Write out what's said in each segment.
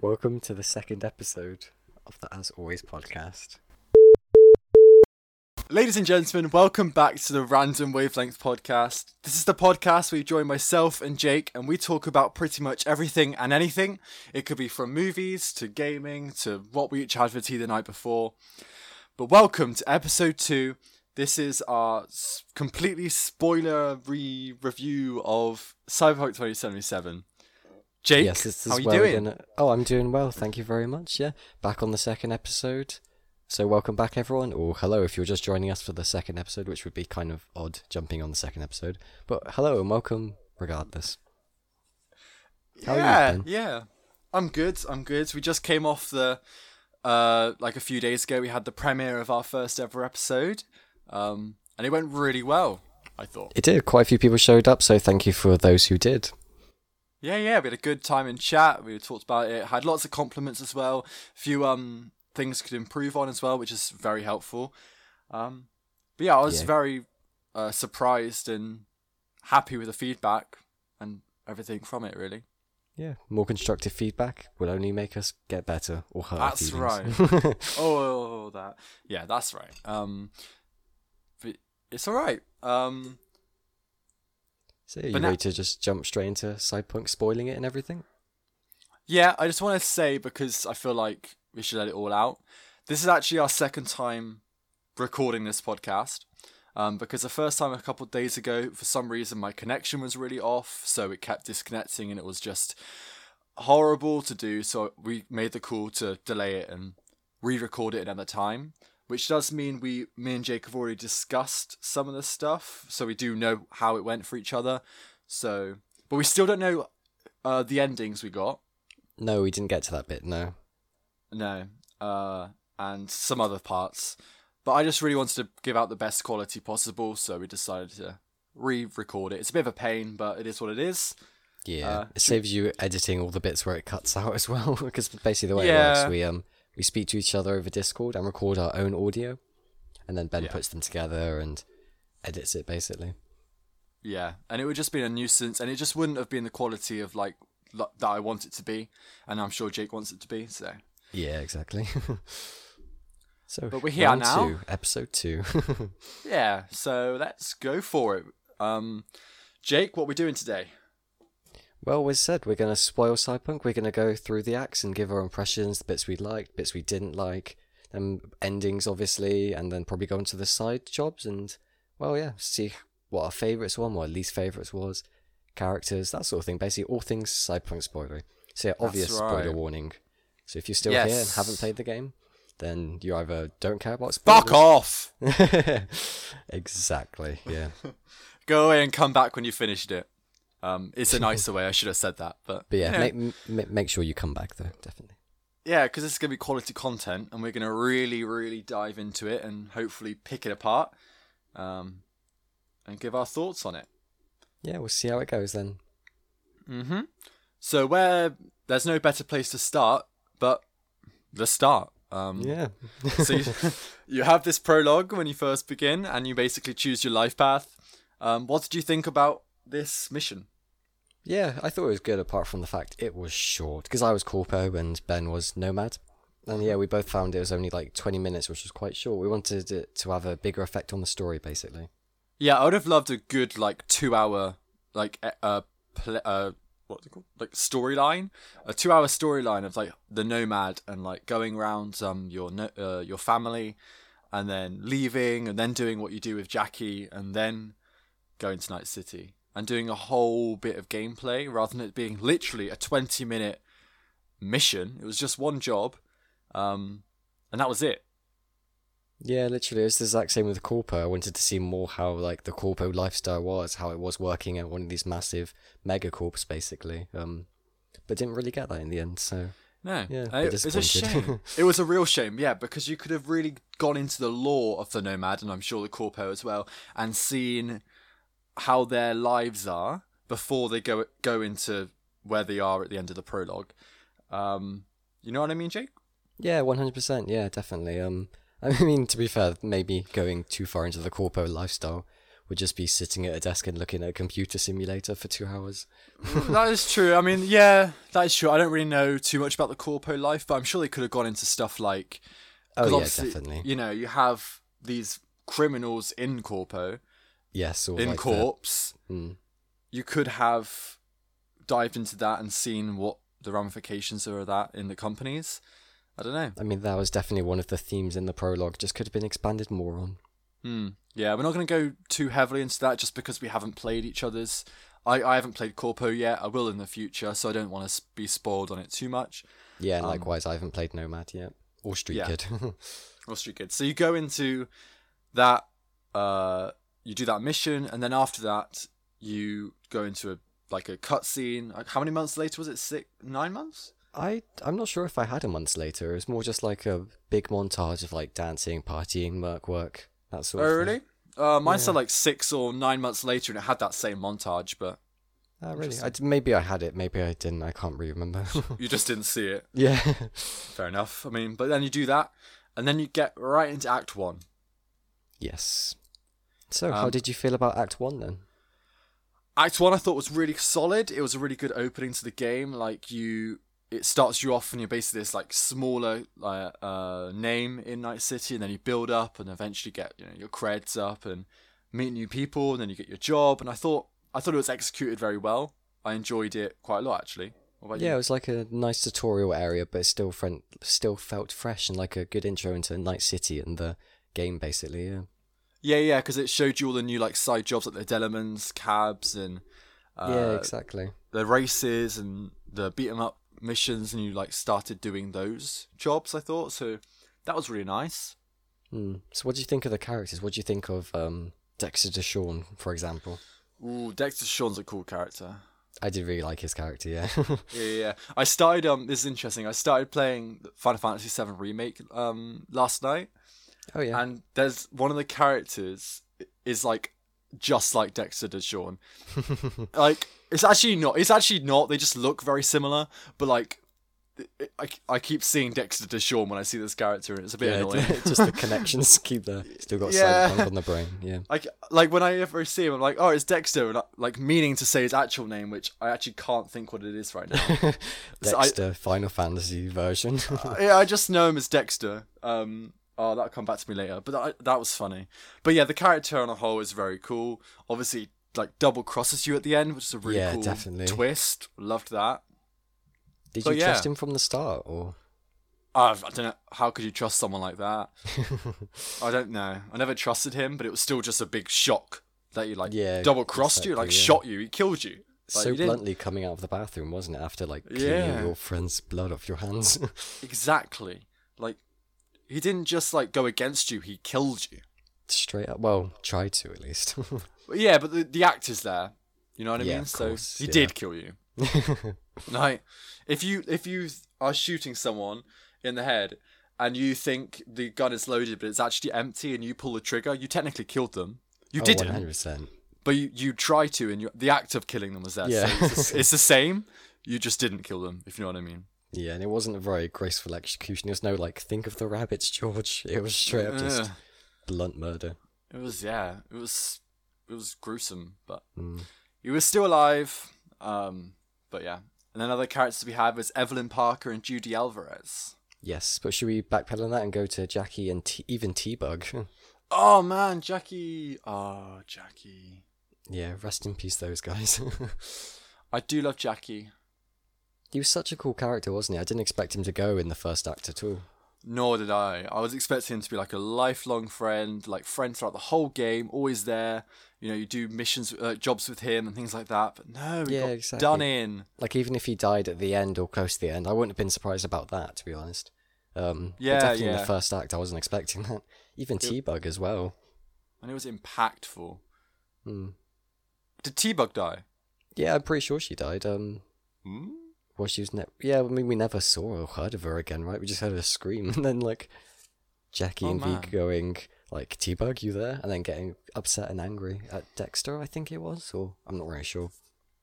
Welcome to the second episode of the As Always podcast. Ladies and gentlemen, welcome back to the Random Wavelength podcast. This is the podcast where you join myself and Jake, and we talk about pretty much everything and anything. It could be from movies to gaming to what we each had for tea the night before. But welcome to episode two. This is our s- completely spoiler re review of Cyberpunk 2077. Jake, yes, this is how are you where we're doing? Gonna... Oh, I'm doing well. Thank you very much. Yeah, back on the second episode. So welcome back, everyone. Or hello, if you're just joining us for the second episode, which would be kind of odd jumping on the second episode. But hello and welcome, regardless. How yeah, are you? Ben? yeah. I'm good. I'm good. We just came off the uh like a few days ago we had the premiere of our first ever episode. Um and it went really well, I thought. It did. Quite a few people showed up, so thank you for those who did. Yeah, yeah, we had a good time in chat. We talked about it. Had lots of compliments as well. Few um things could improve on as well, which is very helpful. Um but yeah, I was Yeah. very uh surprised and happy with the feedback and everything from it really. Yeah, more constructive feedback will only make us get better or hurt. our That's feelings. oh that yeah that's right um but it's all right um so, you But now- ready to just jump straight into Cyberpunk, spoiling it and everything? yeah i just want to say because i feel like we should let it all out this is actually our second time recording this podcast um, because the first time a couple of days ago for some reason my connection was really off so it kept disconnecting and it was just horrible to do so we made the call to delay it and re-record it another time which does mean we me and jake have already discussed some of the stuff so we do know how it went for each other so but we still don't know uh, the endings we got No, we didn't get to that bit. No. no. Uh, and some other parts. But I just really wanted to give out the best quality possible, so we decided to re record it. It's a bit of a pain, but it is what it is. Yeah, Uh, it saves you editing all the bits where it cuts out as well. Because basically, the way it Yeah. works, we um we speak to each other over Discord and record our own audio, and then Ben Yeah. puts them together and edits it basically. Yeah. And it would just be a nuisance, and it just wouldn't have been the quality of like lo- that I want it to be, and I'm sure Jake wants it to be, so. Yeah, exactly. so, But we're here round now. Two, episode two. Yeah, so let's go for it. Um, Jake, what we doing today? well, we said we're gonna spoil Cyberpunk. We're gonna go through the acts and give our impressions, the bits we liked, bits we didn't like, and endings obviously, and then probably go into the side jobs and well, yeah, see what our favourites were, and what our least favourites was, characters, that sort of thing. Basically, all things cyberpunk spoilery. So, yeah, obvious spoiler right. warning. So, if you're still here and Yes. haven't played the game, then you either don't care about spoilers. Fuck off! off! exactly. Yeah. Go away and come back when you finished it. Um, it's a nicer way, I should have said that, but. But yeah, you know. make m- m- make sure you come back though, definitely. Yeah, because this is going to be quality content, and we're going to really, really dive into it and hopefully pick it apart, um, and give our thoughts on it. Yeah, we'll see how it goes then. Mm-hmm. So where there's no better place to start, but the start. Um, Yeah. so you, you have this prologue when you first begin, and you basically choose your life path. Um, what did you think about this mission? Yeah, I thought it was good apart from the fact it was short because I was Corpo and Ben was Nomad. And yeah, we both found it was only like 20 minutes, which was quite short. We wanted it to have a bigger effect on the story, basically. Yeah, I would have loved a good like two hour like e- uh, pl- uh what's it called like storyline, a two hour storyline of like the nomad and like going around um your no- uh, your family, and then leaving and then doing what you do with Jackie and then going to Night City and doing a whole bit of gameplay rather than it being literally a twenty minute mission. It was just one job, um, and that was it. Yeah, literally, it's the exact same with Corpo. I wanted to see more how like the Corpo lifestyle was, how it was working at one of these massive megacorps, basically. Um, but didn't really get that in the end. So No, Yeah, Uh, bit it, it's a disappointed. shame. it was a real shame, yeah, because you could have really gone into the lore of the Nomad, and I'm sure the Corpo as well, and seen how their lives are before they go go into where they are at the end of the prologue. Um, you know what I mean, Jake? Yeah, one hundred percent. Yeah, definitely. Um, I mean, to be fair, maybe going too far into the corpo lifestyle would just be sitting at a desk and looking at a computer simulator for two hours. that is true. I mean, yeah, that is true. I don't really know too much about the corpo life, but I'm sure they could have gone into stuff like. 'cause Oh yeah, obviously, definitely. You know, you have these criminals in corpo, Yes, or in like the- corpse. Mm. You could have dived into that and seen what the ramifications are of that in the companies. I don't know. I mean, that was definitely one of the themes in the prologue. Just could have been expanded more on. Hmm. Yeah, we're not going to go too heavily into that just because we haven't played each other's. I, I haven't played Corpo yet. I will in the future, so I don't want to be spoiled on it too much. Yeah, and likewise, I haven't played Nomad yet or Street Um, Yeah. Kid. Or Street Kids. So you go into that, uh, you do that mission, and then after that, you go into a like a cutscene. Like, How many months later was it? Six, nine months? I I'm not sure if I had a month later. It was more just like a big montage of like dancing, partying, work, work, that sort. Oh, of thing. really? Uh, mine said like six or nine months later, and it had that same montage, but Oh, really? I d maybe I had it. Maybe I didn't. I can't really remember. you just didn't see it. yeah. Fair enough. I mean, but then you do that, and then you get right into Act One. yes. So, how Um, did you feel about Act One then? Act One I thought was really solid. It was a really good opening to the game. Like you, it starts you off and you're basically this like smaller uh, uh, name in Night City, and then you build up and eventually get you know your creds up and meet new people, and then you get your job. And I thought I thought it was executed very well. I enjoyed it quite a lot actually. What about Yeah, it you? was like a nice tutorial area, but it still friend still felt fresh and like a good intro into Night City and the game basically. Yeah. Yeah, yeah, because it showed you all the new like side jobs like the Delamans, cabs, and uh, yeah, exactly. the races and the beat 'em up missions and you like started doing those jobs i thought so that was really nice Hmm. So, what do you think of the characters? What do you think of um, Dexter DeShawn, for example? ooh dexter sean's a cool character I did really like his character. Yeah. yeah yeah, yeah i started um this is interesting i started playing final fantasy 7 remake um last night oh yeah. and there's one of the characters is like just like Dexter DeShawn. like it's actually not. It's actually not. They just look very similar, but like. it- I, I keep seeing Dexter DeShawn when I see this character, and it's a bit Yeah, annoying. just the connections keep there. Still got Yeah. cyberpunk on the brain. Yeah. Like, like when I ever see him, I'm like, oh, it's Dexter, and I, like meaning to say his actual name, which I actually can't think what it is right now. So I- Dexter Final Fantasy version. yeah, I just know him as Dexter. Um, oh, that'll come back to me later. But that, that was funny. But yeah, the character on a whole is very cool. Obviously, like double crosses you at the end, which is a really Yeah, cool definitely. twist. Loved that. Did So, you trust yeah. him from the start, or Uh, I don't know how could you trust someone like that. I don't know. I never trusted him, but it was still just a big shock that you like Yeah, double crossed you, exactly, like yeah. shot you, he killed you. Like, so you didn't- bluntly coming out of the bathroom, wasn't it? After like cleaning Yeah. your friend's blood off your hands. Exactly. Like he didn't just like go against you, he killed you. Straight up. Well, try to at least. But yeah, but the, the act is there. You know what I Yeah, mean? of so course, he yeah. did kill you. Like if you if you are shooting someone in the head and you think the gun is loaded but it's actually empty and you pull the trigger, you technically killed them. You Oh, One didn't, hundred percent. but you, you try to, and you, the act of killing them was there. Yeah. So it's, the- it's the same. You just didn't kill them, if you know what I mean. Yeah, and it wasn't a very graceful execution. There was no like, think of the rabbits, George. It was straight up just Ugh. blunt murder. Eh, It was yeah, it was it was gruesome, but Mm. he was still alive. Um, but yeah, and then other characters we had was Evelyn Parker and Judy Alvarez. Yes, but should we backpedal on that and go to Jackie and T- even T Bug? Oh man, Jackie. Oh Jackie, yeah, rest in peace, those guys. I do love Jackie. He was such a cool character, wasn't he? I didn't expect him to go in the first act at all. Nor did I. I was expecting him to be like a lifelong friend, like friend throughout the whole game, always there. You know, you do missions, uh, jobs with him, and things like that. But no, he Yeah, got exactly. done in. Like, even if he died at the end or close to the end, I wouldn't have been surprised about that, to be honest. Um, but Yeah, definitely in yeah. the first act, I wasn't expecting that. Even T Bug as well. and it was impactful. Mm. Did T Bug die? Yeah, I'm pretty sure she died. Um, Hmm? well, she was ne- yeah. I mean, we never saw or heard of her again, right? We just heard her scream, and then like Jackie Oh, and man. V going like T Bug, you there? And then getting upset and angry at Dexter, I think it was, or I'm not really sure.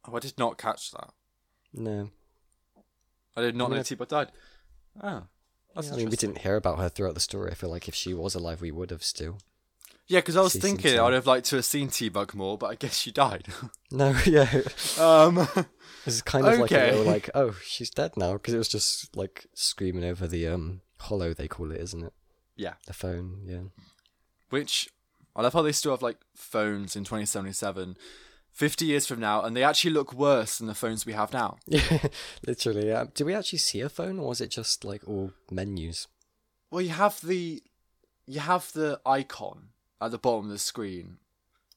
Oh, I did not catch that. No, I did not mean, know I- T Bug died. Oh, that's Yeah, I mean, we interesting. didn't hear about her throughout the story. I feel like if she was alive, we would have still. Yeah, because I was She seemed thinking to- I'd have liked to have seen T Bug more, but I guess she died. No, yeah. um, It's kind of like Okay. a little like, oh, she's dead now, because it was just like screaming over the um hollow they call it, isn't it? Yeah. The phone, yeah. which I love how they still have like phones in 2077, 50 years from now, and they actually look worse than the phones we have now. Yeah, literally. Yeah. Did we actually see a phone, or was it just like all menus? Well, you have the you have the icon at the bottom of the screen,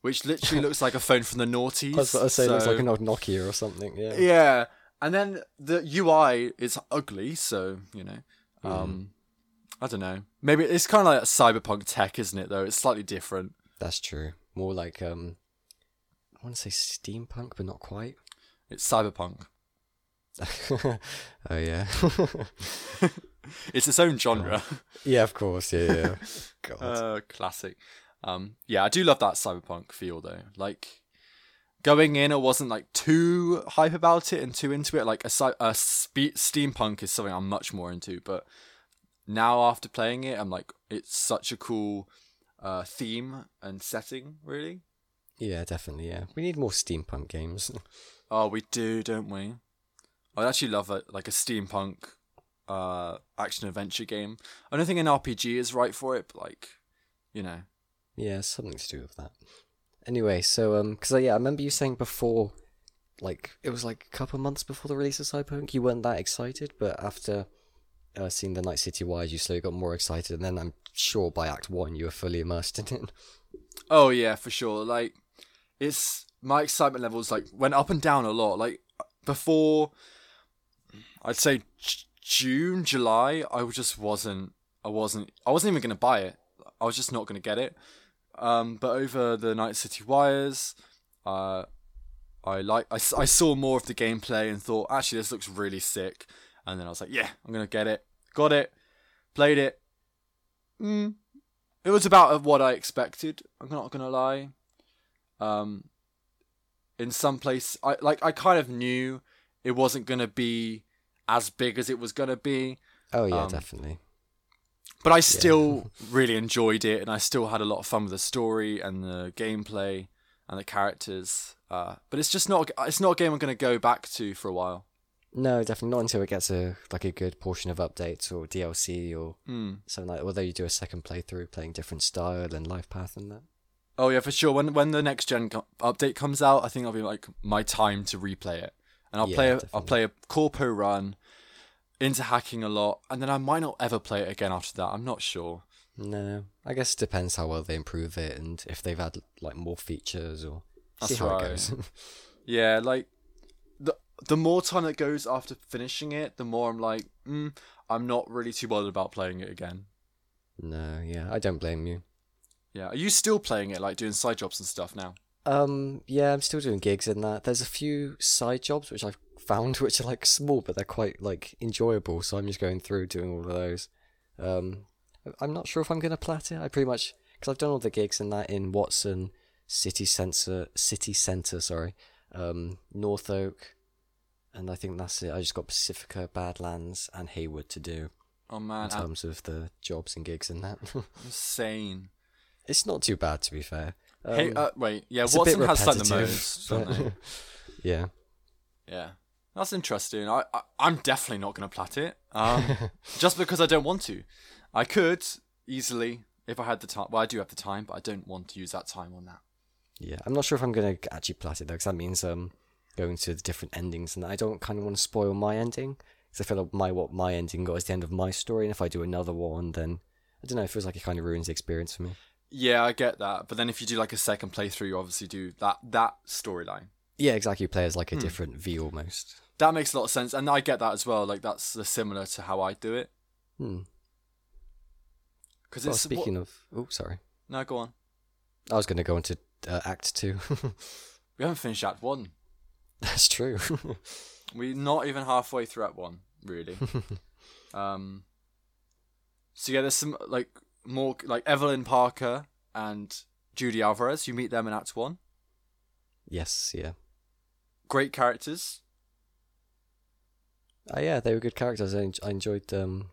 which literally looks like a phone from the noughties. I was about to say it looks so- like an old Nokia or something. Yeah. Yeah, and then the UI is ugly, so you know, Mm-hmm. um, I don't know. Maybe it's kind of like cyberpunk tech, isn't it? Though it's slightly different. That's true. More like um, I want to say steampunk, but not quite. It's cyberpunk. oh yeah. It's its own genre. yeah, of course. Yeah, yeah. God. Uh, classic. Um, yeah, I do love that cyberpunk feel though. Like going in, I wasn't like too hype about it and too into it. Like a, cy- a spe- steampunk is something I'm much more into, but now after playing it, I'm like, it's such a cool uh, theme and setting, really. yeah, definitely. Yeah, we need more steampunk games. Oh, we do, don't we? I'd actually love a like a steampunk uh, action adventure game. I don't think an RPG is right for it, but like, you know, Yeah, something to do with that. Anyway, so um, because yeah, I remember you saying before, like it was like a couple of months before the release of Cyberpunk, you weren't that excited, but after uh, seeing the Night City Wires, you slowly got more excited, and then I'm sure by Act One you were fully immersed in it. Oh yeah, for sure. Like it's my excitement levels like went up and down a lot. Like before I'd say J- June, July, I was- just wasn't I wasn't I wasn't even going to buy it. I was just not going to get it. Um but over the Night City Wires, uh I like I, s- I saw more of the gameplay and thought actually this looks really sick and then I was like, yeah, I'm going to get it. Got it. Played it. Mm, it was about uh, what I expected. I'm not gonna lie. Um, in some place, I like I kind of knew it wasn't gonna be as big as it was gonna be, Oh yeah, Um, definitely. but I still really enjoyed it, and I still had a lot of fun with the story and the gameplay and the characters. Uh, but it's just not it's not a game I'm gonna go back to for a while. No, definitely not until it gets a like a good portion of updates or DLC or Hmm. something like. Although you do a second playthrough, playing different style and life path and that. Oh yeah, for sure. When when the next gen co- update comes out, I think I'll be like my time to replay it, and I'll Yeah, play. A, I'll definitely. play a corpo run into hacking a lot, and then I might not ever play it again after that. I'm not sure. No, I guess it depends how well they improve it and if they've had like more features or see That's how right. it goes. Yeah, like the the more time that goes after finishing it, the more I'm like, mm, I'm not really too bothered about playing it again. no, yeah, I don't blame you. Yeah, are you still playing it, like doing side jobs and stuff now? Um, yeah, I'm still doing gigs in that. There's a few side jobs which I've found which are like small, but they're quite like enjoyable. So I'm just going through doing all of those. Um, I- I'm not sure if I'm gonna plat it. I pretty much because I've done all the gigs in that in Watson, City Center, City Center, sorry, um, North Oak, and I think that's it. I just got Pacifica, Badlands, and Hayward to do Oh in man, I'm terms of the jobs and gigs in that. insane. it's not too bad to be fair. hey, Um, uh, wait, yeah, it's a bit Watson has done the repetitive, most. doesn't but- he? yeah. Yeah, that's interesting. I, I I'm definitely not going to plat it, um, just because I don't want to. I could easily if I had the time. Well, I do have the time, but I don't want to use that time on that. Yeah, I'm not sure if I'm gonna actually plat it though, because that means um going to the different endings, and I don't kind of want to spoil my ending, because I feel like my what my ending got is the end of my story, and if I do another one, then I don't know, it feels like it kind of ruins the experience for me. Yeah, I get that. But then if you do like a second playthrough, you obviously do that that storyline. Yeah, exactly. You play as like a different V almost. That makes a lot of sense, and I get that as well. Like that's uh, similar to how I do it. Hmm. Because Well, it's what- speaking of, oh sorry, no, go on. I was gonna go into uh, Act Two. We haven't finished Act One. That's true. We're not even halfway through at one, really. um, so yeah, there's some like more like Evelyn Parker and Judy Alvarez. You meet them in Act One. yes, yeah. Great characters. Uh, yeah, they were good characters. I, en- I enjoyed um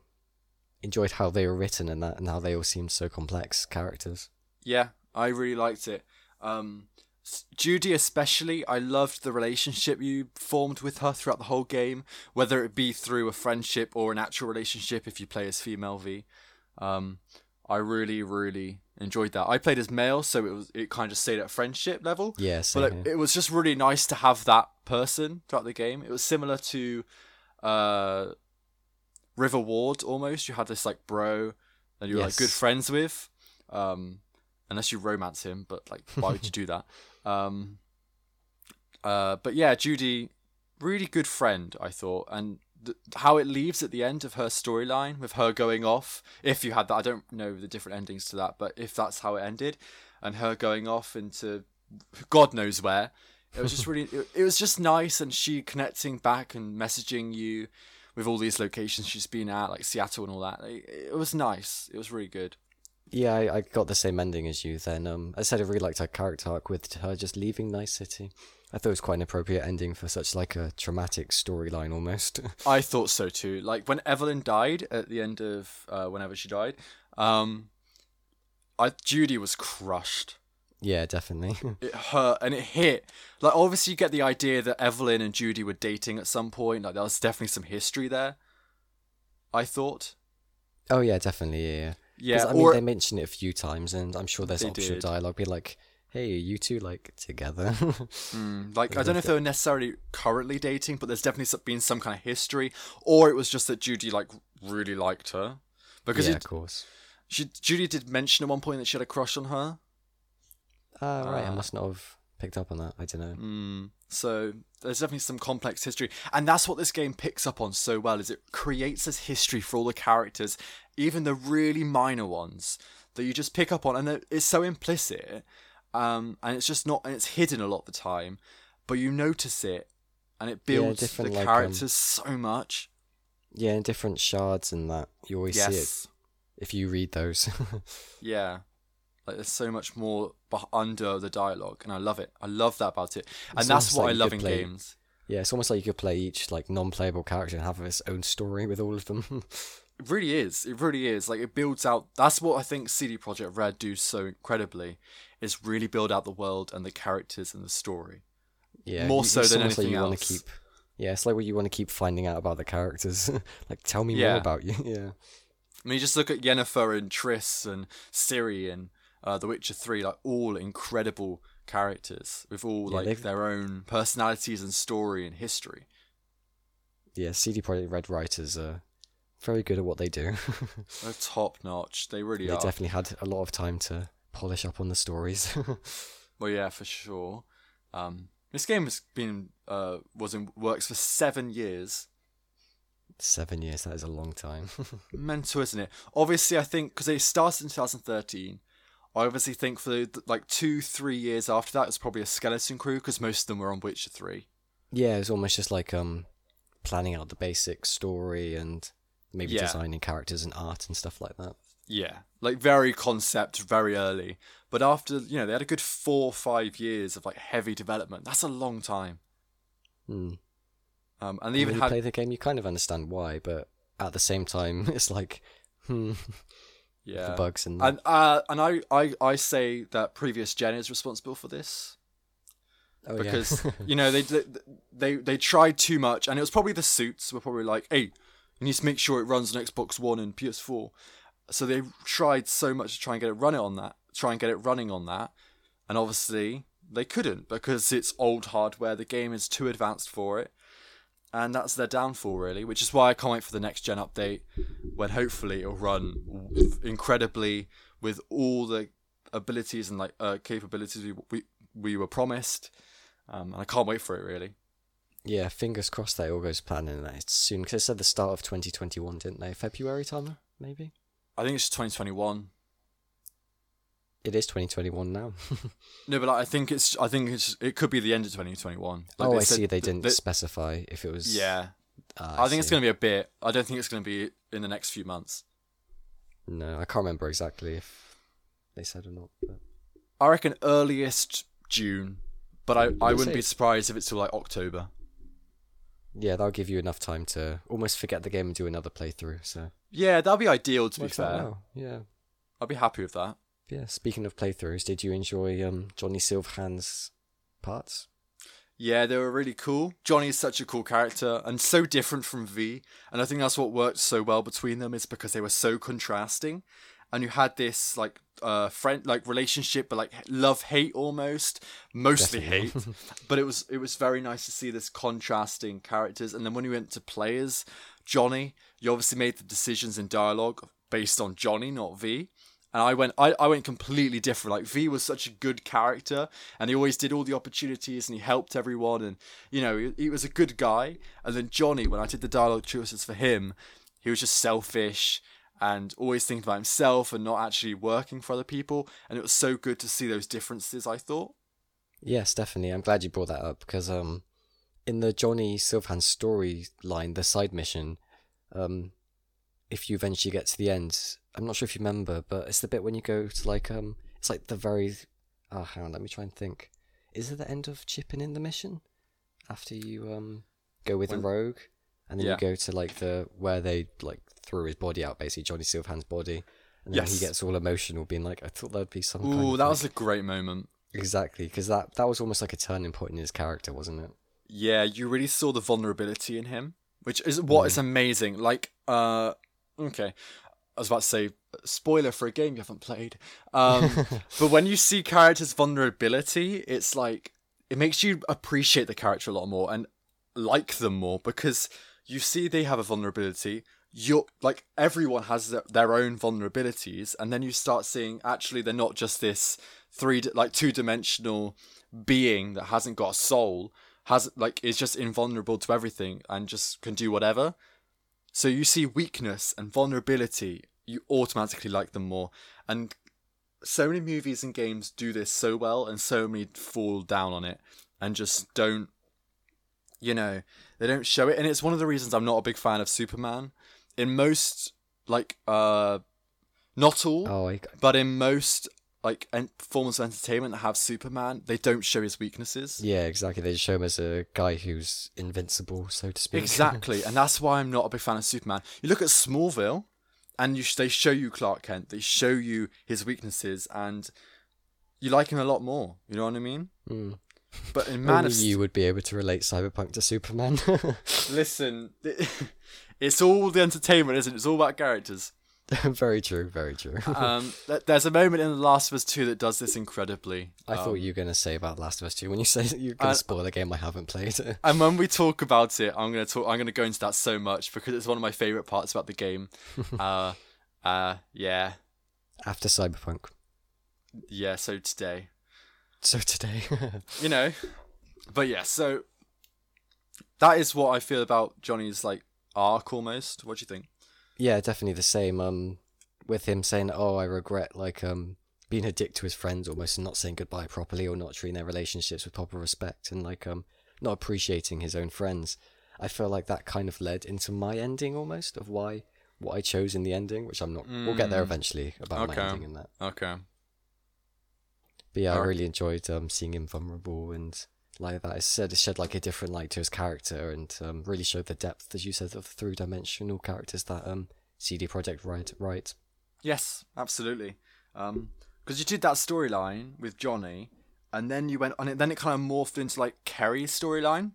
enjoyed how they were written and that, and how they all seemed so complex characters. Yeah, I really liked it. Um, s- Judy, especially, I loved the relationship you formed with her throughout the whole game, whether it be through a friendship or an actual relationship if you play as female V. Um, I really, really enjoyed that. I played as male, so it was it kind of stayed at friendship level. Yeah, same But here. it, it was just really nice to have that person throughout the game. It was similar to uh, River Ward almost. You had this like bro that you were like good Yes. friends with, um, unless you romance him. But like, why would you do that? Um, uh, but yeah, Judy, really good friend, I thought, and th- how it leaves at the end of her storyline with her going off. If you had that, I don't know the different endings to that, but if that's how it ended, and her going off into God knows where, it was just really, it, it was just nice, and she connecting back and messaging you with all these locations she's been at, like Seattle and all that. It, it was nice. It was really good. Yeah, I, I got the same ending as you then. Um, I said I really liked her character arc with her just leaving Nice City. I thought it was quite an appropriate ending for such like a traumatic storyline almost. I thought so too. Like when Evelyn died at the end of uh, whenever she died, um, I Judy was crushed. yeah, definitely. It hurt and it hit. Like obviously you get the idea that Evelyn and Judy were dating at some point. Like there was definitely some history there. I thought. oh yeah, definitely. Yeah. yeah. 'Cause, Yeah. I mean, or they mention it a few times, and I'm sure there's They optional did. dialogue. Be like, "Hey, are you two like together?" Mm, like I don't know if they were necessarily currently dating, but there's definitely some- been some kind of history, or it was just that Judy like really liked her because yeah, it- of course. she Judy did mention at one point that she had a crush on her. Ah, right. I Ah. must not have picked up on that. I don't know. Mm, so there's definitely some complex history, and that's what this game picks up on so well. Is it creates this history for all the characters, even the really minor ones that you just pick up on, and it- it's so implicit, um, and it's just not, and it's hidden a lot of the time, but you notice it, and it builds the different, like, um, characters so much. Yeah, and different shards and that you always see it Yes, if you read those. yeah. Like there's so much more beh under the dialogue, and I love it. I love that about it, and It's that's almost what like I you love could in play- games. yeah, it's almost like you could play each like non-playable character and have its own story with all of them. It really is. It really is. Like it builds out. That's what I think CD Projekt Red do so incredibly. Is really build out the world and the characters and the story. Yeah, more you- so it's than almost like anything you wanna else. Keep, yeah, it's like what you want to keep finding out about the characters. like, tell me Yeah. more about you. Yeah, I mean, just look at Yennefer and Triss and Ciri and uh, The Witcher Three. Like all incredible characters with all Yeah, like they've- their own personalities and story and history. yeah. CD Projekt Red writers are very good at what they do. They're top notch. They really They are. definitely had a lot of time to polish up on the stories. Well, yeah, for sure. Um, this game has been uh, was in works for seven years. Seven years—that is a long time. mental, isn't it? Obviously, I think because they started in 2013. I obviously think for the, like two, three years after that, it was probably a skeleton crew because most of them were on Witcher Three. yeah, it's almost just like um, planning out the basic story and maybe Yeah. designing characters and art and stuff like that. Yeah, like very concept, very early. But after you know, they had a good four, or five years of like heavy development. That's a long time. Hmm. Um, and they And even when had you play the game, you kind of understand why, but at the same time, it's like, hmm, yeah. the bugs and, that. And uh, and I, I I say that previous gen is responsible for this. oh, yeah. because you know they, they they they tried too much, and it was probably the suits were probably like, hey, you need to make sure it runs on Xbox One and PS4. So they tried so much to try and get it running on that, try and get it running on that, and obviously they couldn't because it's old hardware. The game is too advanced for it, and that's their downfall really. Which is why I can't wait for the next gen update, when hopefully it'll run w- incredibly with all the abilities and like uh, capabilities we, we we were promised um, and I can't wait for it really. Yeah, fingers crossed that it all goes planning that it's soon because it said the start of 2021, didn't they? February time, maybe. I think it's just 2021. It is 2021 now. No, but like, I think it's I think it's it could be the end of 2021. Like, oh, I said see. They th- didn't th- specify if it was. yeah, Ah, I, think it's see. going to be a bit. I don't think it's going to be in the next few months. No, I can't remember exactly if they said or not. But... I reckon earliest June, but I, I wouldn't be safe. surprised if it's till like October. Yeah, that'll give you enough time to almost forget the game and do another playthrough. So Yeah, that'd be ideal to be Works out fair. well, Yeah. I'd be happy with that. Yeah, speaking of playthroughs, did you enjoy um, Johnny Silverhand's parts? Yeah, they were really cool. Johnny is such a cool character and so different from V. And I think that's what worked so well between them is because they were so contrasting. And you had this like uh friend like relationship but like love hate almost mostly hate but it was it was very nice to see this contrasting characters and then when we went to players johnny you obviously made the decisions in dialogue based on johnny not v and I went I, I went completely different. Like V was such a good character and he always did all the opportunities and he helped everyone and you know, he, he was a good guy. And then Johnny, when I did the dialogue choices for him, he was just selfish and always thinking about himself and not actually working for other people. And it was so good to see those differences, I thought. Yes, definitely. I'm glad you brought that up because um, in the Johnny Silverhand storyline, the side mission, um, if you eventually get to the end, I'm not sure if you remember, but it's the bit when you go to like um, it's like the very, oh, hang on, let me try and think. Is it the end of chipping in the mission after you um go with When- the rogue, and then Yeah. you go to like the where they like threw his body out, basically Johnny Silverhand's body, and then he Yes. gets all emotional, being like, I thought that'd be some. kind Ooh, of, that like- was a great moment. exactly because that that was almost like a turning point in his character, wasn't it? Yeah, you really saw the vulnerability in him, which is what is amazing. Like, uh, okay, I was about to say spoiler for a game you haven't played, um, but when you see characters' vulnerability, it's like it makes you appreciate the character a lot more and like them more because you see they have a vulnerability. You're like everyone has their, their own vulnerabilities, and then you start seeing actually they're not just this three like two dimensional being that hasn't got a soul has like is just invulnerable to everything and just can do whatever. So you see weakness and vulnerability, you automatically like them more. And so many movies and games do this so well, and so many fall down on it and just don't, you know, they don't show it. And it's one of the reasons I'm not a big fan of Superman. In most, like, uh, not all, Oh, I, but in most, like, en- forms of entertainment that have Superman, they don't show his weaknesses. Yeah, exactly. They show him as a guy who's invincible, so to speak. Exactly, and that's why I'm not a big fan of Superman. You look at Smallville, and you they show you Clark Kent, they show you his weaknesses, and you like him a lot more. You know what I mean? Mm. But in Man Only of Steel, you would be able to relate Cyberpunk to Superman. listen, it's all the entertainment, isn't it? It's all about characters. very true. Very true. Um, th- there's a moment in The Last of Us Two that does this incredibly. I thought you were gonna say about Last of Us Two when you say that you're gonna spoil a game I haven't played. And when we talk about it, I'm gonna talk. I'm gonna go into that so much because it's one of my favorite parts about the game. uh, uh, yeah, After Cyberpunk, yeah. So today. so today. you know. But yeah, so that is what I feel about Johnny's like arc almost. What do you think? yeah, definitely the same. Um, with him saying, "Oh, I regret like um being a dick to his friends, almost and not saying goodbye properly, or not treating their relationships with proper respect, and like um not appreciating his own friends." I feel like that kind of led into my ending almost of why what I chose in the ending, which I'm not. We'll get there eventually about Mm. okay. my ending and that. Okay. But yeah, I Alright. really enjoyed um seeing him vulnerable and like that. It said it shed like a different light to his character and um really showed the depth, as you said, of the three dimensional characters that um CD Projekt Red right. Yes, absolutely. Um, because you did that storyline with Johnny, and then you went on it. Then it kind of morphed into like Kerry's storyline.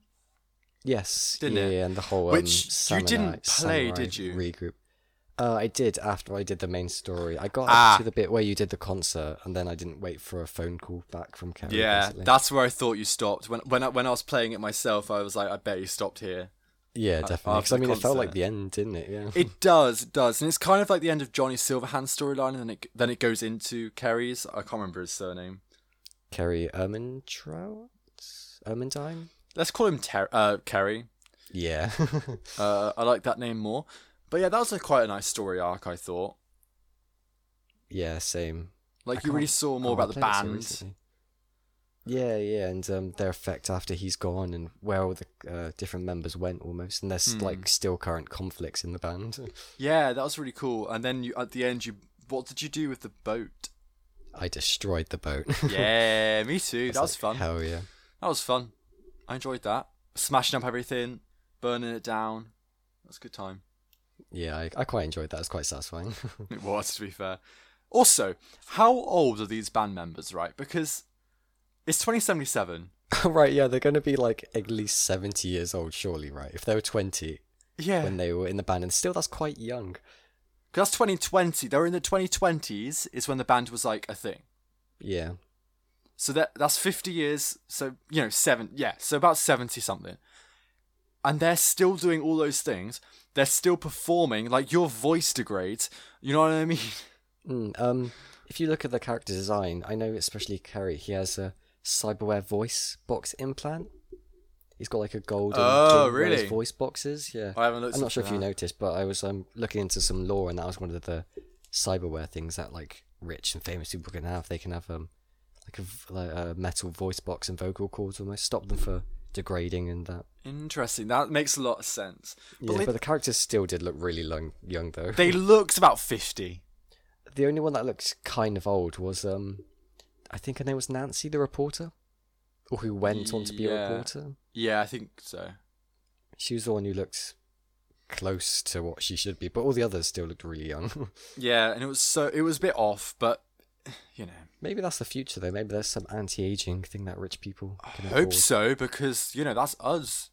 Yes, Didn't yeah, it? yeah, and the whole um, Which you samurai- didn't play, samurai did you? Regroup. Uh, I did after I did the main story. I got Ah. to the bit where you did the concert, and then I didn't wait for a phone call back from Kerry. Yeah, basically. that's where I thought you stopped. When when I, when I was playing it myself, I was like, I bet you stopped here. yeah, definitely. Because after I the mean, it felt like concert. the end, didn't it? Yeah, It does, it does, and it's kind of like the end of Johnny Silverhand's storyline, and then it then it goes into Kerry's. I can't remember his surname. Kerry Ermintrout, Ermendine. Let's call him Ter- uh, Kerry. Yeah, Uh, I like that name more. But yeah, that was a quite a nice story arc. I thought, yeah, same. like, I you really can't- saw more Oh, I about the played it so band. recently. yeah, yeah, and um, their effect after he's gone, and where all the uh, different members went, almost, and Hmm. there's like still current conflicts in the band. yeah, that was really cool. And then you, at the end, you what did you do with the boat? I destroyed the boat. Yeah, me too. that was fun. Hell yeah. That was fun. I enjoyed that. Smashing up everything, burning it down. That's a good time. Yeah, I, I quite enjoyed that. It's quite satisfying. It was, to be fair. Also, how old are these band members, right? Because it's 2077. right, yeah, they're going to be like at least 70 years old, surely, right? If they were 20 Yeah. when they were in the band, and still that's quite young. 'Cause that's 2020. They were in the 2020s is when the band was like a thing. Yeah. So that that's 50 years. So, you know, seven. Yeah. So about 70 something. And they're still doing all those things. They're still performing. Like your voice degrades. You know what I mean? Mm, um, if you look at the character design, I know especially Kerry, he has a cyberware voice box implant. He's got like a golden Oh, thing where his really? voice boxes. Yeah, I haven't looked I'm not up sure if you that. noticed, but I was um, looking into some lore, and that was one of the cyberware things that like rich and famous people can have. They can have um like a, v- like a metal voice box and vocal cords almost stop them for degrading and that. Interesting. That makes a lot of sense. But yeah, they, but the characters still did look really long, young though. they looked about 50. the only one that looks kind of old was um I think her name was Nancy the reporter or who went on to be Yeah. a reporter. Yeah, I think so. She was the one who looked close to what she should be, but all the others still looked really young. Yeah, and it was so it was a bit off, but you know, Maybe that's the future though. Maybe there's some anti-aging thing that rich people can hope so because you know that's us.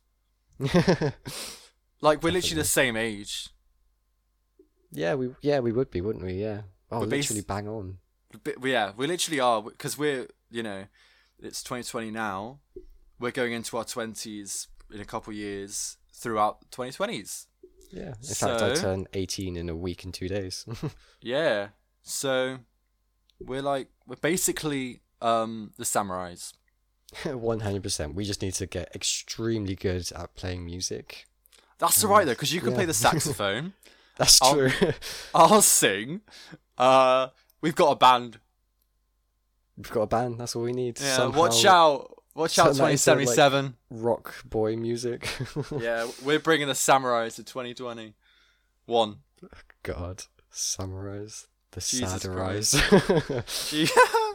afford. Like we're literally the same age, yeah, we yeah, we would be, wouldn't we? Yeah. Oh, We're bas- literally bang on. But- yeah, we literally are because we're you know, it's 2020 now. We're going into our 20s in a couple years throughout 2020s. Yeah. In fact, I So- turn 18 in a week and 2 days. Yeah, so we're like we're basically um the samurais. 100%. We just need to get extremely good at playing music. That's all right though, because you can Mm. Yeah. play the saxophone. That's I'll- true. I'll sing. Uh, we've got a band. We've got a band. That's all we need. Yeah, Somehow watch out. Watch out, turn that into, like- 2077. Rock boy music. yeah, we're bringing the samurais to 2021. God, summarize the Jesus sadder Christ. eyes. Yeah.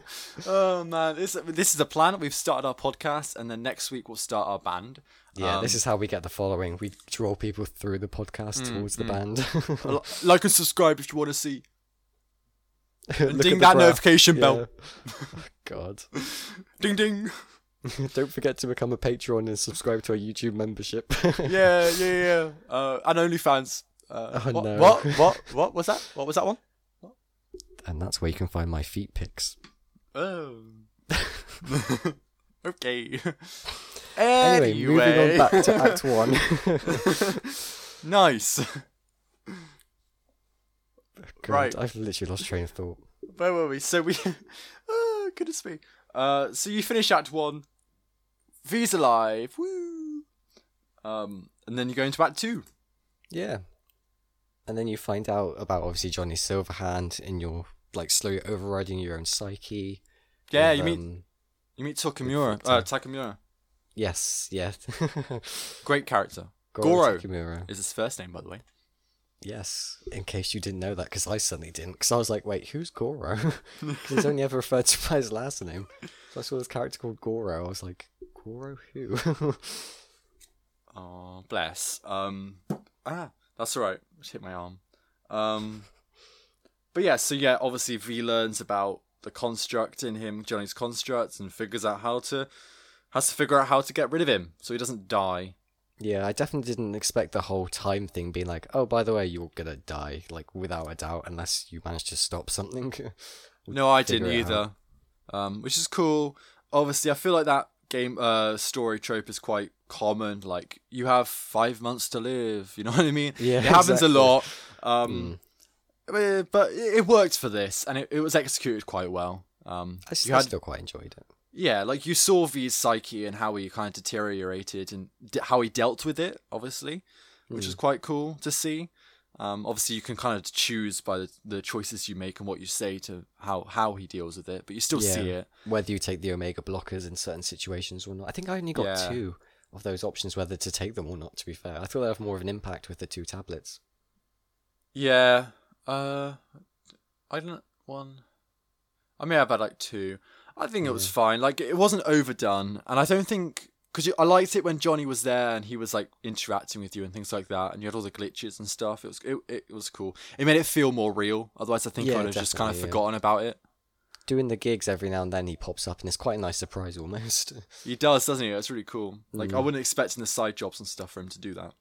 oh, man. This, this is a plan. We've started our podcast, and then next week we'll start our band. yeah, Um, Mm, this is how we get the following. We draw people through the podcast towards the band. li- Like and subscribe if you want to see. Look ding at the that graph. notification bell. Yeah. God, Ding, ding. don't forget to become a patron and subscribe to our YouTube membership. Yeah, yeah, yeah. Uh, and OnlyFans. Uh, Oh, what, no. what? What? What was that? What was that one? and that's where you can find my feet pics. Oh. okay. Anyway, moving on back to Act One. nice. God, Right. I've literally lost train of thought. Where were we? So we. oh, goodness me. Uh, so you finish Act One. V's alive. Woo. Um, and then you go into Act Two. Yeah. And then you find out about obviously Johnny Silverhand and you're like slowly overriding your own psyche. Yeah, with, you meet um, you meet Takamura. Victor. Uh, Takamura. Yes, yeah. Great character. Goro Goro. Takemura. Is his first name, by the way. Yes, in case you didn't know that, because I suddenly didn't. Because I was like, wait, who's Goro? 'Cause he's only ever referred to by his last name. So I saw this character called Goro. I was like, Goro who? Oh, bless. Um, ah, that's all right. Just hit my arm. Um, but yeah, so yeah, obviously V learns about the construct in him, Johnny's construct, and figures out how to has to figure out how to get rid of him so he doesn't die. yeah, I definitely didn't expect the whole time thing being like, oh, by the way, you're gonna die, like, without a doubt, unless you manage to stop something. No, I Figure didn't it either. Um, which is cool. Obviously, I feel like that game uh story trope is quite common. Like you have five months to live. You know what I mean? Yeah, it happens exactly. Hmm. a lot. Um, eh, but it it worked for this, and it, it was executed quite well. Um, I, s- you I had still quite enjoyed it. yeah, like you saw V's psyche and how he kind of deteriorated and d- how he dealt with it, obviously, which is quite cool to see. Um, obviously, you can kind of choose by the, the choices you make and what you say to how how he deals with it, but you still see it. Whether you take the omega blockers in certain situations or not. I think I only got Yeah. two of those options, whether to take them or not, to be fair. I thought I'd have more of an impact with the two tablets. Yeah. Uh, I don't one. I may have had like two. I think it was fine. Like it wasn't overdone, and I don't think because I liked it when Johnny was there and he was like interacting with you and things like that, and you had all the glitches and stuff. It was it, it was cool. It made it feel more real. Otherwise, I think Yeah, I'd have just kind of definitely, yeah. forgotten about it. Doing the gigs every now and then, he pops up, and it's quite a nice surprise almost. He does, doesn't he? That's really cool. Like Mm. I wouldn't expect in the side jobs and stuff for him to do that.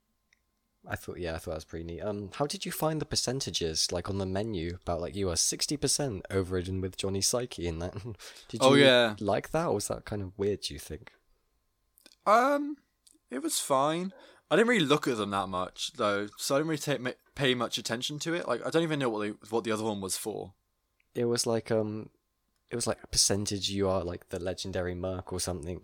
I thought, yeah, I thought that was pretty neat. Um, how did you find the percentages, like on the menu, about like you are sixty percent overridden with Johnny Psyche in that? did you Oh, yeah. like that, or was that kind of weird? Do you think? Um, it was fine. I didn't really look at them that much though, so I didn't really take, ma- pay much attention to it. Like I don't even know what they, what the other one was for. It was like um, it was like a percentage you are like the legendary Merc or something,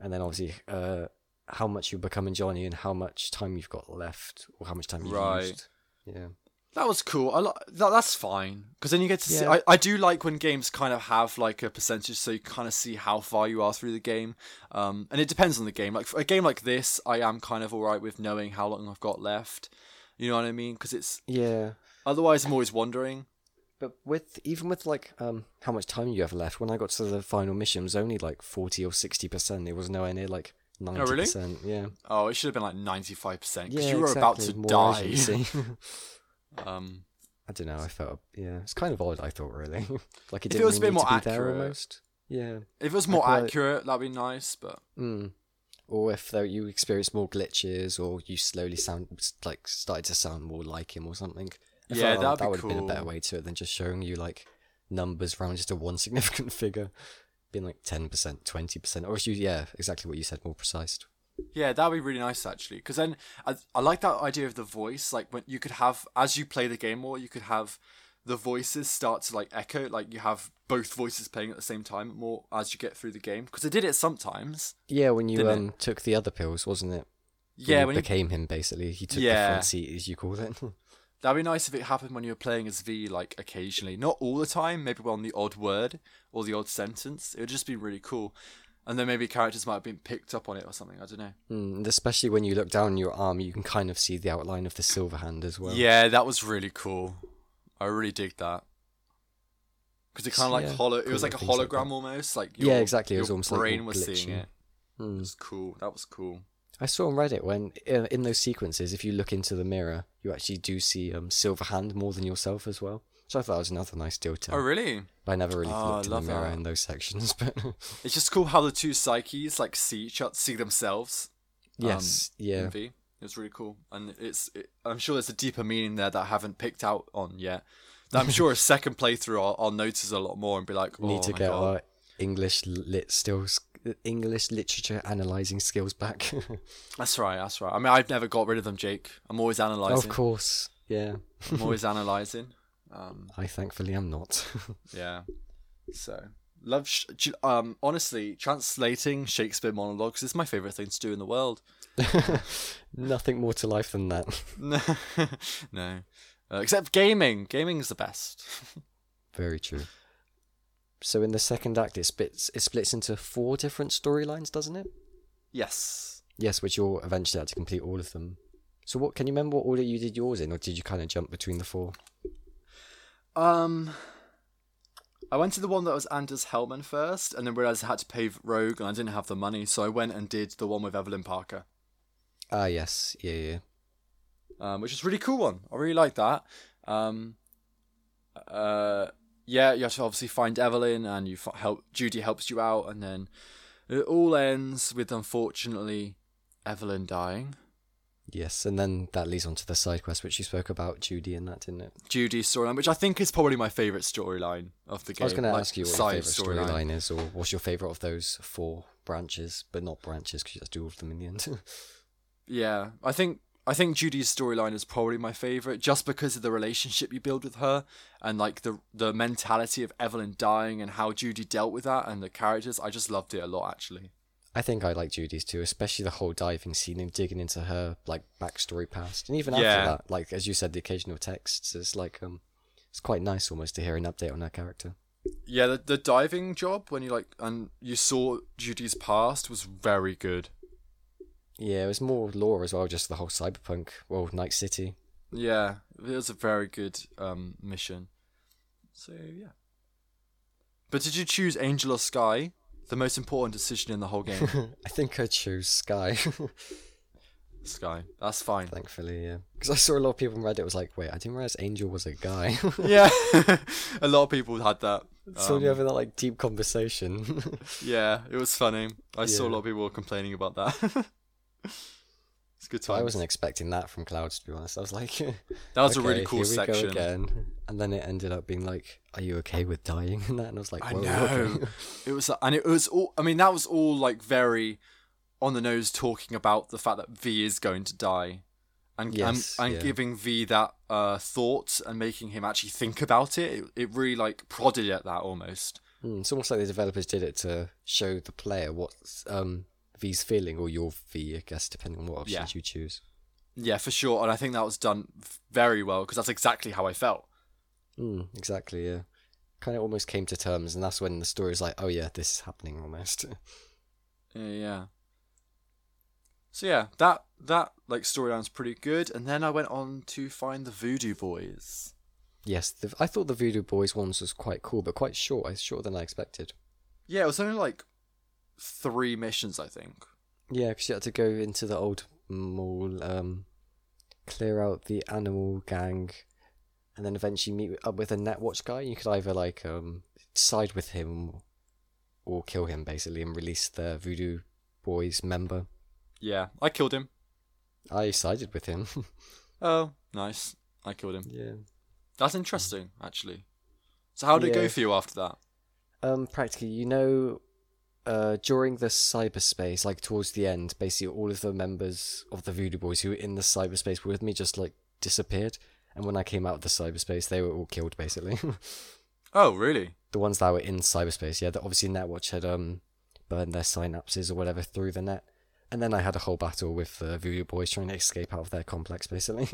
and then obviously uh, how much you become in Johnny and how much time you've got left or how much time you've Right. used. Yeah. That was cool. I li- that, that's fine because then you get to see. Yeah. I, I do like when games kind of have like a percentage, so you kind of see how far you are through the game. Um, and it depends on the game. Like for a game like this, I am kind of alright with knowing how long I've got left. You know what I mean? Because it's Yeah. otherwise I'm always wondering. But with even with like um how much time you have left, when I got to the final mission, it was only like forty or sixty percent. It was nowhere near like ninety really? percent. Yeah, Oh, it should have been like ninety five percent because yeah, you were exactly, more about to die. urgency. um, I don't know. I felt yeah, it's kind of odd. I thought really like it If it didn't was a really need bit more to be there accurate. almost. Yeah. if it was more quite- accurate, that'd be nice. But Mm. Or if though you experienced more glitches, or you slowly sound like started to sound more like him or something. I felt Yeah, like that'd be that would have been a better cool. way to it than just showing you like numbers round just to one significant figure, being like ten percent, twenty percent, or if you yeah, exactly what you said, more precise. Yeah, that'd be really nice actually, because then I, I like that idea of the voice. Like when you could have, as you play the game more, you could have the voices start to like echo. Like you have both voices playing at the same time more as you get through the game. Because I did it sometimes. Yeah, when you Didn't it? um took the other pills, wasn't it? Yeah, you when you, became him basically. He took the Yeah. front seat, as you call it. Hmm, that'd be nice if it happened when you were playing as V. Like occasionally, not all the time. Maybe on the odd word or the odd sentence. It would just be really cool. And then maybe characters might have been picked up on it or something. I don't know. Mm, and especially when you look down your arm, you can kind of see the outline of the silver hand as well. Yeah, that was really cool. I really dig that. Because it kind of like Yeah, holo, it cool was like a little things like that. hologram almost. Like Yeah, your- exactly, it Your was almost like brain all was seeing glitchy. it. It Mm. was cool. That was cool. I saw on Reddit when uh, in those sequences, if you look into the mirror, you actually do see um silver hand more than yourself as well. So I thought that was another nice detail. Oh really? But I never really Oh, I looked in the love mirror that. Um, in those sections, but It's just cool how the two psyches like see each other, see themselves. um, yes, yeah. in V. It was really cool, and it's. It, I'm sure there's a deeper meaning there that I haven't picked out on yet. That I'm sure a second playthrough I'll, I'll notice a lot more and be like, oh Need to my get God. our English lit skills, English literature analyzing skills back. That's right. That's right. I mean, I've never got rid of them, Jake. I'm always of analyzing. course, yeah. I'm always analyzing. Um, I thankfully am not. Yeah. So love. Sh- do you- um. Honestly, translating Shakespeare monologues is my favorite thing to do in the world. Nothing more to life than that. no. Uh, except gaming. Gaming is the best. Very true. So in the second act, it splits. It splits into four different storylines, doesn't it? yes. Yes, which you'll eventually have to complete all of them. So what can you remember what order you did yours in, or did you kind of jump between the four? Um. I went to the one that was Anders Hellman first, and then realized I had to pave Rogue, and I didn't have the money, so I went and did the one with Evelyn Parker. Ah, yes, yeah, yeah. um, which is a really cool one. I really like that. Um, uh, yeah, you have to obviously find Evelyn, and you f- help Judy helps you out, and then it all ends with unfortunately Evelyn dying. Yes, and then that leads on to the side quest, which you spoke about, Judy, and that, didn't it? Judy's storyline, which I think is probably my favorite storyline of the I game. was going to like, ask you what your side favorite storyline is, or what's your favorite of those four branches, but not branches because you have to do all of them in the end. Yeah, I think I think Judy's storyline is probably my favorite, just because of the relationship you build with her and like the the mentality of Evelyn dying and how Judy dealt with that and the characters. I just loved it a lot, actually. I think I like Judy's too, especially the whole diving scene and digging into her like backstory past, and even Yeah. after that, like as you said, the occasional texts. It's like um, it's quite nice almost to hear an update on her character. Yeah, the, the diving job when you like and you saw Judy's past was very good. Yeah, it was more lore as well, just the whole cyberpunk, well, Night City. Yeah, it was a very good um mission. So yeah. But did you choose Angel or Sky? The most important decision in the whole game. I think I choose Sky. Sky. That's fine. Thankfully, yeah. Because I saw a lot of people on Reddit was like, wait, I didn't realize Angel was a guy. yeah. a lot of people had that. so Um, you're having that like deep conversation. yeah, it was funny. I saw a Yeah. lot of people complaining about that. it's good I times. wasn't expecting that from Clouds, to be honest. I was like, um, that was a really "Okay, cool here We go section. again. And then it ended up being like, are you okay with dying and that? And I was like, I Whoa, know. okay." it was, and it was all. I mean, that was all like very on the nose, talking about the fact that V is going to die, and Yes, and, and yeah. giving V that uh, thought and making him actually think about it. It, it really like prodded at that almost. Hmm, it's almost like the developers did it to show the player what um, V's feeling or your V, I guess, depending on what options Yeah. you choose. Yeah, for sure. And I think that was done f- very well because that's exactly how I felt. Mm, exactly, yeah. Kind of almost came to terms, and that's when the story was like, oh yeah, this is happening almost. Yeah, yeah. So yeah, that that like storyline's pretty good. And then I went on to find the Voodoo Boys. yes, the, I thought the Voodoo Boys ones was quite cool, but quite short. It's shorter than I expected. Yeah, it was only like three missions, I think. Yeah, because you had to go into the old mall, um, clear out the animal gang, and then eventually meet up with a Netwatch guy. You could either like um, side with him or kill him basically, and release the Voodoo Boys member. Yeah, I killed him. I sided with him. Oh, nice. I killed him. yeah. That's interesting, actually. So how did it go Yeah. for you after that? Um, practically, you know, uh, during the cyberspace, like towards the end, basically all of the members of the Voodoo Boys who were in the cyberspace with me just like disappeared. And when I came out of the cyberspace, they were all killed basically. Oh, really? the ones that were in cyberspace, yeah, that obviously Netwatch had um burned their synapses or whatever through the net. And then I had a whole battle with the Voodoo Boys trying to escape out of their complex, basically.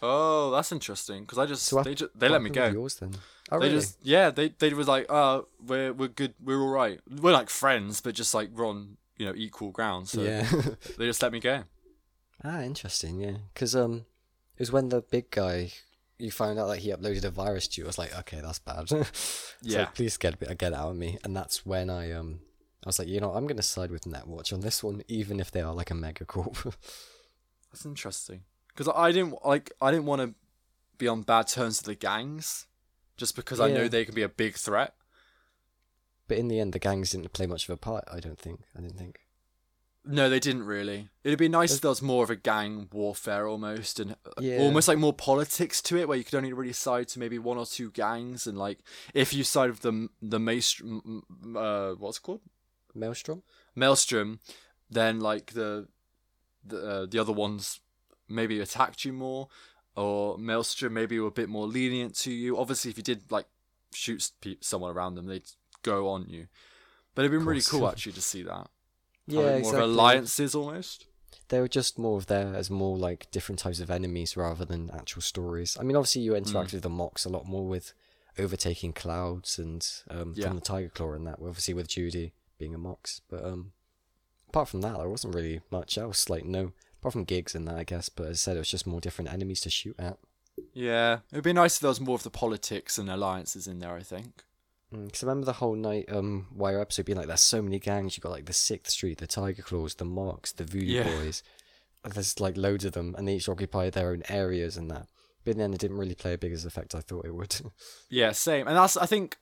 Oh, that's interesting. Because I just So I- they ju- they let me What happened go. with Yours then? Oh, They really? just yeah they they was like uh we're we're good we're all right we're like friends but just like we're on you know equal ground so Yeah. they just let me go. ah, interesting. Yeah, because um, it was when the big guy you found out that he uploaded a virus to you. I was like, okay, that's bad. It's Yeah. Like, Please get it- get it out of me. And that's when I um, I was like, you know, I'm gonna side with Netwatch on this one, even if they are like a mega corp. That's interesting because I didn't like I didn't want to be on bad terms with the gangs just because I know Yeah. they can be a big threat. But in the end, the gangs didn't play much of a part. I don't think. I didn't think. No, they didn't really. It'd be nice if there was more of a gang warfare almost, and uh, Yeah. almost like more politics to it, where you could only really side to maybe one or two gangs, and like if you side with the the maestro, uh, what's it called Maelstrom. maelstrom, then like the the uh, the other ones maybe attacked you more, or maelstrom maybe were a bit more lenient to you. Obviously, if you did like shoot s- pe- someone around them, they'd go on you. But it'd been really course. cool actually to see that. Having more of alliances almost. They were just more of there as more like different types of enemies rather than actual stories. I mean, obviously you interact with the mocks a lot more with overtaking clouds and um, Yeah. from the tiger claw and that. Obviously with Judy being a mox, but um, apart from that, there wasn't really much else. Like no, apart from gigs and that, I guess. But as I said, it was just more different enemies to shoot at. Yeah, it'd be nice if there was more of the politics and alliances in there. I think. Because Mm, I remember the whole night um, Wire episode being like, there's so many gangs. You've got like the Sixth Street, the Tiger Claws, the Marks, the Voodoo Yeah. Boys. And There's like loads of them, and they each occupy their own areas and that. But in the end, it didn't really play a big as effect I thought it would. Yeah, same. And that's I think,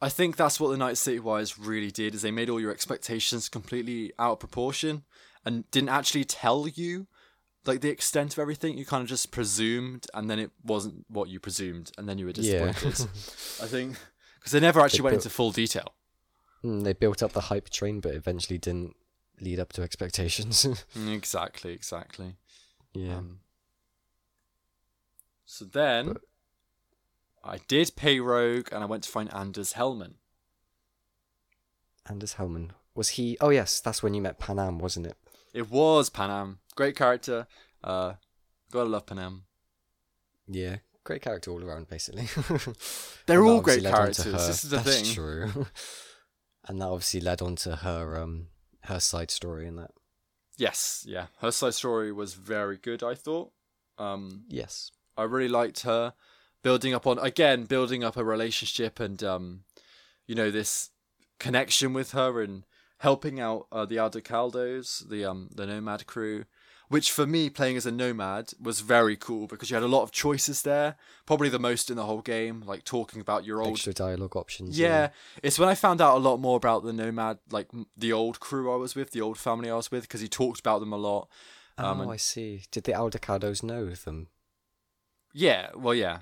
I think that's what the Night City Wires really did is they made all your expectations completely out of proportion and didn't actually tell you like the extent of everything. You kind of just presumed, and then it wasn't what you presumed, and then you were Yeah. disappointed. I think because they never actually They went built- into full detail. Mm, they built up the hype train, but eventually didn't lead up to expectations. Exactly, exactly. yeah. Um, so then, I did pay Rogue, and I went to find Anders Hellman. Anders Hellman. Was he. Oh, yes, that's when you met Pan Am, wasn't it? It was Pan Am. Great character. Uh, gotta love Pan Am. Yeah. Great character all around, basically. And that They're all obviously great led on to characters. her- This is the That's thing. true. and that obviously led on to her um her side story and that. Yes, yeah. Her side story was very good. I thought. Um, Yes. I really liked her building up on again, building up a relationship and um, you know this connection with her and helping out uh, the Aldecaldos, the um the Nomad crew, which for me playing as a Nomad was very cool because you had a lot of choices there, probably the most in the whole game, like talking about your old Extra dialogue options. yeah, it's when I found out a lot more about the Nomad, like m- the old crew I was with, the old family I was with, because he talked about them a lot. Um, oh, and- I see. Did the Aldecados know them? yeah, well, yeah,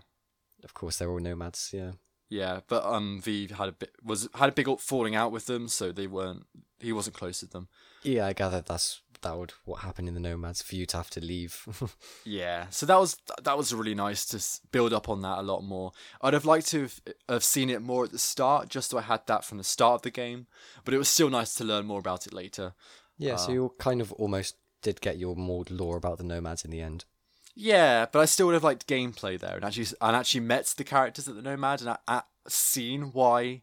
Of course, they're all nomads. Yeah. yeah, but um, V had a bit was had a big old falling out with them, so they weren't. He wasn't close to them. Yeah, I gather that's that would what happened in the nomads for you to have to leave. Yeah, so that was that was really nice to s- build up on that a lot more. I'd have liked to have, have seen it more at the start, just so I had that from the start of the game. But it was still nice to learn more about it later. yeah, so you kind of almost did get your more lore about the nomads in the end. Yeah, but I still would have liked gameplay there and actually and actually met the characters at the Nomad and a a- seen why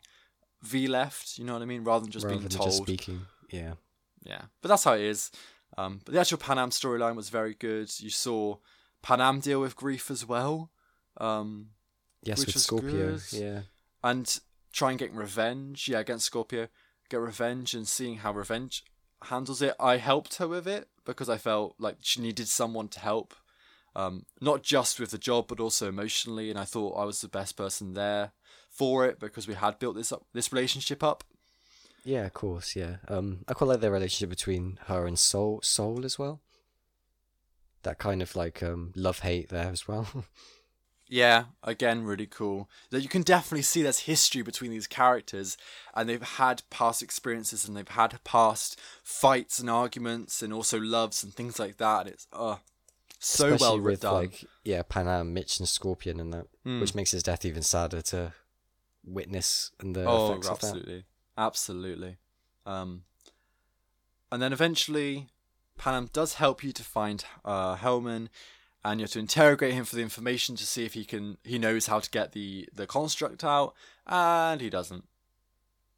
V left. You know what I mean? Rather than just rather being than told. just speaking. Yeah. yeah, but that's how it is. Um, but the actual Pan Am storyline was very good. You saw Pan Am deal with grief as well, um, Yes, Which with was Scorpio. good. Yeah. and try and get revenge. Yeah, against Scorpio, get revenge and seeing how revenge handles it. I helped her with it because I felt like she needed someone to help um, not just with the job but also emotionally and i thought i was the best person there for it because we had built this up this relationship up Yeah, of course. Yeah. Um, I quite like the relationship between her and Soul, Soul as well. That kind of like um love hate there as well. yeah again really cool that you can definitely see there's history between these characters and they've had past experiences and they've had past fights and arguments and also loves and things like that it's uh so well Hmm. Especially with redone like yeah, Pan Am, Mitch, and Scorpion, and that, which makes his death even sadder to witness and the oh effects of that. absolutely absolutely um and then eventually Panam does help you to find uh Hellman and you have to interrogate him for the information to see if he can he knows how to get the the construct out and he doesn't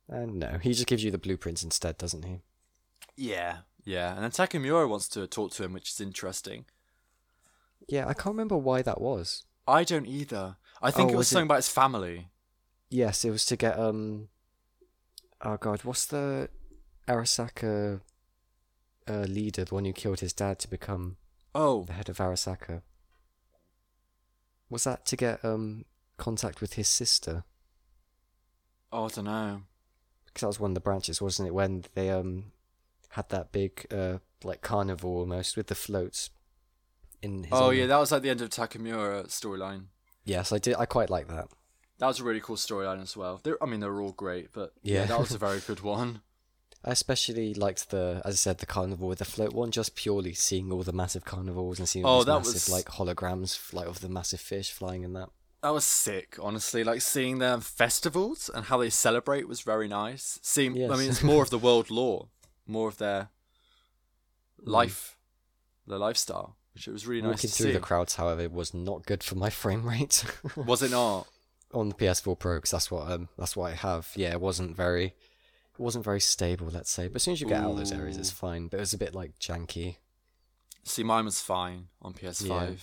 And no, he just gives you the blueprints instead, doesn't he? yeah yeah and then Takamura wants to talk to him which is interesting Yeah, I can't remember why that was. I don't either I think Oh, it was, was it- something about his family Yes, it was to get um. Oh God, what's the Arasaka uh, leader, the one who killed his dad to become oh the head of Arasaka? Was that to get um contact with his sister? oh I don't know Because that was one of the branches, wasn't it? When they um had that big uh like carnival almost with the floats. In his oh honour. yeah that was at the end of Takamura storyline Yes, I did. I quite like that. That was a really cool storyline as well. They're, I mean, they're all great, but yeah. Yeah. that was a very good one. I especially liked the, as I said, the carnival with the float one, just purely seeing all the massive carnivals and seeing all Oh, these that massive was- like holograms, f- like of the massive fish flying in that. That was sick, honestly. Like seeing their festivals and how they celebrate was very nice. Seeing, I Yes. mean, it's more of the world lore, more of their life, their lifestyle, which it was really nice to Mm. Walking through see. the crowds, however, was not good for my frame rate was it not? on the PS4 Pro because that's what um that's what I have. Yeah, it wasn't very, it wasn't very stable, let's say. But as soon as you get out of those areas, it's Ooh. fine. But it was a bit like janky. See, mine was fine on PS5,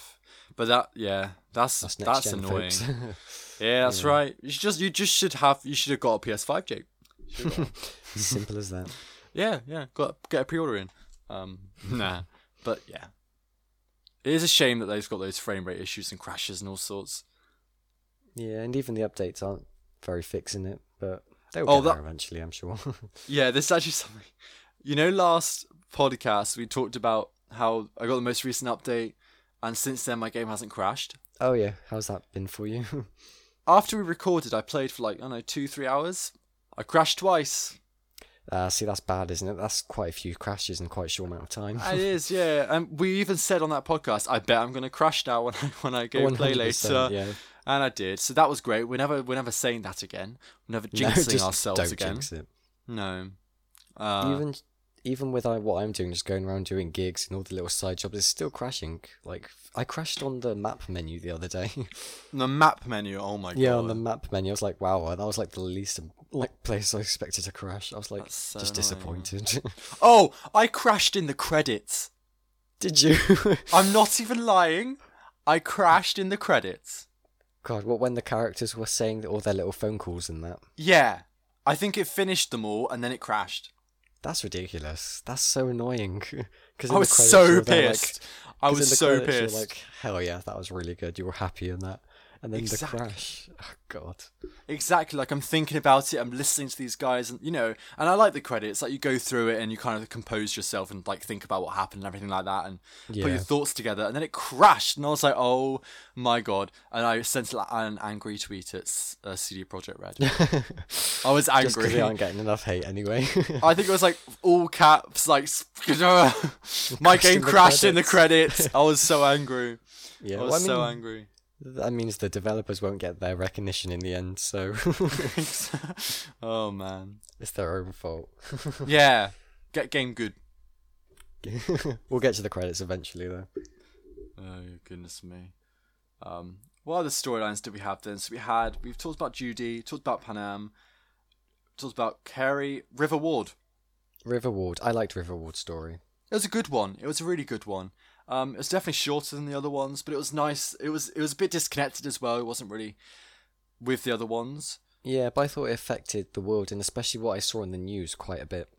but that, yeah, that's that's, That's next gen, annoying. folks. Yeah, that's right. You should just you just should have you should have got a PS5, Jake. You should have got one. Simple as that. Yeah, yeah, got get a pre-order in. Um, nah, but yeah, it is a shame that they've got those frame rate issues and crashes and all sorts. Yeah, and even the updates aren't very fixing it, but they'll Oh, get that- there eventually, I'm sure. Yeah, there's actually something. You know, last podcast we talked about how I got the most recent update, and since then my game hasn't crashed. oh yeah, how's that been for you? After we recorded, I played for like I don't know two three hours. I crashed twice. Uh, see, that's bad, isn't it? That's quite a few crashes in quite a short amount of time. it is, yeah. And we even said on that podcast, I bet I'm gonna crash now when I when I go play 100%, later. Yeah. And I did. So that was great. We're never we're never saying that again. We're never No, jinxing just ourselves don't again. jinx it. No. Uh, even even with I, what I'm doing, just going around doing gigs and all the little side jobs, it's still crashing. Like I crashed on the map menu the other day. the map menu, oh my yeah, god. on the map menu, I was like, wow, that was like the least like place I expected to crash. I was like, That's so just annoying. disappointed. Oh, I crashed in the credits. Did you? I'm not even lying. I crashed in the credits. God, what when the characters were saying all their little phone calls and that? Yeah. I think it finished them all and then it crashed. That's ridiculous. That's so annoying. Because I was so pissed. I was so pissed. like, hell yeah, that was really good. You were happy in that, and then Exactly. the crash. Oh god. Exactly. Like I'm thinking about it. I'm listening to these guys, and you know, and I like the credits. Like you go through it and you kind of compose yourself and like think about what happened and everything like that, and put Yeah. your thoughts together. And then it crashed, and I was like, "Oh my god!" And I sent like, an angry tweet at s- uh, CD Projekt Red. I was Just because angry. they aren't getting enough hate anyway. I think it was like all caps, like my game in the crashed in the credits. I was so angry. yeah. I Well, was I mean, so angry. that means the developers won't get their recognition in the end, so oh man. it's their own fault. Yeah. Get game good. we'll get to the credits eventually, though. Oh goodness me. Um, what other storylines did we have then? So we had we've talked about Judy, talked about Panam, talked about Kerry, River Ward. River Ward. I liked River Ward's story. It was a good one. It was a really good one. Um, it was definitely shorter than the other ones, but it was nice. It was it was a bit disconnected as well. It wasn't really with the other ones. Yeah, but I thought it affected the world and especially what I saw in the news quite a bit.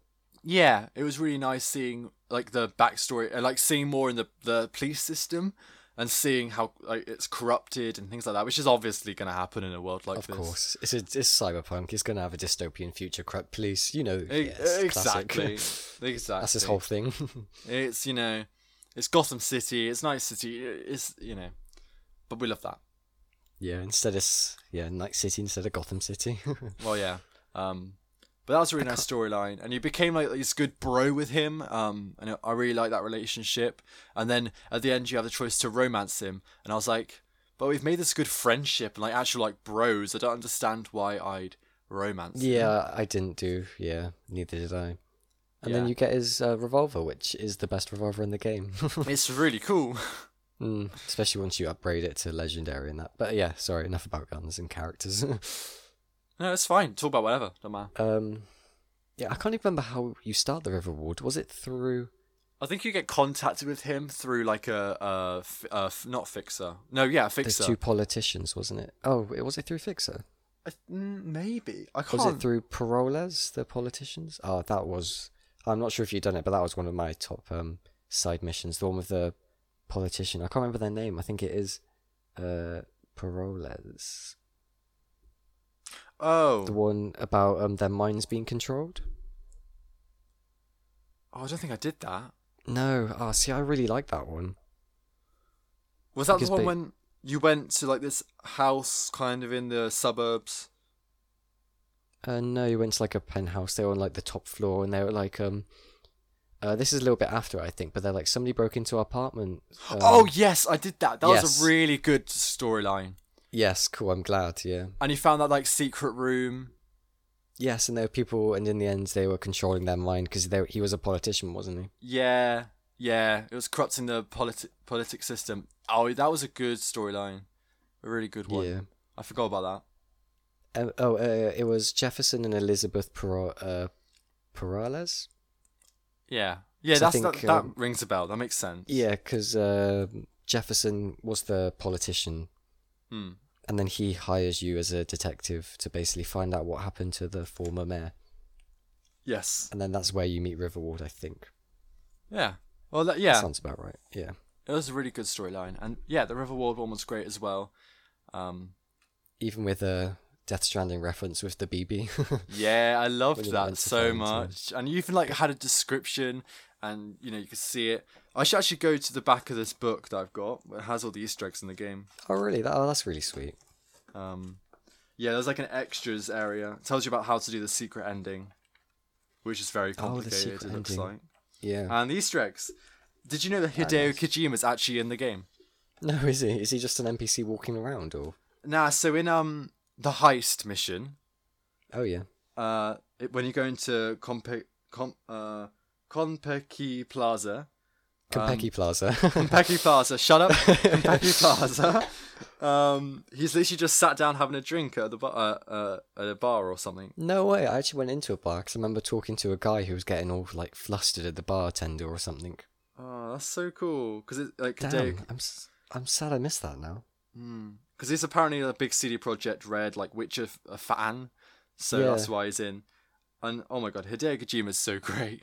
Yeah, it was really nice seeing like the backstory, uh, like seeing more in the the police system, and seeing how like it's corrupted and things like that, which is obviously going to happen in a world like Of this. course, it's, a, it's cyberpunk. It's going to have a dystopian future. Corrupt police, you know. E- yeah, it's classic. exactly. exactly. That's his whole thing. It's you know, it's Gotham City. It's nice city. It's you know, but we love that. yeah, instead of yeah, Night City instead of Gotham City. Well, yeah. Um, but that was a really nice storyline, and you became like this good bro with him. Um, and I really like that relationship. And then at the end, you have the choice to romance him, and I was like, but we've made this good friendship and like actual like bros. I don't understand why I'd romance. him. yeah, I didn't do. Yeah, neither did I. And Yeah. then you get his uh, revolver, which is the best revolver in the game. It's really cool. mm, especially once you upgrade it to legendary and that. But yeah, sorry, enough about guns and characters. No, it's fine. Talk about whatever. Don't matter. um, yeah, I can't even remember how you start the River Ward. Was it through? I think you get contacted with him through like a, a, f- a f- not fixer. No, yeah, There's fixer. two politicians, wasn't it? Oh, it was it through Fixer? I th- mm, maybe I can't. Was it through Paroles, the politicians? Oh, that was. I'm not sure if you've done it, but that was one of my top um, side missions. The one with the politician. I can't remember their name. I think it is uh, Paroles. oh, The one about um, their minds being controlled. oh, I don't think I did that. No. Oh, see, I really like that one. Was that the Because one ba- when you went to like this house kind of in the suburbs? Uh, no, you went to like a penthouse. They were on like the top floor, and they were like, um, uh, this is a little bit after I think, but they're like somebody broke into our apartment. Um, oh yes, I did that. That was yes. a really good storyline. yes, cool. I'm glad. Yeah. And you found that like secret room. Yes, and there were people, and in the end, they were controlling their mind because he was a politician, wasn't he? Yeah, yeah. It was corrupting the politi- politic system. Oh, that was a good storyline. A really good one. Yeah. I forgot about that. Um, oh, uh, it was Jefferson and Elizabeth Pera- uh, Perales. Yeah. Yeah, 'Cause I that's that, think, that um, rings a bell. That makes sense. Yeah, because Jefferson was the politician, Hmm. and then he hires you as a detective to basically find out what happened to the former mayor, Yes. and then that's where you meet Riverward, I think. Yeah. Well, that, yeah. sounds about right. Yeah, It was a really good storyline, and yeah, the River World one was great as well. Um, even with a Death Stranding reference with the BB. Yeah, I loved Really that went to so find, yeah. much. And you even like had a description and you know, you could see it. I should actually go to the back of this book that I've got. It has all the Easter eggs in the game. oh, really? That, oh, that's really sweet. Um Yeah, there's like an extras area. It tells you about how to do the secret ending. Which is very Oh, the complicated, secret it looks ending. like. Yeah. And the Easter eggs. Did you know that Hideo Kojima's actually in the game? no, is he? Is he just an NPC walking around, or? Nah, so in um the heist mission, Oh yeah. uh, it- when you go into Compe, Com, uh, Konpeki Plaza. Compeki Plaza. Konpeki Plaza, shut up. Konpeki Plaza. Um, he's literally just sat down having a drink at the bar, uh, uh, at a bar or something. no way. I actually went into a bar 'cause I remember talking to a guy who was getting all like flustered at the bartender or something. Oh, that's so cool. Because it like Hmm. Damn, Hideo, I'm s- I'm sad I missed that now. because he's apparently a big CD Project Red like Witcher f- a fan, so Yeah. that's why he's in. And oh my god, Hideo Kojima's so great.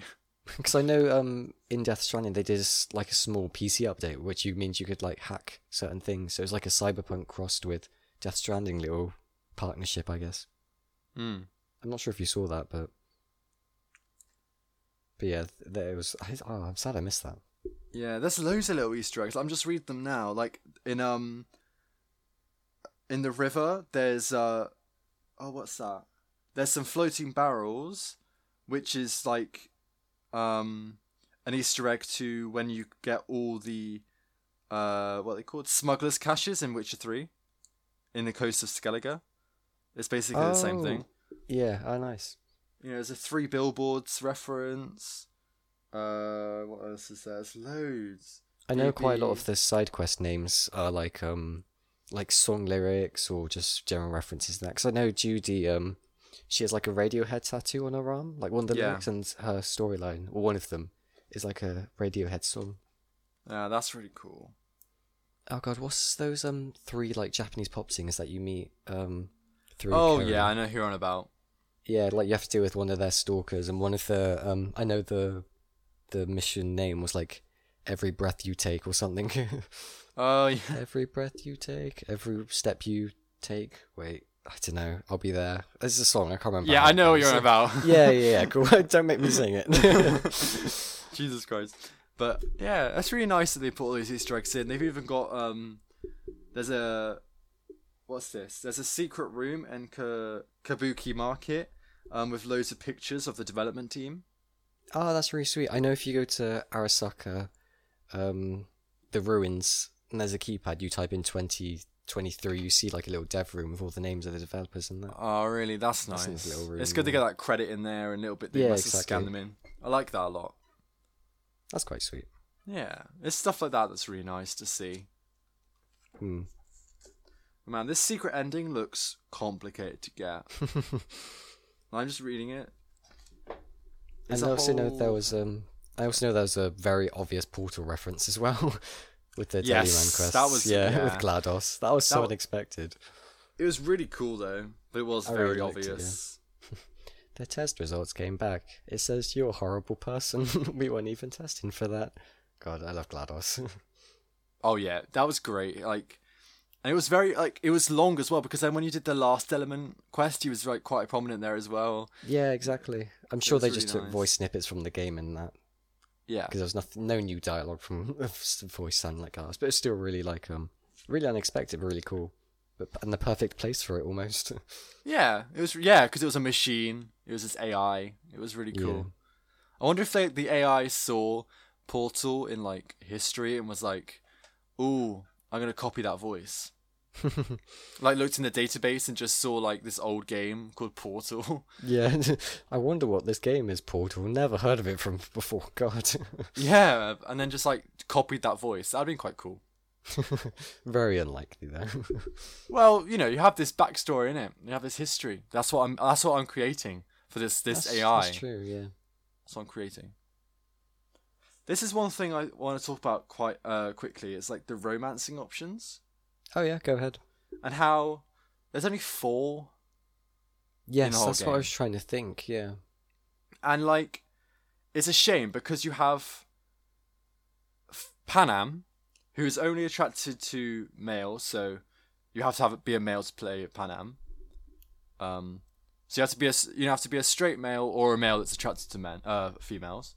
Because I know um, in Death Stranding they did a s like a small PC update, which you means you could like hack certain things. So it's like a cyberpunk crossed with Death Stranding little partnership, I guess. Mm. I'm not sure if you saw that, but but yeah, th- there was. I, oh, I'm sad I missed that. Yeah, there's loads of little Easter eggs. I'm just reading them now. Like in um in the river, there's uh oh what's that? There's some floating barrels, which is like um an Easter egg to when you get all the uh what are they called? Smugglers caches in Witcher three in the coast of Skellige. It's basically the same Oh. thing. Yeah, oh nice. You know, there's a three billboards reference. Uh what else is there? There's loads. I know quite a lot Maybe- of the side quest names are like um like song lyrics or just general references and that. Because I know Judy um she has like a Radiohead tattoo on her arm, like one of the Yeah. lyrics and her storyline or one of them is like a Radiohead song. Yeah, that's really cool. Oh god, what's those um three like Japanese pop singers that you meet um through? oh Kerry? yeah, I know who you're on about. Yeah, like you have to deal with one of their stalkers, and one of the um, I know the the mission name was like every breath you take or something. Oh yeah, every breath you take, every step you take. Wait, I don't know. I'll be there. There's a song I can't remember. yeah, how I it know what goes. you're on about. Yeah, yeah, yeah. Cool. don't make me sing it. Jesus Christ. But yeah, that's really nice that they put all these Easter eggs in. They've even got um, there's a what's this? There's a secret room in Ka- Kabuki Market um with loads of pictures of the development team. Oh, that's really sweet. I know if you go to Arasaka, um, the ruins, and there's a keypad, you type in 2023, you see like a little dev room with all the names of the developers and that. Oh really? That's That's nice. a nice little room, it's good to yeah. get that credit in there and a little bit. They Yeah, must have scanned exactly. them in. I like that a lot. That's quite sweet. Yeah, it's stuff like that that's really nice to see. Hmm. Man, this secret ending looks complicated to get. I'm just reading it. It's and I a also know there whole- was um, I also know there was a very obvious portal reference as well. With the Yes, Telemann quest, that was- yeah, yeah. with Glados, that was so w- unexpected. It was really cool though, but it was I very really liked it, obvious. The test results came back. It says you're a horrible person. we weren't even testing for that. God, I love Glados. Oh yeah, that was great. Like, and it was very like it was long as well because then when you did the last element quest, he was like quite prominent there as well. yeah, exactly. I'm sure was they really just took nice. voice snippets from the game and that. Yeah, because there was nothing, no new dialogue from the voice sounding like ours, but it's still really like um, really unexpected, but really cool, but and the perfect place for it almost. yeah, it was yeah because it was a machine. It was this AI. It was really Yeah. cool. I wonder if like the AI saw Portal in like history and was like, "Ooh, I'm gonna copy that voice." like looked in the database and just saw like this old game called Portal. yeah, I wonder what this game is. Portal, never heard of it from before. God, yeah, and then just like copied that voice. That'd been quite cool. very unlikely though. Well, you know, you have this backstory in it. You have this history. That's what I'm. That's what I'm creating for this this That's- AI. That's true. Yeah. That's what I'm creating. This is one thing I want to talk about quite uh, quickly. It's like the romancing options Oh yeah, go ahead. and how there's only four Yes, whole that's what I game. was trying to think. Yeah. and like it's a shame because you have F- Pan Am, who is only attracted to males, so you have to have be a male to play Pan Am. Um, so you have to be a s- you have to be a straight male or a male that's attracted to men, uh, females.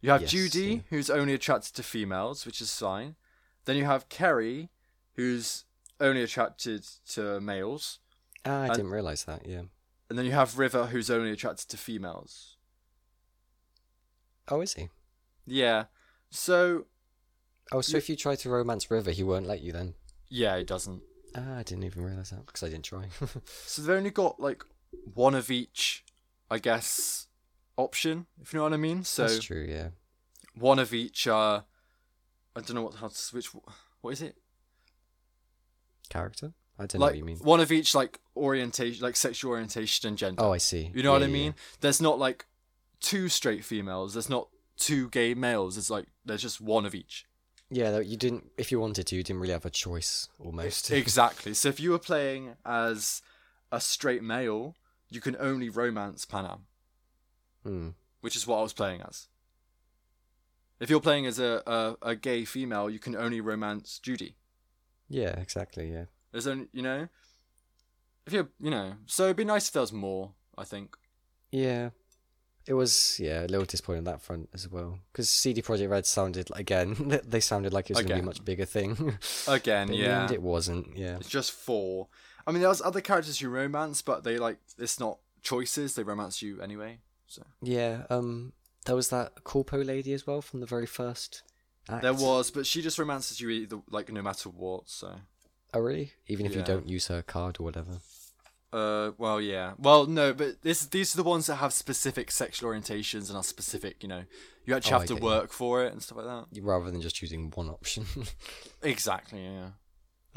You have Yes, Judy, yeah. who's only attracted to females, which is fine. Then you have Kerry, who's only attracted to males, Ah, I And- didn't realize that. Yeah. and then you have River, who's only attracted to females. Oh, is he? Yeah. So Oh, so if you tried to romance River, he won't let you then. yeah, it doesn't. Ah, I didn't even realize that because I didn't try. So they've only got like one of each, I guess, option. If you know what I mean. So that's true. Yeah. one of each. Uh, I don't know what how to switch. What is it? Character. I don't know Like what you mean. one of each, like orientation, like sexual orientation and gender. Oh, I see. you Yeah, know what I yeah, yeah. mean? There's not like two straight females. There's not two gay males. It's like there's just one of each. Yeah, though you didn't. If you wanted to, you didn't really have a choice. Almost. Exactly. So if you were playing as a straight male, you can only romance Pan Am, Hmm. which is what I was playing as. If you're playing as a, a, a gay female, you can only romance Judy. Yeah, exactly. Yeah. There's only, you know, if you're, you know, so it'd be nice if there was more, I think. Yeah. It was yeah a little disappointing on that front as well because CD Projekt Red sounded again they sounded like it was going to be Again. a much bigger thing. Again, But in the yeah. end it wasn't. Yeah. It's just four. I mean, there's other characters you romance, but they, like, it's not choices, they romance you anyway. So Yeah. Um. There was that corpo lady as well from the very first. Act. There was, but she just romances you either, like, no matter what, so. Oh really? Even if you Yeah. don't use her card or whatever. Uh, well, yeah. Well, no, but this these are the ones that have specific sexual orientations and are specific. You know, you actually Oh, I have to get you. work for it and stuff like that. rather than just using one option. Exactly. Yeah.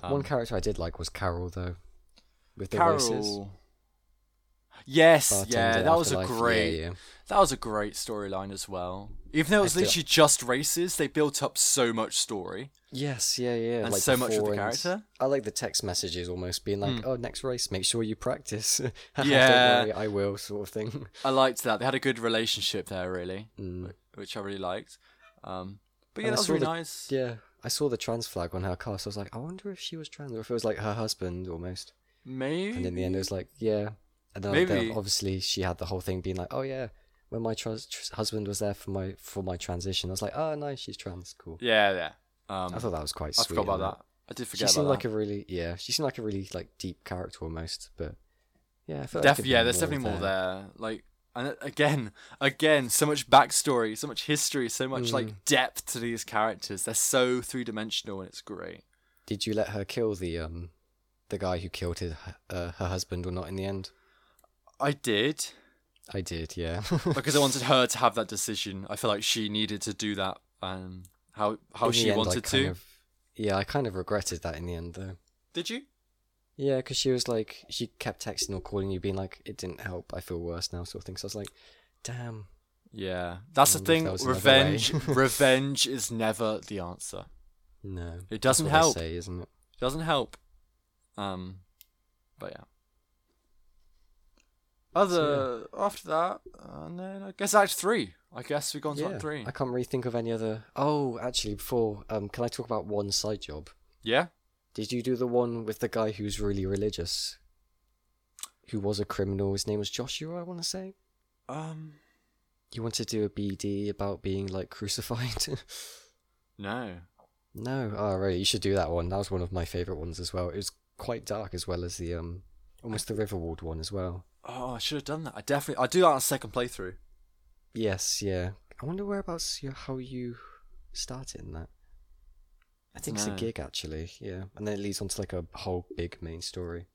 Um, one character I did like was Carol though, with the races. Carol. Yes, yeah, bartender, that was a afterlife, yeah, great, yeah. that was a great storyline as well. Even though it was I feel- literally just races, they built up so much story. Yes, yeah, yeah, And so much with the forums. character. I like the text messages almost being like, "Oh, next race, make sure you practice." Don't Hmm. Yeah. worry, I will, sort of thing. I liked that they had a good relationship there, really, Mm. wh- which I really liked. Um, but yeah, And I that was saw really the- nice. Yeah, I saw the trans flag on her car, so I was like, "I wonder if she was trans or if it was like her husband almost." Maybe. And in the end, it was like, yeah. And then, Maybe- then obviously she had the whole thing being like, oh yeah, when my trans tr- husband was there for my for my transition, I was like, oh nice, she's trans, cool. yeah, yeah. Um, I thought that was quite I sweet. forgot about and that. I did She forget seemed about like that. a really yeah. She seemed like a really like deep character almost, but yeah, I feel like Def- could be yeah, there's definitely more there. Like, and it- again, again, so much backstory, so much history, so much Mm. like depth to these characters. They're so three dimensional, and it's great. Did you let her kill the um the guy who killed his, uh, her husband or not in the end? I did I did, yeah. because I wanted her to have that decision. I feel like she needed to do that, and how how In the she end, I wanted kind to. of- yeah, I kind of regretted that in the end though. Did you? Yeah, because she was like, she kept texting or calling you, being like, "It didn't help. I feel worse now," sort of thing. So I was like, "Damn." Yeah, that's the Mm, thing. that was another way. revenge, revenge is never the answer. No, It That's what doesn't they help. say, isn't it? doesn't help. Um, but yeah. Other after that, uh, and then I guess Act Three. I guess we've gone to yeah, Act Three. I can't really think of any other. Oh, actually, before, um, can I talk about one side job? Yeah. Did you do the one with the guy who's really religious, who was a criminal? His name was Joshua, I want to say. Um. You want to do a BD about being like crucified? No. no, oh right, you should do that one. That was one of my favorite ones as well. It was quite dark as well as the um, almost the Riverwald one as well. Oh, I should have done that. I definitely. I do that on second playthrough. Yes, yeah. I wonder whereabouts you how you started in that. I think it's No. a gig actually, yeah. And then it leads on to like a whole big main story.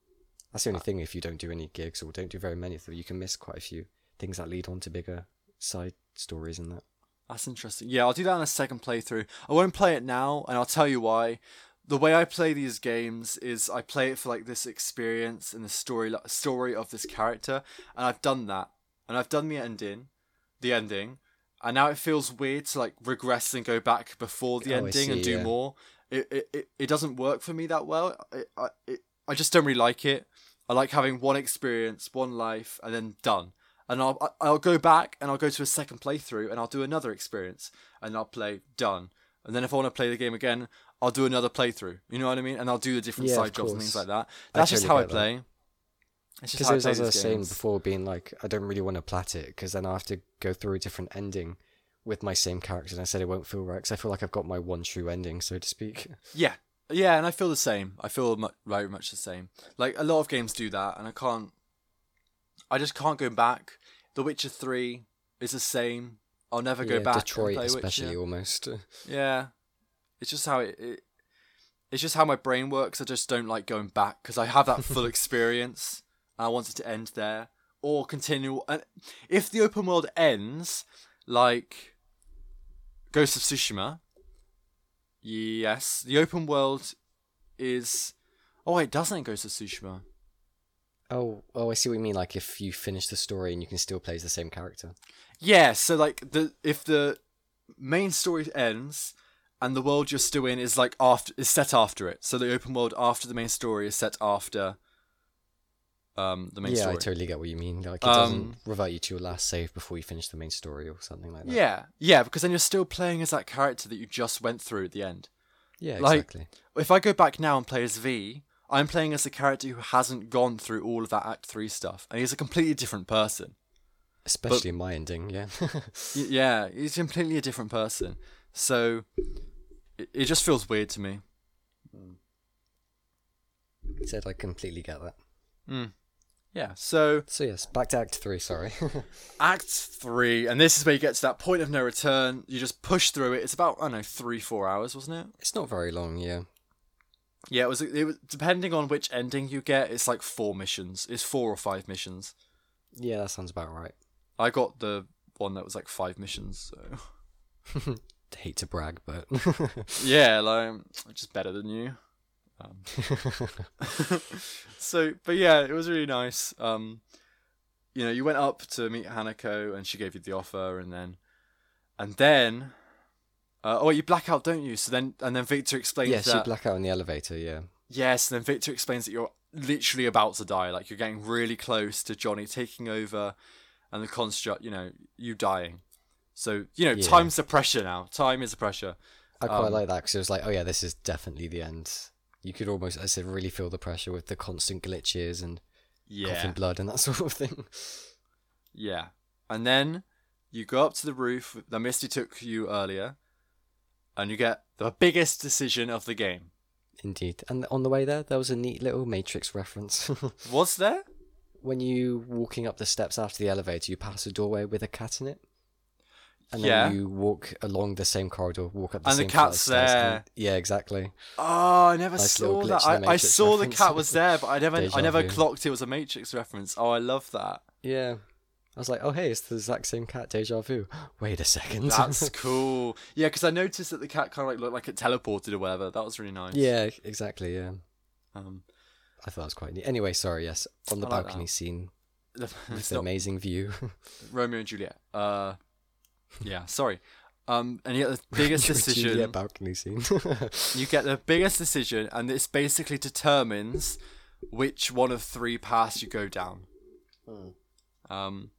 That's the only thing if you don't do any gigs or don't do very many of them, you can miss quite a few things that lead on to bigger side stories and that. That's interesting. Yeah, I'll do that on a second playthrough. I won't play it now, and I'll tell you why. The way I play these games is I play it for like this experience and the story story of this character, and I've done that, and I've done the ending, the ending, and now it feels weird to like regress and go back before the Oh, I ending and see, do yeah. more. It, it it it doesn't work for me that well. It, I it, I just don't really like it. I like having one experience, one life, and then done. And I'll I- I'll go back and I'll go to a second playthrough and I'll do another experience and I'll play done. And then if I want to play the game again, I'll do another playthrough. You know what I mean? And I'll do the different Yeah, side of jobs and things course. like that. I That's just totally how I get that. play. It's Because just how I as play I was these saying games. before, being like, I don't really want to plat it because then I have to go through a different ending with my same character, and I said it won't feel right because I feel like I've got my one true ending, so to speak. Yeah, yeah, and I feel the same. I feel mu- very much the same. Like a lot of games do that, and I can't. I just can't go back. The Witcher Three is the same. I'll never go Yeah, back. and Detroit, play Witcher. especially almost. Yeah, it's just how it. it it's just how my brain works. I just don't like going back because I have that full experience. And I want it to end there or continue. And if the open world ends, like Ghost of Tsushima, yes, the open world is. Oh, it doesn't in Ghost of Tsushima. Oh, oh, I see what you mean. Like if you finish the story and you can still play as the same character. Yeah, so like the if the main story ends and the world you're still in is like after is set after it. So the open world after the main story is set after um, the main yeah, I story. totally get what you mean. Like, it Um, doesn't revert you to your last save before you finish the main story or something like that. yeah, yeah, because then you're still playing as that character that you just went through at the end. Yeah, Like- exactly. If I go back now and play as V, I'm playing as a character who hasn't gone through all of that Act Three stuff, and he's a completely different person. Especially in my ending, yeah. Y- yeah, he's completely a different person. So it, it just feels weird to me. Said I completely get that. Yeah. So So yes, back to Act Three. Sorry. Act Three, and this is where you get to that point of no return. You just push through it. It's about I don't know three, four hours, wasn't it? it's not very long, yeah. Yeah, it was. It was depending on which ending you get. It's like four missions. It's four or five missions. Yeah, that sounds about right. I got the one that was like five missions. So. Hate to brag, but yeah, like I'm just better than you. Um, so, but yeah, it was really nice. Um, you know, you went up to meet Hanako, and she gave you the offer, and then, and then, uh, oh, you black out, don't you? So then, and then Victor explains yeah, she that. black out in the elevator. Yeah, yes, and then Victor explains that you're literally about to die. Like you're getting really close to Johnny taking over, and the construct. You know, you dying. So you know, Yeah. time's the pressure now. Time is the pressure. I quite Um, like that because it was like, oh yeah, this is definitely the end. You could almost, I said, really feel the pressure with the constant glitches and Yeah. coughing blood and that sort of thing. Yeah. And then you go up to the roof that Misty took you earlier, and you get the biggest decision of the game. Indeed. And on the way there, there was a neat little Matrix reference. Was there? when you walking up the steps after the elevator, you pass a doorway with a cat in it. And then Yeah. you walk along the same corridor, walk up the And the same flight of cat's stairs, and- there. yeah, exactly. Oh, I never Nice saw little that. glitch in I, the I Matrix saw the cat reference. was there, but I never, I Deja never vu. clocked it was a Matrix reference. Oh, I love that. Yeah. I was like, oh hey, it's the exact same cat, deja vu. Wait a second. That's cool. Yeah, because I noticed that the cat kind of like looked like it teleported or whatever. That was really nice. yeah, exactly. Yeah, Um, I thought it was quite neat. Anyway, sorry. Yes, on the I like balcony scene with it's the not amazing view. Romeo and Juliet. Uh, yeah, sorry. Um, and yet the biggest decision. Yeah, balcony scene. You get the biggest decision, and this basically determines which one of three paths you go down. Hmm. Um,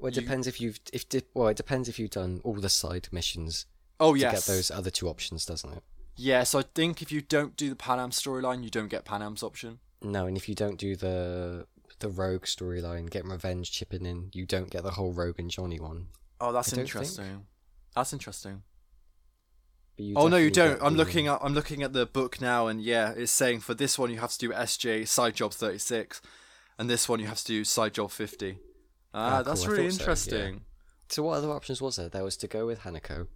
well, it depends if you've if di- well, it depends if you've done all the side missions oh to yes, get those other two options, doesn't it? yeah. So I think if you don't do the Pan Am storyline, you don't get Pan Am's option. No, and if you don't do the the rogue storyline, getting revenge, chipping in, you don't get the whole rogue and Johnny one. Oh, that's I don't think. interesting. That's interesting. But you oh no, you definitely don't. get I'm the- looking at I'm looking at the book now, and yeah, it's saying for this one you have to do SJ side job 36, and this one you have to do side job 50. Ah, Ah, that's cool, I really thought so, yeah. interesting. So what other options was there? There was to go with Hanako,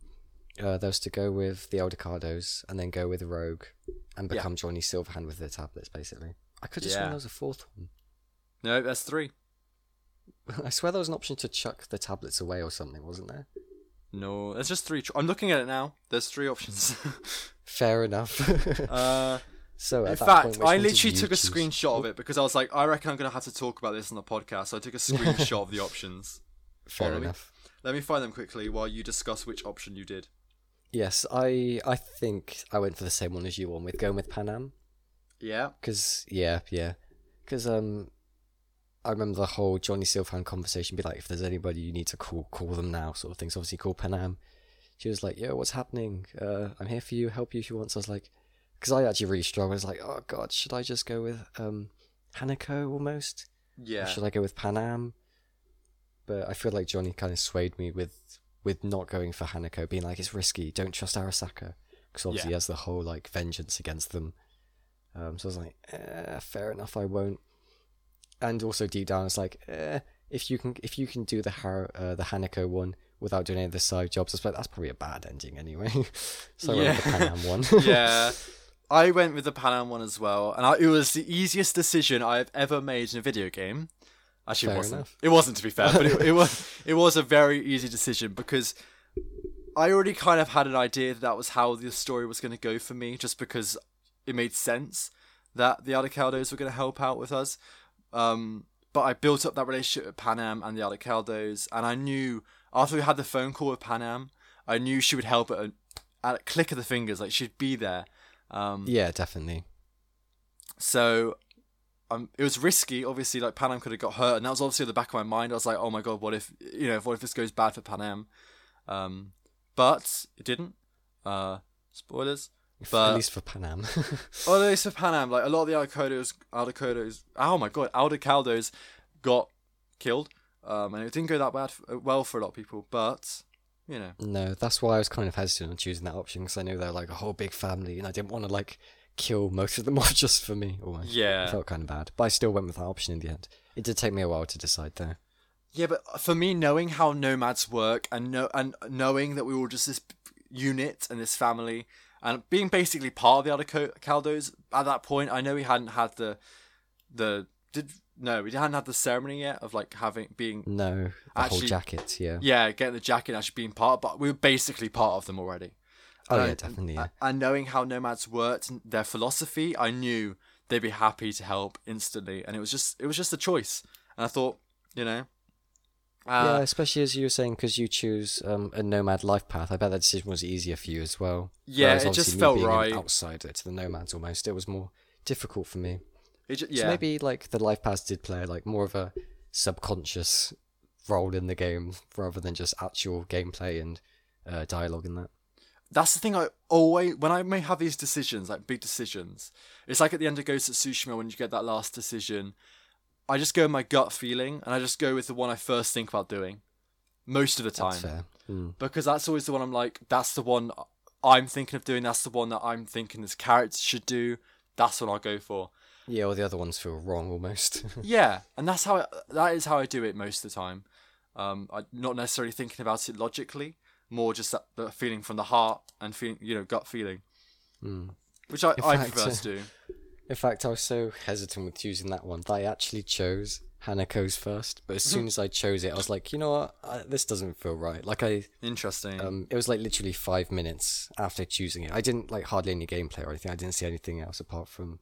uh, there was to go with the Eldecardos, and then go with Rogue, and Yeah. become Johnny Silverhand with the tablets, basically. I could have sworn Yeah. there was a fourth one. No, that's three. I swear there was an option to chuck the tablets away or something, wasn't there? No, there's just three. Cho- I'm looking at it now. There's three options. Fair enough. uh, so at in that fact, point, which I one did literally you took a choose? screenshot of it because I was like, I reckon I'm gonna have to talk about this on the podcast. So I took a screenshot of the options. Fair follow me. enough. Let me find them quickly while you discuss which option you did. Yes, I I think I went for the same one as you on with going with Pan Am. Yeah. Cause yeah, yeah. Cause um, I remember the whole Johnny Silverhand conversation. Be like, if there's anybody you need to call, call them now, sort of thing. So obviously, call Panam. She was like, "Yo, what's happening? Uh, I'm here for you. Help you if you want." So I was like, because I actually really struggled. I was like, "Oh God, should I just go with um Hanako almost? Or Yeah. should I go with Panam?" But I feel like Johnny kind of swayed me with with not going for Hanako, being like, "It's risky. Don't trust Arasaka." because obviously he Yeah. has the whole like vengeance against them. Um, so I was like, eh, fair enough, I won't. And also deep down, it's like, eh, if you can if you can do the Har- uh, the Hanako one without doing any of the side jobs, I suppose that's probably a bad ending anyway. so I went with the Yeah. Pan Am one. yeah. I went with the Pan Am one as well, and I, it was the easiest decision I've ever made in a video game. Actually, it Fair wasn't. enough. It wasn't to be fair, but it, it was. It was a very easy decision because I already kind of had an idea that that was how the story was going to go for me, just because it made sense that the Adicaldos were going to help out with us. Um, but I built up that relationship with Pan Am and the Adicaldos, and I knew after we had the phone call with Pan Am, I knew she would help at a, at a click of the fingers, like she'd be there. Um, yeah, definitely. so um, it was risky. Obviously, like Pan Am could have got hurt, and that was obviously at the back of my mind. I was like, oh my god, what if you know, what if this goes bad for Pan Am? Um, but it didn't. Uh, spoilers. At But least for Pan Am. Oh, no, it's for Pan Am. Like a lot of the Aldacodos, Aldacodos. Oh my god, Aldacaldos got killed, um, and it didn't go that bad, well for a lot of people. But you know, no, that's why I was kind of hesitant on choosing that option because I knew they're like a whole big family, and I didn't want to like kill most of them off just for me. Almost. I yeah, felt kind of bad, but I still went with that option in the end. It did take me a while to decide though. yeah. But for me, knowing how nomads work, and no, and knowing that we were all just this unit and this family, and being basically part of the Aldacaldos at that point, I know we hadn't had the the did no, we hadn't had the ceremony yet of like having being No, the whole Actually- jacket, yeah. yeah, getting the jacket and actually being part, but we were basically part of them already. Oh Uh, yeah, definitely. Yeah. And knowing how nomads worked, and their philosophy, I knew they'd be happy to help instantly, and it was just it was just a choice. And I thought, you know, yeah, uh, especially as you were saying, because you choose um, a nomad life path. I bet that decision was easier for you as well. Yeah, Whereas it obviously just me felt being an right. outsider to the nomads, almost, it was more difficult for me. it ju- So yeah, maybe like the life paths did play like more of a subconscious role in the game rather than just actual gameplay and uh, dialogue in that. that's the thing. I always when I may have these decisions, like big decisions, it's like at the end of Ghost of Tsushima when you get that last decision. I just go with my gut feeling, and I just go with the one I first think about doing, most of the time. That's fair. Mm. because that's always the one I'm like, that's the one I'm thinking of doing. That's the one that I'm thinking this character should do. That's what I'll go for. Yeah, all the other ones feel wrong almost. yeah, and that's how I, that is how I do it most of the time. Um, I not necessarily thinking about it logically, more just that, that feeling from the heart and feeling, you know, gut feeling, mm. which I, I fact, prefer uh, to do. In fact, I was so hesitant with choosing that one that I actually chose Hanako's first. But as soon as I chose it, I was like, you know what, I, this doesn't feel right. Like I, Interesting. um, it was like literally five minutes after choosing it. I didn't like hardly any gameplay or anything. I didn't see anything else apart from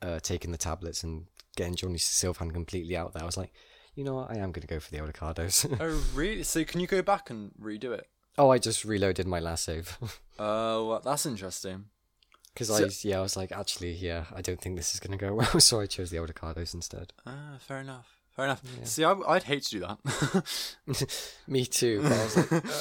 uh, taking the tablets and getting Johnny Silvan completely out there. I was like, you know what, I am going to go for the Olicardos. oh, really? So can you go back and redo it? oh, I just reloaded my last save. Oh, well, that's interesting. Because I, yeah, I was like, actually, yeah, I don't think this is going to go well, so I chose the Olicardos instead. Ah, fair enough. Fair enough. See, I, I'd hate to do that. Me too. But I was like, uh,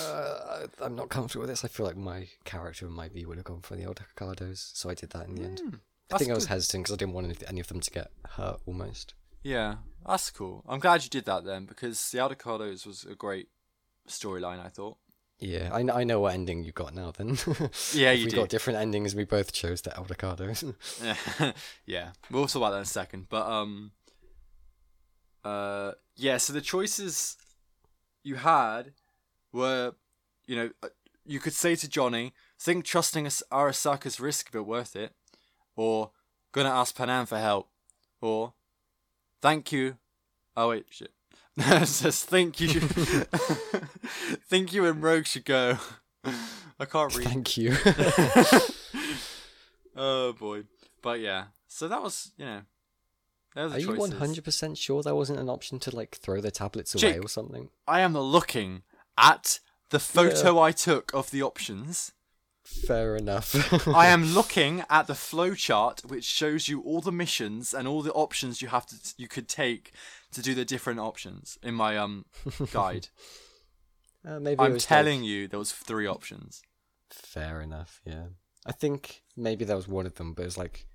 I- I'm not comfortable with this. I feel like my character and my V would have gone for the old Ricardos, so I did that in the Hmm, end. I think I was hesitant because I didn't want any, any of them to get hurt. Almost. Yeah, that's cool. I'm glad you did that then because The Aldacardos was a great storyline, I thought. Yeah, I, kn- I know what ending you got now. Then. Yeah, If you we did. got different endings. We both chose the Eldecados. yeah, we'll talk about that in a second. But um, uh, yeah. So the choices you had were, you know, uh, you could say to Johnny, "Think trusting As- Arasaka's risk, but worth it," or "Gonna ask Panam for help," or "Thank you." Oh wait, shit. it says think you should think you and Rogue should go. I can't read. Thank you. Oh boy. But yeah. So that was you know. They're the Are you choices. 100 percent sure there wasn't an option to like throw the tablets away Jake. or something? I am looking at the photo I took of the options. Fair enough. I am looking at the flowchart which shows you all the missions and all the options you have to you could take to do the different options in my um guide. Uh, maybe it I'm was, like, telling you there was three options. Fair enough. Yeah, I think maybe that was one of them, but it was like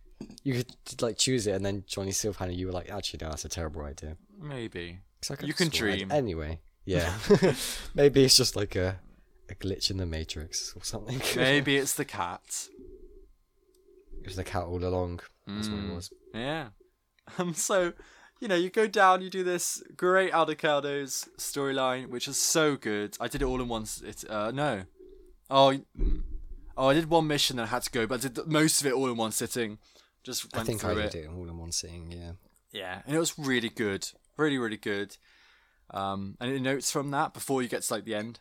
you could like choose it, and then Johnny Silverhand, you were like, actually, no, that's a terrible idea. Maybe. 'Cause I could You can sort it dream. anyway. Yeah, maybe it's just like a a glitch in the matrix or something. Maybe it's the cat. it was the cat all along. That's what it Mm, was. Yeah. Um, so, you know, you go down, you do this great Aldecaldo's storyline, which is so good. I did it all in one. s- It, uh, no. Oh, y- mm. oh, I did one mission that I had to go, but I did th- most of it all in one sitting. Just went I think through I it. did it all in one sitting. Yeah, Yeah, and it was really good, really, really good. Um, any notes from that before you get to like the end?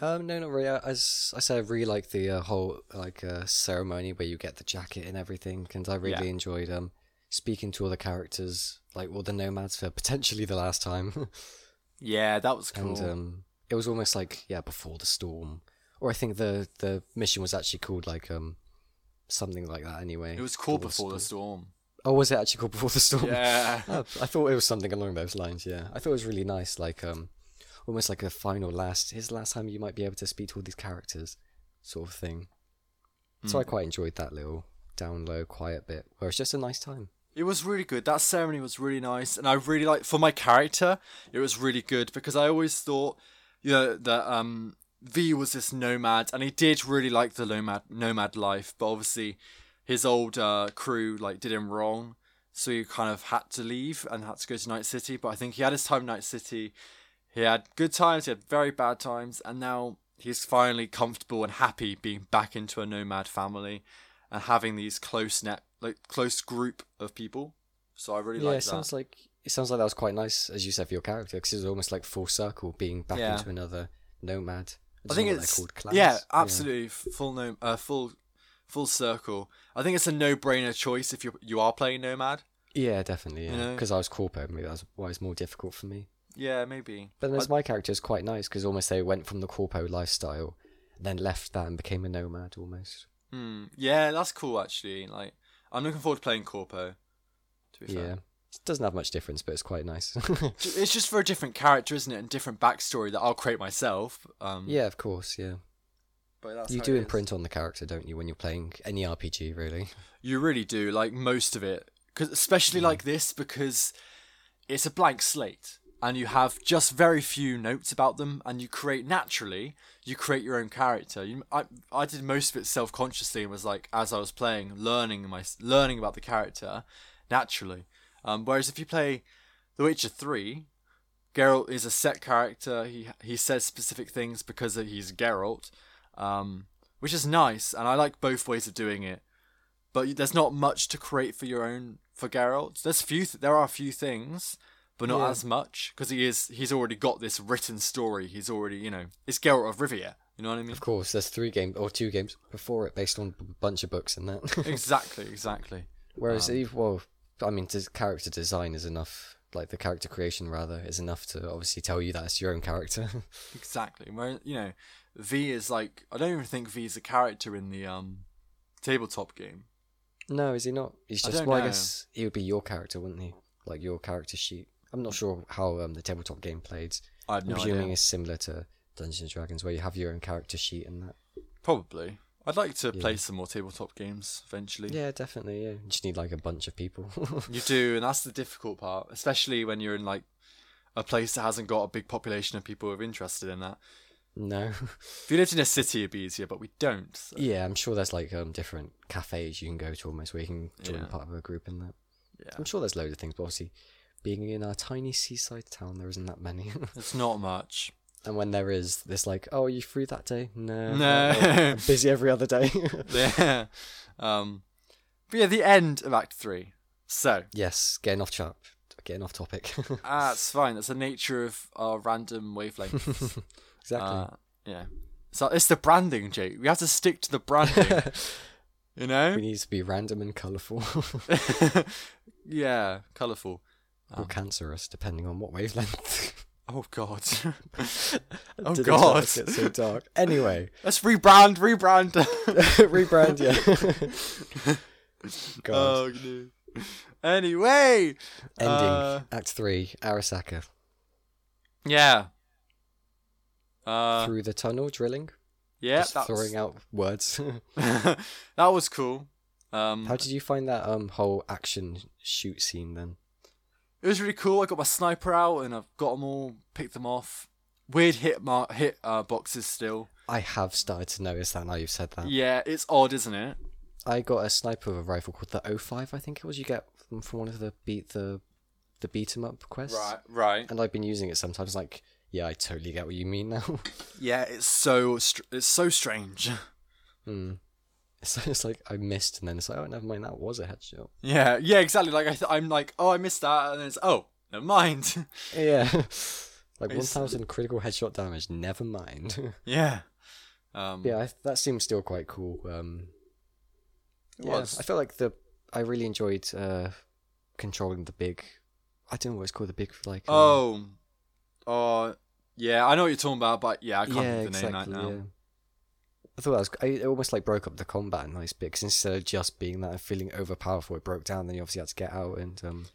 Um, no, not really. I- As I said, I really like the uh, whole like uh, ceremony where you get the jacket and everything, and I really Yeah. enjoyed um speaking to all the characters, like all the nomads for potentially the last time, Yeah, that was cool. and um, it was almost like yeah, before the storm, or I think the the mission was actually called like um something like that anyway. it was called Before before the the storm. Oh, was it actually called Before the Storm? Yeah. Oh, I thought it was something along those lines. Yeah, I thought it was really nice, like um, almost like a final last. Here's the last time you might be able to speak to all these characters, sort of thing. So I Hmm. quite enjoyed that little down low, quiet bit, where it's just a nice time. It was really good. That ceremony was really nice, and I really like for my character. It was really good because I always thought, you know, that um, V was this nomad, and he did really like the nomad nomad life. But obviously, his old uh, crew like did him wrong, so he kind of had to leave and had to go to Night City. But I think he had his time in Night City. He had good times. He had very bad times, and now he's finally comfortable and happy being back into a nomad family and having these close net like close group of people. So I really yeah, like it that. sounds like it sounds like that was quite nice, as you said, for your character, because it was almost like full circle, being back Yeah. into another nomad. I don't think know what it's they're called yeah, clans. absolutely f- full no uh, full full circle. I think it's a no brainer choice if you you are playing Nomad. Yeah, definitely. You Yeah, know? because I was corpo, maybe that's why it's more difficult for me. Yeah, maybe. But then there's my character is quite nice because almost they went from the corpo lifestyle, then left that and became a nomad almost. Hmm. Yeah, that's cool actually. Like I'm looking forward to playing Corpo. To be Yeah, fair. it doesn't have much difference, but it's quite nice. J- It's just for a different character, isn't it? And different backstory that I'll create myself. Um, yeah, of course. Yeah, but that's you how do it is. imprint on the character, don't you, when you're playing any RPG? Really. You really do like most of it, 'Cause- especially like this because it's a blank slate and you have just very few notes about them, and you create naturally. You create your own character. You, I, I did most of it self consciously and was like as I was playing, learning my learning about the character naturally. Um, whereas if you play The Witcher Three, Geralt is a set character. He he says specific things because he's Geralt, um, which is nice, and I like both ways of doing it but there's not much to create for your own for Geralt. There's few, th- there are a few things, but not Yeah. as much because he is he's already got this written story. He's already you know it's Geralt of Rivia. You know what I mean? Of course, there's three games or two games before it based on a bunch of books and that. exactly, exactly. Whereas, Eve, well, I mean, des- character design is enough. Like the character creation, rather, is enough to obviously tell you that it's your own character. Exactly. Where you know, V is like I don't even think V is a character in the um tabletop game. no, is he not? He's I just. don't well, know. I guess he would be your character, wouldn't he? Like your character sheet. I'm not sure how um, the tabletop game played. I have I'm no presuming idea. it's similar to Dungeons and Dragons, where you have your own character sheet and that. Probably. I'd like to Yeah. play some more tabletop games eventually. Yeah, definitely. Yeah, you just need like a bunch of people. You do, and that's the difficult part, especially when you're in like a place that hasn't got a big population of people who are interested in that. no. If you lived in a city, it'd be easier, but we don't. so- Yeah, I'm sure there's like um different cafes you can go to almost where you can join Yeah. part of a group and that. yeah, I'm sure there's loads of things, but obviously, being in our tiny seaside town, there isn't that many. it's not much. and when there is, it's like, oh, are you free that day? No. No. oh, I'm busy every other day. Yeah. Um, but yeah, the end of Act Three. So yes, getting off chap, getting off topic. ah, it's fine. That's the nature of our random wavelengths. exactly. uh, yeah. So it's the branding, Jake. We have to stick to the branding. we you know. need to be random and colourful yeah, colourful. Ah. or cancerous, depending on what wavelength. Oh God. oh Didn't God. realize it's so dark. Anyway, Let's rebrand, rebrand. rebrand, yeah. God. oh no. Anyway. Ending, uh, Act 3, Arasaka. Yeah. Uh, Through the tunnel, drilling. yeah, just that throwing was, out words. that was cool. Um, How did you find that um whole action shoot scene then? it was really cool. I got my sniper out and I've got them all, picked them off. Weird hit mar- hit uh, boxes still. I have started to notice that now you've said that. Yeah, it's odd, isn't it? I got a sniper rifle called the O5, I think it was. You get them from one of the beat the the beat 'em up quests. right. And I've been using it sometimes. Like, yeah, I totally get what you mean now. Yeah, it's so str- it's so strange. so Hmm. it's like I missed, and then it's like, oh, never mind, that was a headshot. yeah, yeah, exactly. Like I th- I'm like, oh, I missed that, and then it's oh, never mind. Yeah. like one thousand critical headshot damage. Never Hmm. mind. yeah. Um, yeah, I, that seems still quite cool. Um, It Yeah, was. I felt like the I really enjoyed uh, controlling the big. I don't know what it's called. The big like. um, Oh. Oh. Yeah, I know what you're talking about, but yeah, I can't yeah, think of the exactly. name right now. yeah. I thought that was. I, it almost like broke up the combat a nice bit because instead of just being that and feeling overpowerful, it broke down. Then you obviously had to get out and um,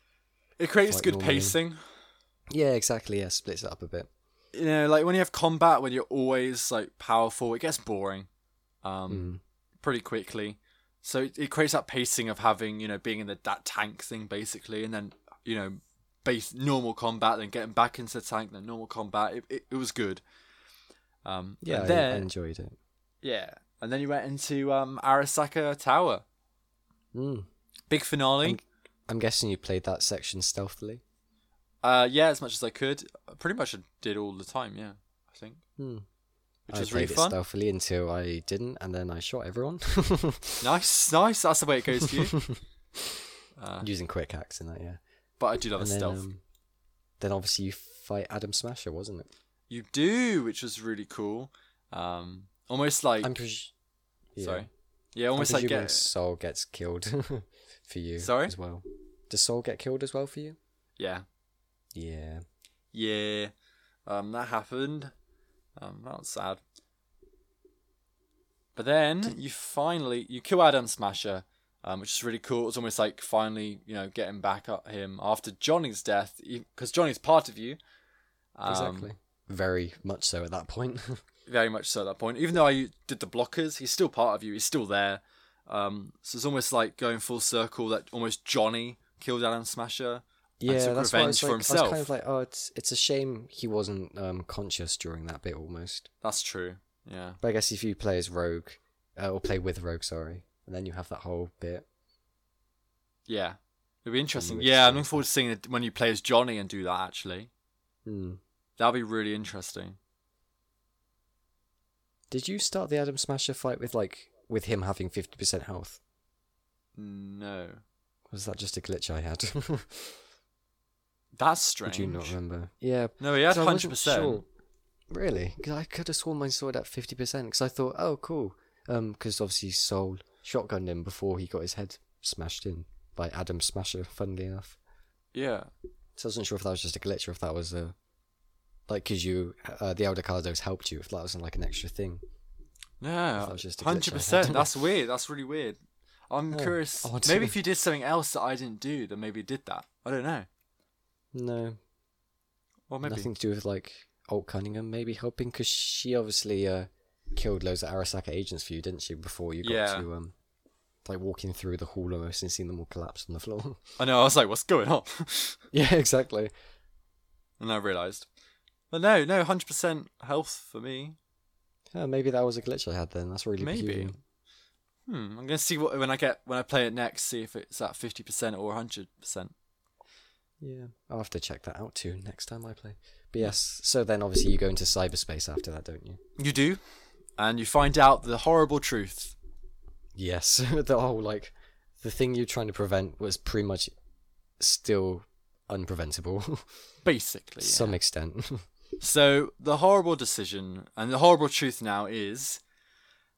It creates Like good normally. pacing. yeah, exactly. Yeah, splits it up a bit. You know, like when you have combat, when you're always like powerful, it gets boring. Um, Mm. pretty quickly. So it, it creates that pacing of having, you know, being in the that tank thing basically, and then you know, base normal combat, then getting back into the tank, then normal combat. It, it, it was good. Um, Yeah, and I- then I enjoyed it. yeah, and then you went into um, Arasaka Tower, Mm. big finale. I'm guessing you played that section stealthily. Uh, yeah, as much as I could, pretty much I did all the time. Yeah, I think, Hmm. which I is played really it fun. stealthily until I didn't, and then I shot everyone Nice, nice. That's the way it goes for you. uh, using quick axe and that. Yeah, but I do love a and then, stealth. um, then obviously you fight Adam Smasher, wasn't it? You do, which was really cool. Um, almost like I'm pres- yeah. Sorry. Yeah, I'm almost like presuming get. Soul gets killed for you. Sorry? as well. Does Soul get killed as well for you? Yeah, Yeah. yeah. Um, that happened. Um, that was sad. But then you finally you kill Adam Smasher, um, which is really cool. It's almost like finally you know getting back at him after Johnny's death, because Johnny's part of you. Um, Exactly. Very much so at that point. very much so at that point. Even though I did the blockers, he's still part of you. He's still there. Um, so it's almost like going full circle that almost Johnny killed Adam Smasher. yeah, took that's why I revenge was, for like, I was kind himself. of like, oh, it's it's a shame he wasn't um, conscious during that bit almost. That's true. Yeah. But I guess if you play as Rogue, uh, or play with Rogue, sorry, and then you have that whole bit. Yeah. It'll be interesting. which side Yeah, I'm looking is forward to seeing it when you play as Johnny and do that actually. Hmm. That'll be really interesting. Did you start the Adam Smasher fight with like with him having fifty percent health? No. Was that just a glitch I had? That's strange. Would you not remember? Yeah, No, he had 'cause I hundred wasn't sure. percent. Really? Because I could have sworn mine sword at fifty percent. Because I thought, oh, cool. Um, because obviously Soul shotgunned him before he got his head smashed in by Adam Smasher. Funnily enough, Yeah. so I wasn't sure if that was just a glitch or if that was a like because you uh, the Elder Cardos helped you. If that wasn't like an extra thing. That No. was just a glitch I had. Hundred percent. That's weird. That's really weird. I'm Oh, curious. odd. Maybe if you did something else that I didn't do, then maybe it did that. I don't know. No, Or maybe Nothing to do with like Alt Cunningham maybe helping because she obviously uh, killed loads of Arasaka agents for you, didn't she? Before you got Yeah. to um, like walking through the hall almost and seeing them all collapse on the floor. I know, I was like, what's going on? yeah, exactly. and I realised. But no, no, hundred percent health for me. Yeah, maybe that was a glitch I had then. That's really Maybe. peculiar. Hmm, I'm gonna see what when I get when I play it next, see if it's at fifty percent or hundred percent. Yeah, I'll have to check that out too next time I play. But yes, so then obviously you go into cyberspace after that, don't you? You do, and you find out the horrible truth. Yes, the whole like the thing you're trying to prevent was pretty much still unpreventable to Basically, yeah. some extent. so the horrible decision and the horrible truth now is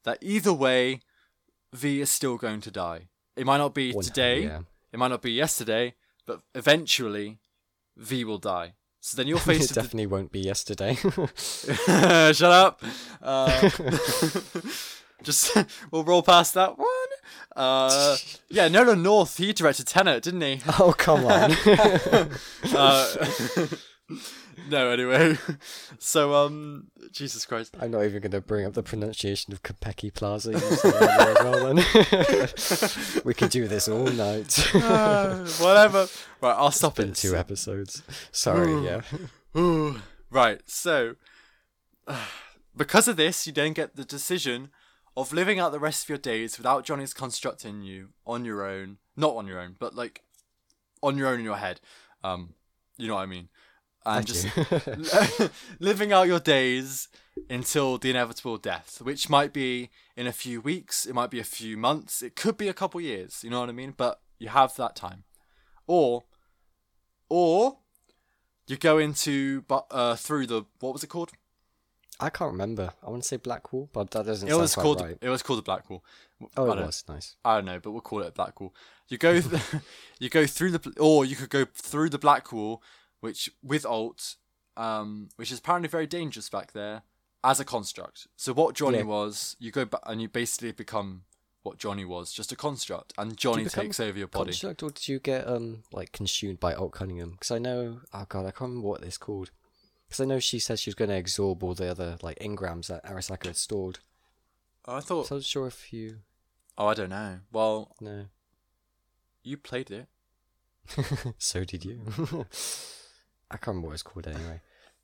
that either way, V is still going to die. It might not be One- today, yeah. it might not be yesterday, but eventually, V will die. So then you're it faced with the definitely won't be yesterday. Shut up. Uh, just we'll roll past that one. Uh, yeah, Nolan North. He directed Tenet, didn't he? oh come on! Uh, no, anyway. So, um, Jesus Christ. I'm not even going to bring up the pronunciation of Capeki Plaza. You said that as well, then. we could do this all night. Uh, whatever. Right, I'll stop Been it. two episodes. Sorry, yeah. Ooh. Right, so because of this, you then get the decision of living out the rest of your days without Johnny's constructing you on your own. Not on your own, but like on your own in your head. Um, you know what I mean? And just living out your days until the inevitable death, which might be in a few weeks, it might be a few months, it could be a couple years, you know what I mean? But you have that time. Or or you go into but uh through the what was it called? I can't remember. I want to say Blackwall, but that doesn't It sound was quite called right. it was called the Black Wall. Oh, I it don't- was nice. I don't know, but we'll call it Black Wall. You go, th- you go through the, or you could go through the Black Wall, which with alt, um, which is apparently very dangerous back there, as a construct. So what Johnny Yeah. was, you go back and you basically become what Johnny was, just a construct, and Johnny become takes over your body. Construct, or did you get um like consumed by Alt Cunningham? Because I know, oh god, I can't remember what it's called. Because I know she said she was going to absorb all the other like engrams that Arisaka had stored. oh, I thought. So I was sure if you Oh, I don't know. Well, know. you played it. so did you. I can't remember what it's called anyway.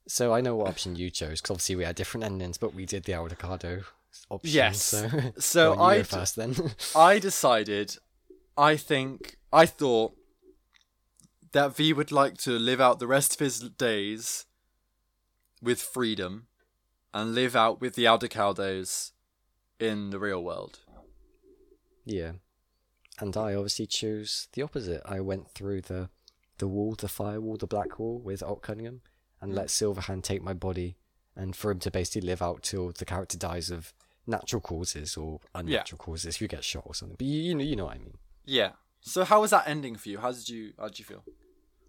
So I know what option you chose because obviously we had different endings, but we did the Aldecado option. Yes. So, So go on, you I go first then. I decided, I think, I thought that V would like to live out the rest of his days with freedom and live out with the Aldecaldos in the real world. yeah. And I obviously choose the opposite. I went through the the wall, the firewall, the black wall with Alt Cunningham, and let Silverhand take my body, and for him to basically live out till the character dies of natural causes or unnatural causes. You get shot or something, but you, you know, you know what I mean. Yeah. So how was that ending for you? How did you how did you feel?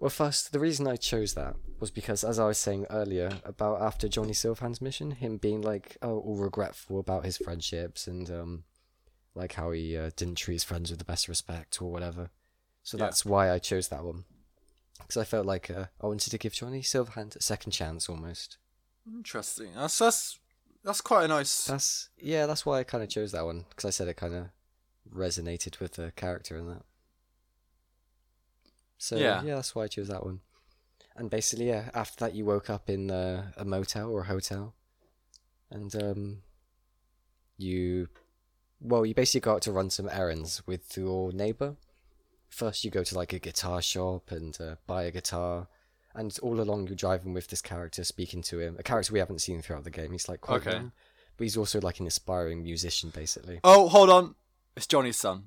Well, first, the reason I chose that was because, as I was saying earlier, about after Johnny Silverhand's mission, him being like, oh, all regretful about his friendships and, um, like how he uh, didn't treat his friends with the best respect or whatever. So Yeah. that's why I chose that one. Because I felt like uh, I wanted to give Johnny Silverhand a second chance almost. Interesting. That's that's that's quite a nice. That's, yeah, that's why I kind of chose that one. Because I said it kind of resonated with the character and that. So, Yeah. yeah. that's why I chose that one. And basically, yeah, after that, you woke up in uh, a motel or a hotel. And um, you. Well, you basically go out to run some errands with your neighbor. First, you go to like a guitar shop and uh, buy a guitar. And all along, you're driving with this character, speaking to him. A character we haven't seen throughout the game. He's like quite Okay. young, but he's also like an aspiring musician, basically. Oh, hold on. It's Johnny's son.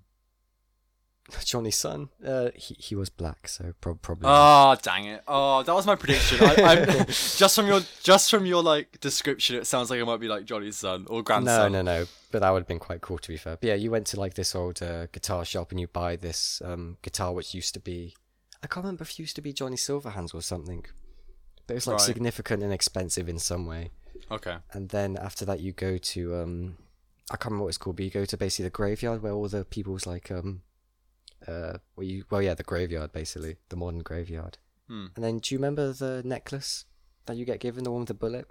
Johnny's son, uh, he, he was black, so prob probably. Oh, dang it. Oh, that was my prediction. I, I'm, just from your just from your like description, it sounds like it might be like Johnny's son or No, grandson. no, no. But that would have been quite cool to be fair. But yeah, you went to like this old uh, guitar shop and you buy this um, guitar which used to be I can't remember if it used to be Johnny Silverhands or something. But it was like Right. significant and expensive in some way. Okay. And then after that you go to um I can't remember what it's called, but you go to basically the graveyard where all the people's like um uh well you well yeah, the graveyard basically, the modern graveyard. Hmm. And then do you remember the necklace that you get given, the one with the bullet?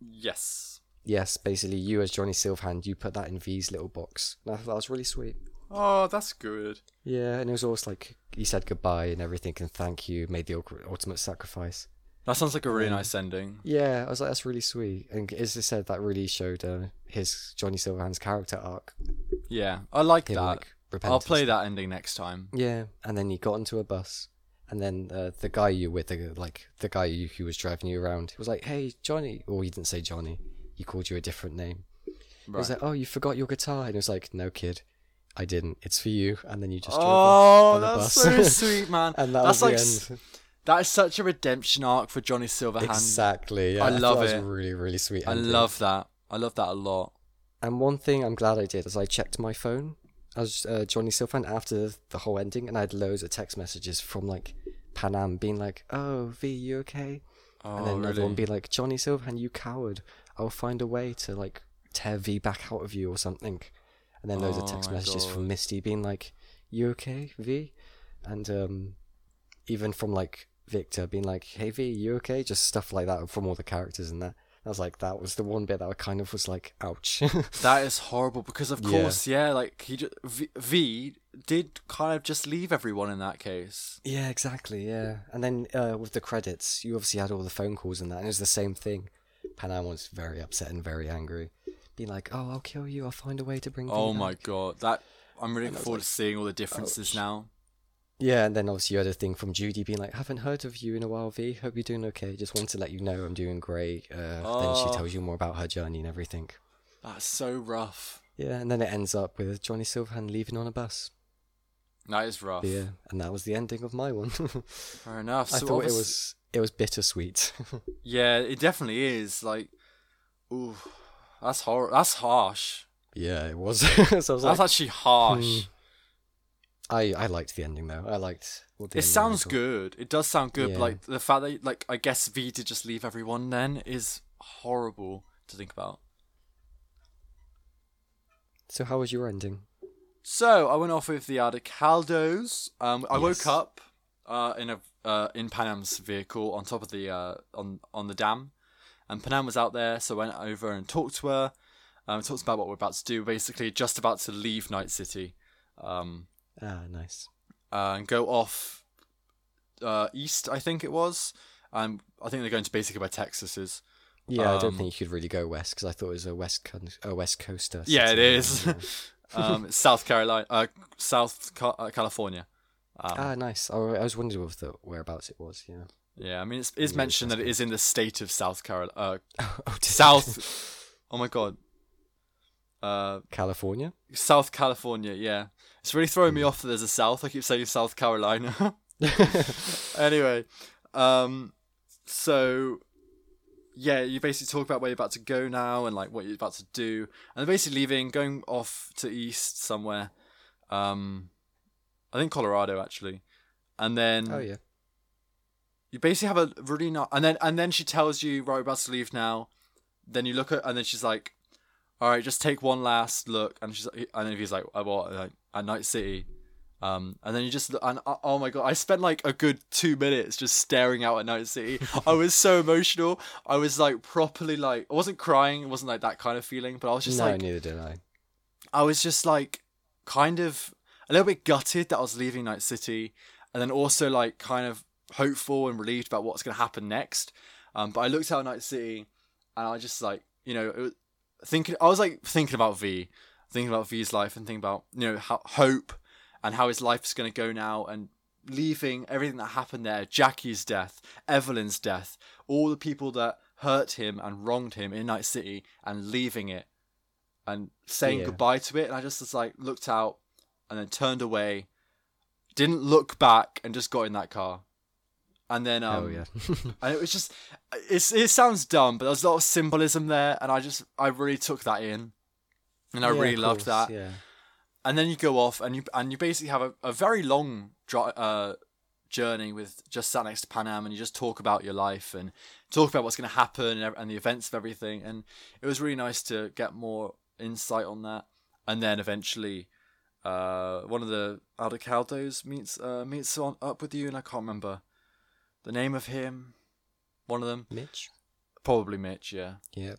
Yes. yes, basically you as Johnny Silverhand, you put that in V's little box. And I thought that was really sweet. Oh, that's good. Yeah, and it was always like he said goodbye and everything, and thank you, made the ul- ultimate sacrifice. That sounds like a really nice ending. Yeah, I was like, that's really sweet. And as I said, that really showed uh, his Johnny Silverhand's character arc. Yeah, I like Him that. like repenting. I'll play that ending next time. Yeah, and then you got onto a bus, and then uh, the guy you were with, the, like the guy you, who was driving you around, was like, "Hey, Johnny," or he didn't say Johnny. He called you a different name. He was Right. like, "Oh, you forgot your guitar," and it was like, "No, kid, I didn't. It's for you." And then you just drove off, Oh, on the that's so bus. Uh, sweet, man. and that was that's like s- the end. that is such a redemption arc for Johnny Silverhand. Exactly. Yeah, I thought love that was it. a really, really sweet. I ending. love that. I love that a lot. And one thing I'm glad I did is I checked my phone as uh, Johnny Silverhand after the whole ending, and I had loads of text messages from like Pan Am being like, "Oh, V, you okay?" Oh, and then another one be really? like, Johnny Silverhand, you coward. I'll find a way to like tear V back out of you or something. And then loads Oh of text my messages from Misty being like, You okay, V? And um even from like Victor being like, Hey V, you okay? Just stuff like that from all the characters and that. I was like, that was the one bit that I kind of was like, ouch. That is horrible because, of Yeah. course, yeah, like he ju- v-, v did kind of just leave everyone in that case. Yeah, exactly. Yeah, and then uh, with the credits, you obviously had all the phone calls and that, and it was the same thing. Pan Am was very upset and very angry, being like, "Oh, I'll kill you. I'll find a way to bring." Oh you my back." god, that I'm really looking forward to seeing all the differences ouch. now. Yeah, and then obviously you had a thing from Judy being like, "Haven't heard of you in a while, V. Hope you're doing okay. Just wanted to let you know I'm doing great." Uh, Then Oh. she tells you more about her journey and everything. That's so rough. Yeah, and then it ends up with Johnny Silverhand leaving on a bus. That is rough. Yeah, and that was the ending of my one. Fair enough. I So thought it obvious- was it was bittersweet. Yeah, it definitely is. Like, ooh, that's hor. That's harsh. yeah, it was. so I was like, Hmm. That's actually harsh. I I liked the ending though. I liked. What the It ending sounds was all- good. It does sound good. Yeah. But like the fact that, like, I guess V did just leave everyone then is horrible. to think about. So how was your ending? So I went off with the Adicaldos. Um, I Yes. woke up uh, in a uh, in Panam's vehicle on top of the uh, on on the dam, and Panam was out there, so I went over and talked to her. Um, talked about what we're about to do. Basically, just about to leave Night City, um, Ah, nice. uh, and go off uh, east. I think it was. Um, I think they're going to basically by Texas's. Yeah, I don't Um, think you could really go west because I thought it was a west con- a west coaster. Yeah, it city. is. um, it's South Carolina, uh, South Ca- uh, California. Um, ah, nice. Oh, I was wondering what the whereabouts it was. Yeah. Yeah, I mean, it's, it's mentioned that it is in the state of South Carolina. Uh, oh, did- South. oh my god. Uh, California. South California. Yeah, it's really throwing me off that there's a South. I keep saying South Carolina. Mm, anyway, um, so yeah, you basically talk about where you're about to go now and like what you're about to do, and they're basically leaving, going off to east somewhere. Um, I think Colorado actually, and then Oh yeah. you basically have a really not and then and then she tells you right we're about to leave now then you look at and then she's like all right just take one last look and she's like, and then he's like "Oh, what like, at night city um and then you just look- and oh my god i spent like a good two minutes just staring out at night city i was so emotional i was like properly like i wasn't crying it wasn't like that kind of feeling but i was just no, like neither did I. I was just like kind of a little bit gutted that I was leaving Night City, and then also like kind of hopeful and relieved about what's going to happen next. Um, but I looked out at Night City, and I just like you know it was thinking I was like thinking about V, thinking about V's life, and thinking about you know how, hope and how his life's going to go now, and leaving everything that happened there, Jackie's death, Evelyn's death, all the people that hurt him and wronged him in Night City, and leaving it and saying Yeah. goodbye to it. And I just, just like looked out and then turned away, didn't look back, and just got in that car. And then, um, oh yeah. and it was just, it's, it sounds dumb, but there's a lot of symbolism there, and I just, I really took that in, and I Yeah, really of loved course, that. Yeah. And then you go off, and you and you basically have a, a very long dri- uh, journey with just sat next to Pan Am, and you just talk about your life and talk about what's going to happen and, ev- and the events of everything. And it was really nice to get more insight on that. And then eventually, uh, one of the Aldecaldos meets uh, meets on, up with you, and I can't remember the name of him. One of them, Mitch. probably Mitch, yeah Yeah.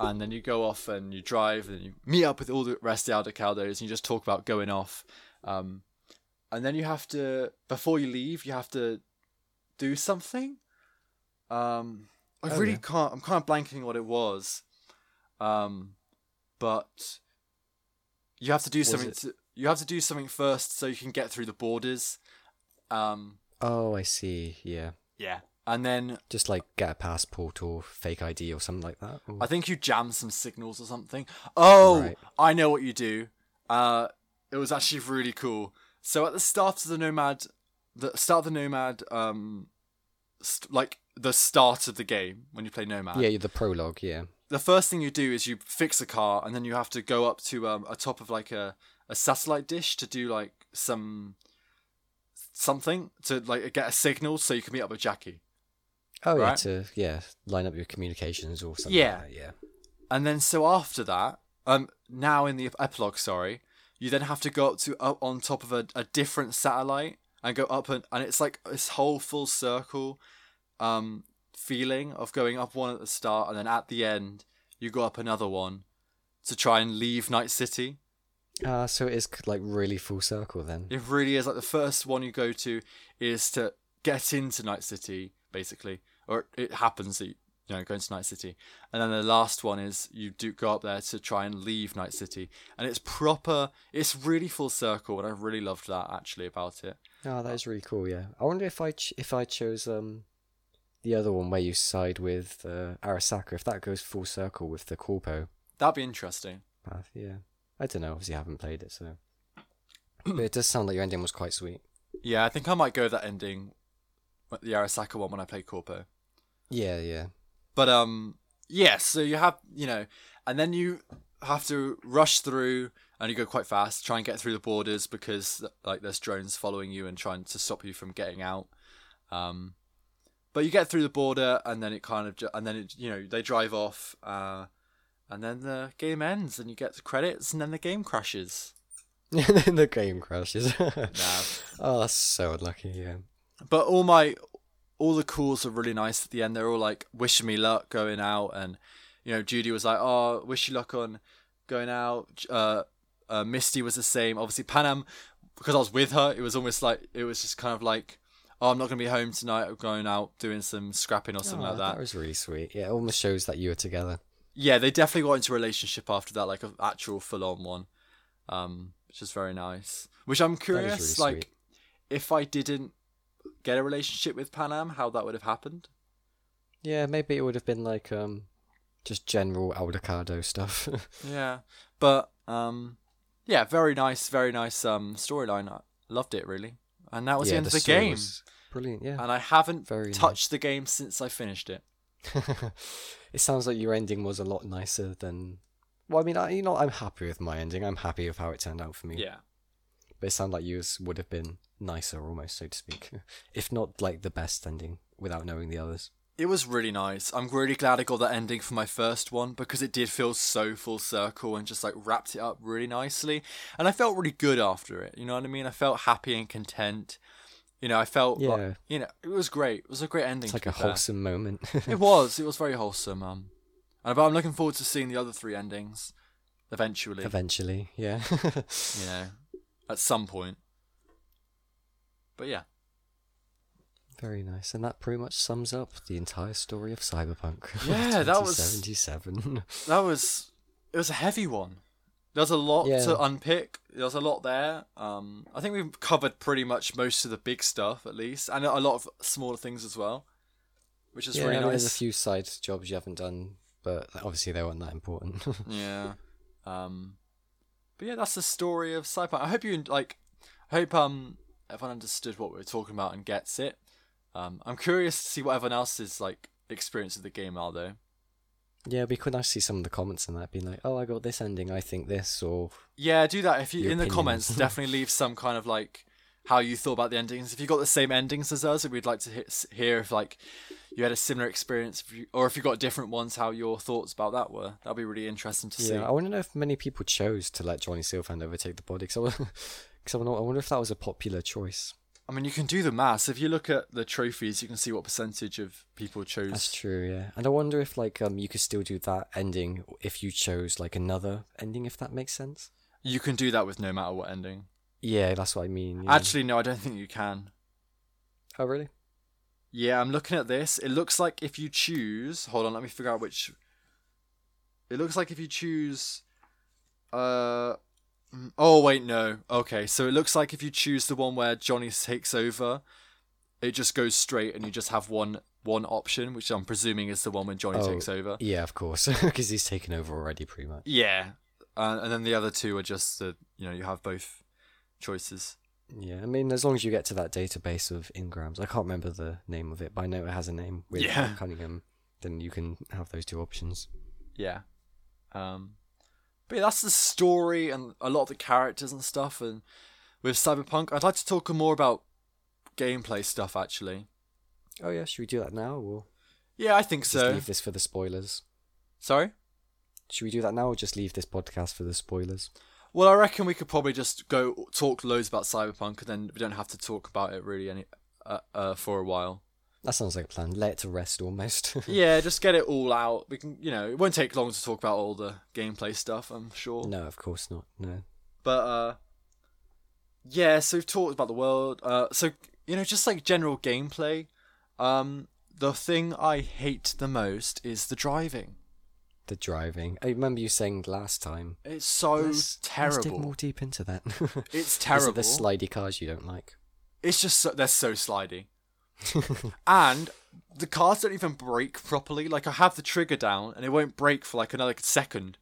and then you go off and you drive and you meet up with all the rest of the Aldecaldos and you just talk about going off. Um, and then you have to, before you leave, you have to do something. Um, I Oh, really yeah. can't, I'm kind of blanking what it was. Um, but you have to do Was something. it- To, you have to do something first so you can get through the borders. Um, Oh, I see. Yeah. yeah. And then Just like get a passport or fake ID or something like that. or- I think you jam some signals or something. Oh, Right. I know what you do. Uh, it was actually really cool. So at the start of the Nomad, the start of the Nomad, um, st- like the start of the game when you play Nomad, yeah, the prologue. Yeah. the first thing you do is you fix a car and then you have to go up to um, a top of like a, a satellite dish to do like some something to like get a signal so you can meet up with Jackie. Oh yeah. Right. To yeah, line up your communications or something. Yeah. Like that, yeah. and then so after that, um, now in the epilogue, sorry, you then have to go up to up on top of a, a different satellite and go up and and it's like this whole full circle, um, feeling of going up one at the start and then at the end you go up another one, to try and leave Night City. Ah, so it is c- like really full circle then. It really is like the first one you go to is to get into Night City, basically, or it happens that you you know go into Night City, and then the last one is you do go up there to try and leave Night City, and it's proper. It's really full circle, and I really loved that actually about it. Oh, that is really cool. Yeah, I wonder if I ch- if I chose um the other one where you side with uh, Arasaka, if that goes full circle with the Corpo That'd be interesting. path. Yeah, I don't know. Obviously, I haven't played it, so but it does sound like your ending was quite sweet. Yeah, I think I might go with that ending, the Arasaka one when I play Corpo. Yeah, yeah. But um, yeah. So you have you know, and then you have to rush through, and you go quite fast, try and get through the borders because like there's drones following you and trying to stop you from getting out. Um, but you get through the border, and then it kind of ju- and then it you know they drive off, uh, and then the game ends, and you get the credits, and then the game crashes. and then the game crashes. Nah. oh, that's so unlucky. Yeah. But all my all the calls are really nice at the end. They're all like wishing me luck going out, and you know Judy was like, "Oh, wish you luck on going out." Uh, uh, Misty was the same. Obviously, Panam because I was with her, it was almost like it was just kind of like, "Oh, I'm not gonna be home tonight. I'm going out doing some scrapping or something Aw, like that." Ah, Oh, That was really sweet. Yeah, it almost shows that you were together. yeah, they definitely got into a relationship after that, like an actual full on one, um, which is very nice. Which I'm curious, really like, if I didn't get a relationship with Panam, how that would have happened. Yeah, maybe it would have been like um, just general Aldecado stuff. Yeah, but um, yeah, very nice, very nice um storyline. I loved it really, and that was yeah, the end of the story game. was Brilliant. Yeah. And I haven't Very nice. touched the game since I finished it. Uh, it sounds like your ending was a lot nicer than. Well, I mean, I, you know, I'm happy with my ending. I'm happy with how it turned out for me. Yeah, But it sounded like yours would have been nicer, almost, so to speak. if not like the best ending, without knowing the others. it was really nice. I'm really glad I got that ending for my first one because it did feel so full circle and just like wrapped it up really nicely. And I felt really good after it. You know what I mean? I felt happy and content. You know, I felt like- Yeah. you know, it was great. It was a great ending. It's to like be a fair. wholesome moment. It was. It was very wholesome. Um, and but I'm looking forward to seeing the other three endings, eventually. Eventually, yeah. You know, at some point. But yeah, Very nice. And that pretty much sums up the entire story of Cyberpunk. Yeah, that was- 77. that was. It was a heavy one. There's a lot Yeah. to unpick. There's a lot there. Um, I think we've covered pretty much most of the big stuff, at least, and a lot of smaller things as well, which is yeah, really I mean, there's a nice. few side jobs you haven't done, but obviously they weren't that important. Yeah. Um, but yeah, that's the story of Cyberpunk. I hope you like. I hope um everyone understood what we were talking about and gets it. Um, I'm curious to see what everyone else's like experience of the game are though. yeah, it'd be quite nice to see some of the comments on that, being like, oh, I got this ending, I think this, or Yeah, do that if you Your in the opinions. comments. definitely leave some kind of like how you thought about the endings. If you got the same endings as us, we'd like to he- s- hear if like you had a similar experience, if you, or if you got different ones, how your thoughts about that were. That'd be really interesting to see. Yeah, I want to know if many people chose to let Johnny Silverhand overtake the body. Because I, cause I wonder- I wonder if that was a popular choice. I mean, you can do the maths. If you look at the trophies, you can see what percentage of people That's chose. true, yeah. And I wonder if like um you could still do that ending if you chose like another ending, if that makes sense. You can do that with no matter what ending. Yeah, that's what I mean. yeah. Actually, no, I don't think you can. oh really? Yeah, I'm looking at this. It looks like if you choose, hold on, let me figure out which. It looks like if you choose, uh, mm, oh wait, no. Okay, so it looks like if you choose the one where Johnny takes over, it just goes straight, and you just have one one option, which I'm presuming is the one when Johnny Oh, takes over. Yeah, of course, because he's taken over already, pretty much. Yeah, uh, and then the other two are just the you know you have both choices. Yeah, I mean, as long as you get to that database of ingrams, I can't remember the name of it, but I know it has a name with Yeah. Cunningham. Then you can have those two options. yeah um but yeah, that's the story and a lot of the characters and stuff and with cyberpunk i'd like to talk more about gameplay stuff actually Oh yeah, should we do that now, or yeah i think just so leave this for the spoilers? sorry Should we do that now, or just leave this podcast for the spoilers? well i reckon we could probably just go talk loads about cyberpunk and then we don't have to talk about it really any uh, uh, for a while That sounds like a plan. Let it to rest almost. yeah just get it all out we can you know it won't take long to talk about all the gameplay stuff i'm sure no, of course not. No. But uh yeah, so we've talked about the world. Uh so you know, just like general gameplay, um the thing I hate the most is the driving. The driving. I remember you saying last time. It's so Let's- terrible. Let's dig more deep into that. It's Is terrible. it the slidey cars you don't like? it's just so, they're so slidey. and the cars don't even brake properly. Like I have the trigger down and it won't brake for like another second.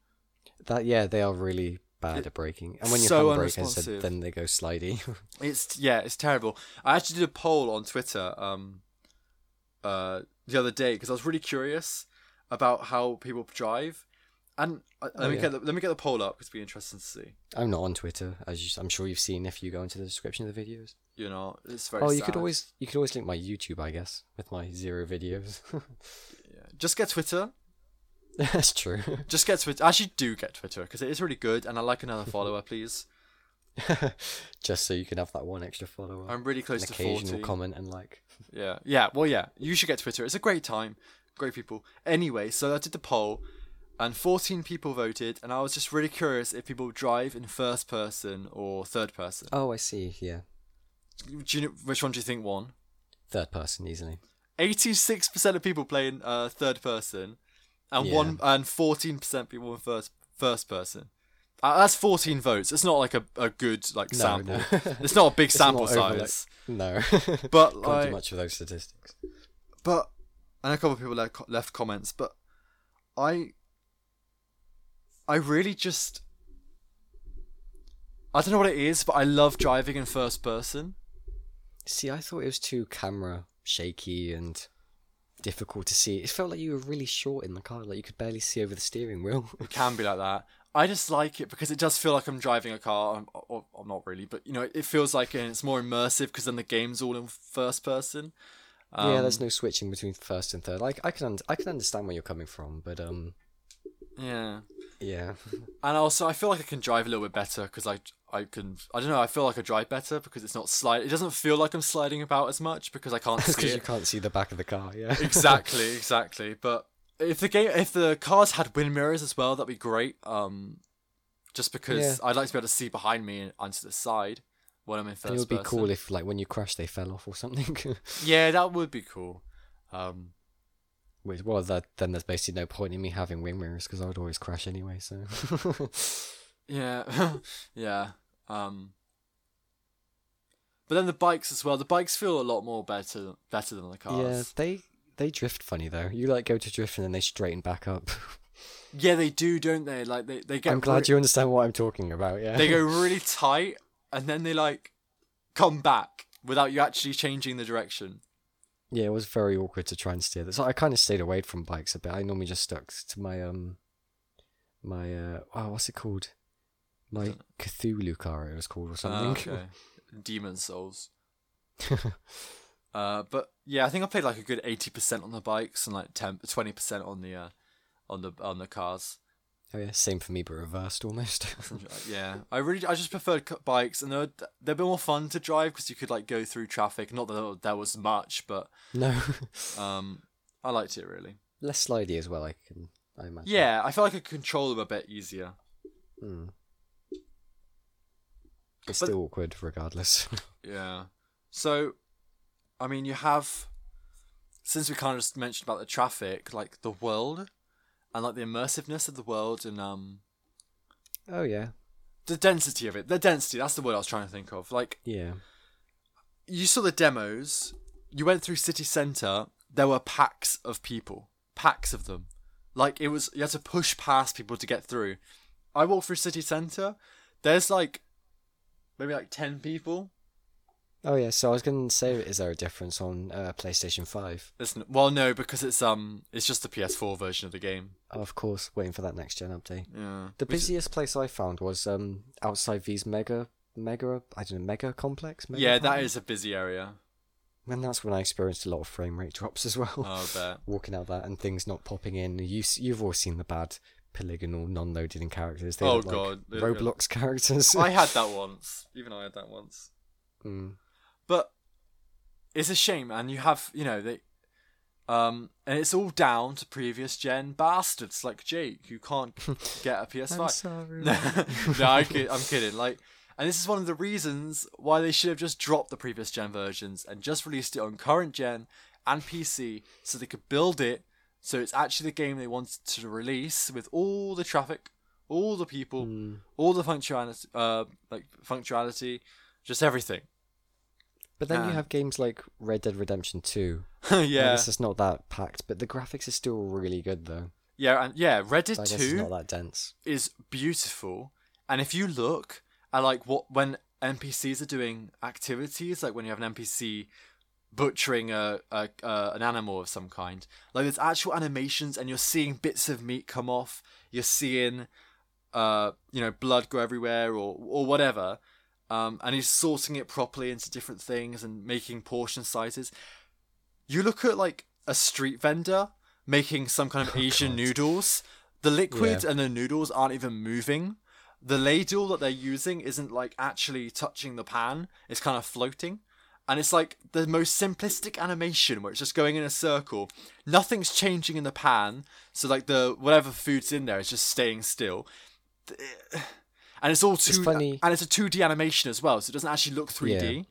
That yeah, they are really bad at braking. And when you so handbrake instead, unresponsive. then they go slidey. It's yeah, it's terrible. I actually did a poll on Twitter um uh the other day because I was really curious about how people drive. And uh, let Oh, me yeah. get the, let me get the poll up because it'd be interesting to see. I'm not on Twitter, as you, I'm sure you've seen if you go into the description of the videos. You know, it's very. oh, you could sad. always you could always link my YouTube, I guess, with my zero videos. just get Twitter. That's true. Just get Twitter. Actually, do get Twitter because it is really good, and I like another follower, please. Just so you can have that one extra follower. I'm really close an to occasional 40. comment and like. Yeah, yeah. Well, yeah. You should get Twitter. It's a great time. Great people. Anyway, so I did the poll, and 14 people voted, and I was just really curious if people drive in first person or third person. Oh, I see. Yeah, Do you know, which one do you think won? third person easily. 86% of people playing uh, third person, and Yeah. one and 14% people in first first person. Uh, that's 14 votes. It's not like a, a good like No, sample. no. It's not a big sample not over, like- size. No, can't But do like, much of those statistics. but and a couple of people left, left comments but i i really just i don't know what it is but i love driving in first person See, I thought it was too camera shaky and difficult to see. It felt like you were really short in the car, like you could barely see over the steering wheel. it can be like that i just like it because it does feel like i'm driving a car i'm, or, or not really but you know it feels like and it's more immersive because then the game's all in first person yeah, Um, there's no switching between first and third. Like I can, und- I can understand where you're coming from, but um, yeah yeah, and also I feel like I can drive a little bit better because I I can I don't know I feel like I drive better because it's not slide it doesn't feel like I'm sliding about as much because I can't see because you it. can't see the back of the car. Yeah, exactly exactly but if the game if the cars had wind mirrors as well that'd be great um just because I'd like to be able to see behind me and, and to the side when I'm in it first would be person. cool if like when you crash they fell off or something. yeah that would be cool um Which, well, that then there's basically no point in me having wing mirrors because I would always crash anyway. So Yeah, yeah. Um, but then the bikes as well. The bikes feel a lot more better better than the yeah, cars. they they drift funny though. You like go to drift and then they straighten back up. Yeah, they do, don't they? Like they they get. I'm glad re- you understand what I'm talking about. Yeah, They go really tight, and then they like come back without you actually changing the direction. yeah, it was very awkward to try and steer this. So I kind of stayed away from bikes a bit. I normally just stuck to my um my uh oh, what's it called? My Cthulhu car, it was called or Ah, something. okay. Demon Souls. Uh, but yeah, I think I played like a good eighty percent on the bikes and like 20 percent on the uh, on the on the cars. oh yeah, same for me, but reversed almost. yeah, I really, I just preferred c- bikes, and they're they're a bit more fun to drive because you could like go through traffic. Not that there was much, but no, um, I liked it really. less slidey as well. I can, I imagine. Yeah, I feel like I could control them a bit easier. Hmm. It's But- still awkward, regardless. Yeah. So, I mean, you have since we kind of just mentioned about the traffic, like the world, and like the immersiveness of the world, and um, oh yeah, the density of it. The density. That's the word I was trying to think of. Like yeah. you saw the demos. You went through city centre. There were packs of people, packs of them. Like it was, you had to push past people to get through. I walked through city centre. There's like maybe like ten people. Oh yeah. So I was gonna say, is there a difference on uh, PlayStation Five? Listen, well, no, because it's um, it's just the PS4 version of the game. Oh, of course, waiting for that next gen update. Yeah. The Which- busiest place I found was um outside V's mega mega I don't know mega complex. Mega yeah, that Tower? is a busy area. And that's when I experienced a lot of frame rate drops as well. Oh, I bet. Walking out that and things not popping in. You s- you've all seen the bad polygonal non-loaded in characters. They Oh, look like God, they look- Roblox characters. I had that once. Even I had that once. Mm. but it's a shame and you have you know they um and it's all down to previous gen bastards like jake who can't get a I'm ps5 sorry. no, I kid, i'm kidding like and this is one of the reasons why they should have just dropped the previous gen versions and just released it on current gen and pc so they could build it so it's actually the game they wanted to release with all the traffic all the people Mm. all the functionality uh like functionality just everything But then you Ah. have games like Red Dead Redemption 2. Yeah. I yeah guess it's not that packed, but the graphics are still really good though. Yeah, and yeah, Red Dead So I guess it's Two not that dense. is beautiful, and if you look at like what when NPCs are doing activities, like when you have an NPC butchering a, a, a an animal of some kind, like there's actual animations, and you're seeing bits of meat come off, you're seeing, uh, you know, blood go everywhere or or whatever, um, and he's sorting it properly into different things and making portion sizes. You look at like a street vendor making some kind of Oh, Asian God. noodles. The liquid and the noodles aren't even moving. The ladle that they're using isn't like actually touching the pan. It's kind of floating. And it's like the most simplistic animation where it's just going in a circle. Nothing's changing in the pan. So like the whatever food's in there is just staying still. Th- And it's all two funny- and it's a 2D animation as well, so it doesn't actually look 3D.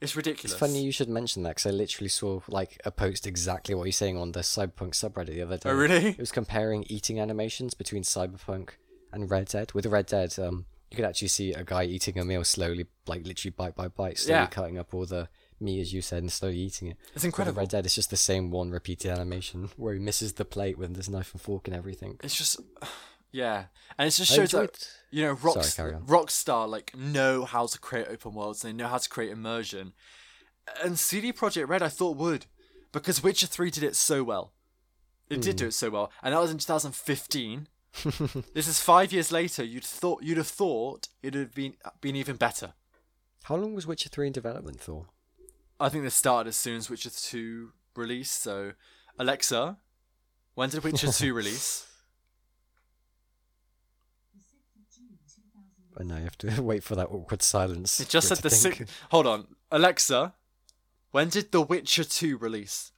It's ridiculous. It's funny you should mention that because I literally saw like a post exactly what you're saying on the Cyberpunk subreddit the other day. Oh, really? It was comparing eating animations between Cyberpunk and Red Dead. With Red Dead, um, you could actually see a guy eating a meal slowly, like literally bite by bite, slowly Yeah. cutting up all the meat as you said and slowly eating it. It's With incredible. Red Dead, it's just the same one repeated animation where he misses the plate with his knife and fork and everything. It's just, yeah, and it just I shows that enjoyed- you know rock carry on. Rockstar like know how to create open worlds and they know how to create immersion, and CD Projekt Red I thought would, because Witcher Three did it so well, it Hmm. did do it so well, and that was in 2015. this is five years later. You'd thought you'd have thought it'd have been been even better. How long was Witcher 3 in development for? I think they started as soon as Witcher Two released. So, Alexa, when did Witcher Two release? I know, you have to wait for that awkward silence. It just for to said the think. six. Hold on, Alexa. When did The Witcher Two release?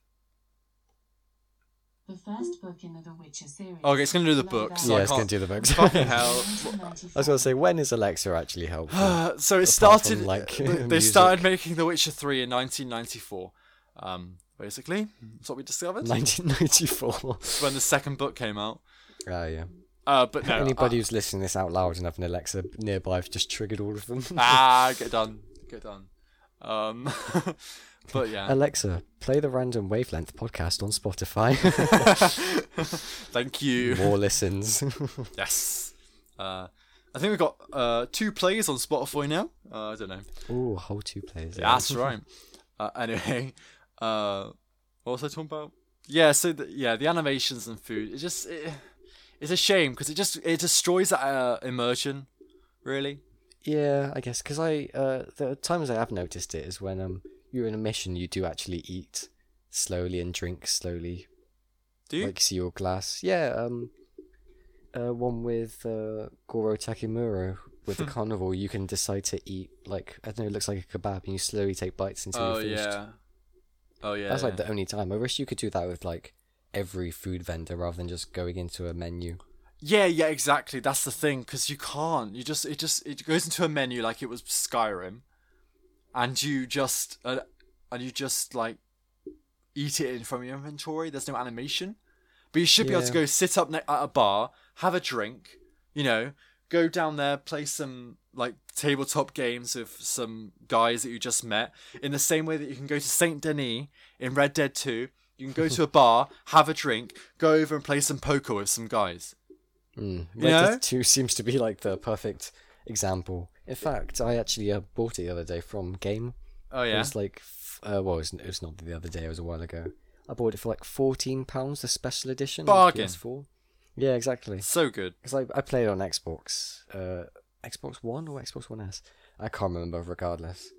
The first book in the The Witcher series. Okay, it's gonna do the book. So Yeah, I it's can't- gonna do the books. Fucking hell. I was going to say, when is Alexa actually helpful? so it Apart from, started. like, they- they music. started making The Witcher Three in 1994. Um, basically, that's what we discovered 1994. when the second book came out. Ah, yeah. Uh, but no. Anybody who's listening to this out loud and having Alexa nearby have just triggered all of them. ah, ah, get done, get done. Um, but yeah. Alexa, play the Random Wavelength podcast on Spotify. Thank you. More listens. Yes. Uh, I think we've got uh, two plays on Spotify now. Uh, I don't know. Ooh, a whole two players. Yeah, that's right. Uh, anyway, uh, what was I talking about? Yeah, so the, yeah, the animations and food. It just it, it's a shame because it just it destroys that uh, immersion. Really? Yeah, I guess because I uh, the times I have noticed it is when um you're in a mission, you do actually eat slowly and drink slowly, Do you? like see your glass. Yeah, um, uh, one with uh, Goro Takemura with Hmm. the carnival, you can decide to eat like I don't know, it looks like a kebab, and you slowly take bites until oh you're finished. yeah. Oh yeah. That's like yeah. the only time. I wish you could do that with like every food vendor rather than just going into a menu. Yeah, yeah, exactly. That's the thing because you can't. You just it just it goes into a menu like it was Skyrim, and you just uh, and you just like eat it in from your inventory. There's no animation, but you should be able to Yeah. go sit up ne- at a bar, have a drink, you know, go down there, play some like tabletop games with some guys that you just met. In the same way that you can go to Saint Denis in Red Dead Two. You can go to a bar, have a drink, go over and play some poker with some guys. Mm. You Red know? Dead 2 seems to be like the perfect example. In fact, I actually uh, bought it the other day from Game. Oh It yeah. was like, f- uh, well, it was, it was not the other day, it was a while ago. I bought it for like £14, the special edition. on Bargain. PS4. Yeah, exactly. So good. Because I, I played on Xbox, uh, Xbox One or Xbox One S? I can't remember, regardless.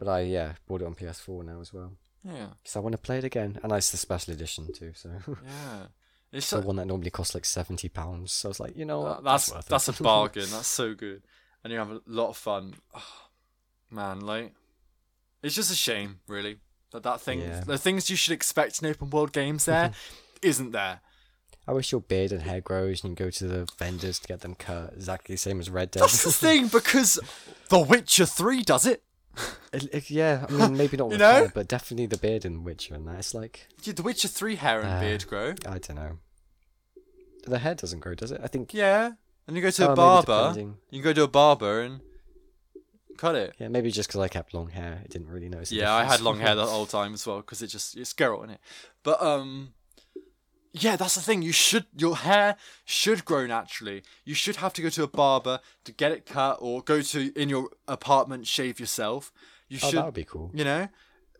But I, yeah, bought it on PS4 now as well. Yeah. Because I want to play it again. And it's the special edition too, so. Yeah. It's the so, one that normally costs like £70. So I was like, you know what? that's worth it. that's a bargain. That's so good. And you have a lot of fun. Ah, man, like it's just a shame, really, that that thing Yeah. the things you should expect in open world games there isn't there. I wish your beard and hair grows and you go to the vendors to get them cut exactly the same as Red Dead. That's the thing because The Witcher 3 does it. It- it- yeah, I mean, maybe not with know? hair, but definitely the beard in Witcher and that. It's like, Did The Witcher 3 hair and Uh, beard grow? I don't know. The hair doesn't grow, does it? I think. Yeah. And you go to Oh, a maybe barber. depending. You can go to a barber and cut it. Yeah, maybe just because I kept long hair, I didn't really notice. the Yeah, I had difference. long hair the whole time as well because it just it's girl in it. But um, yeah, that's the thing. You should your hair should grow naturally. You should have to go to a barber to get it cut, or go to in your apartment shave yourself. You Oh, should that would be cool. you know,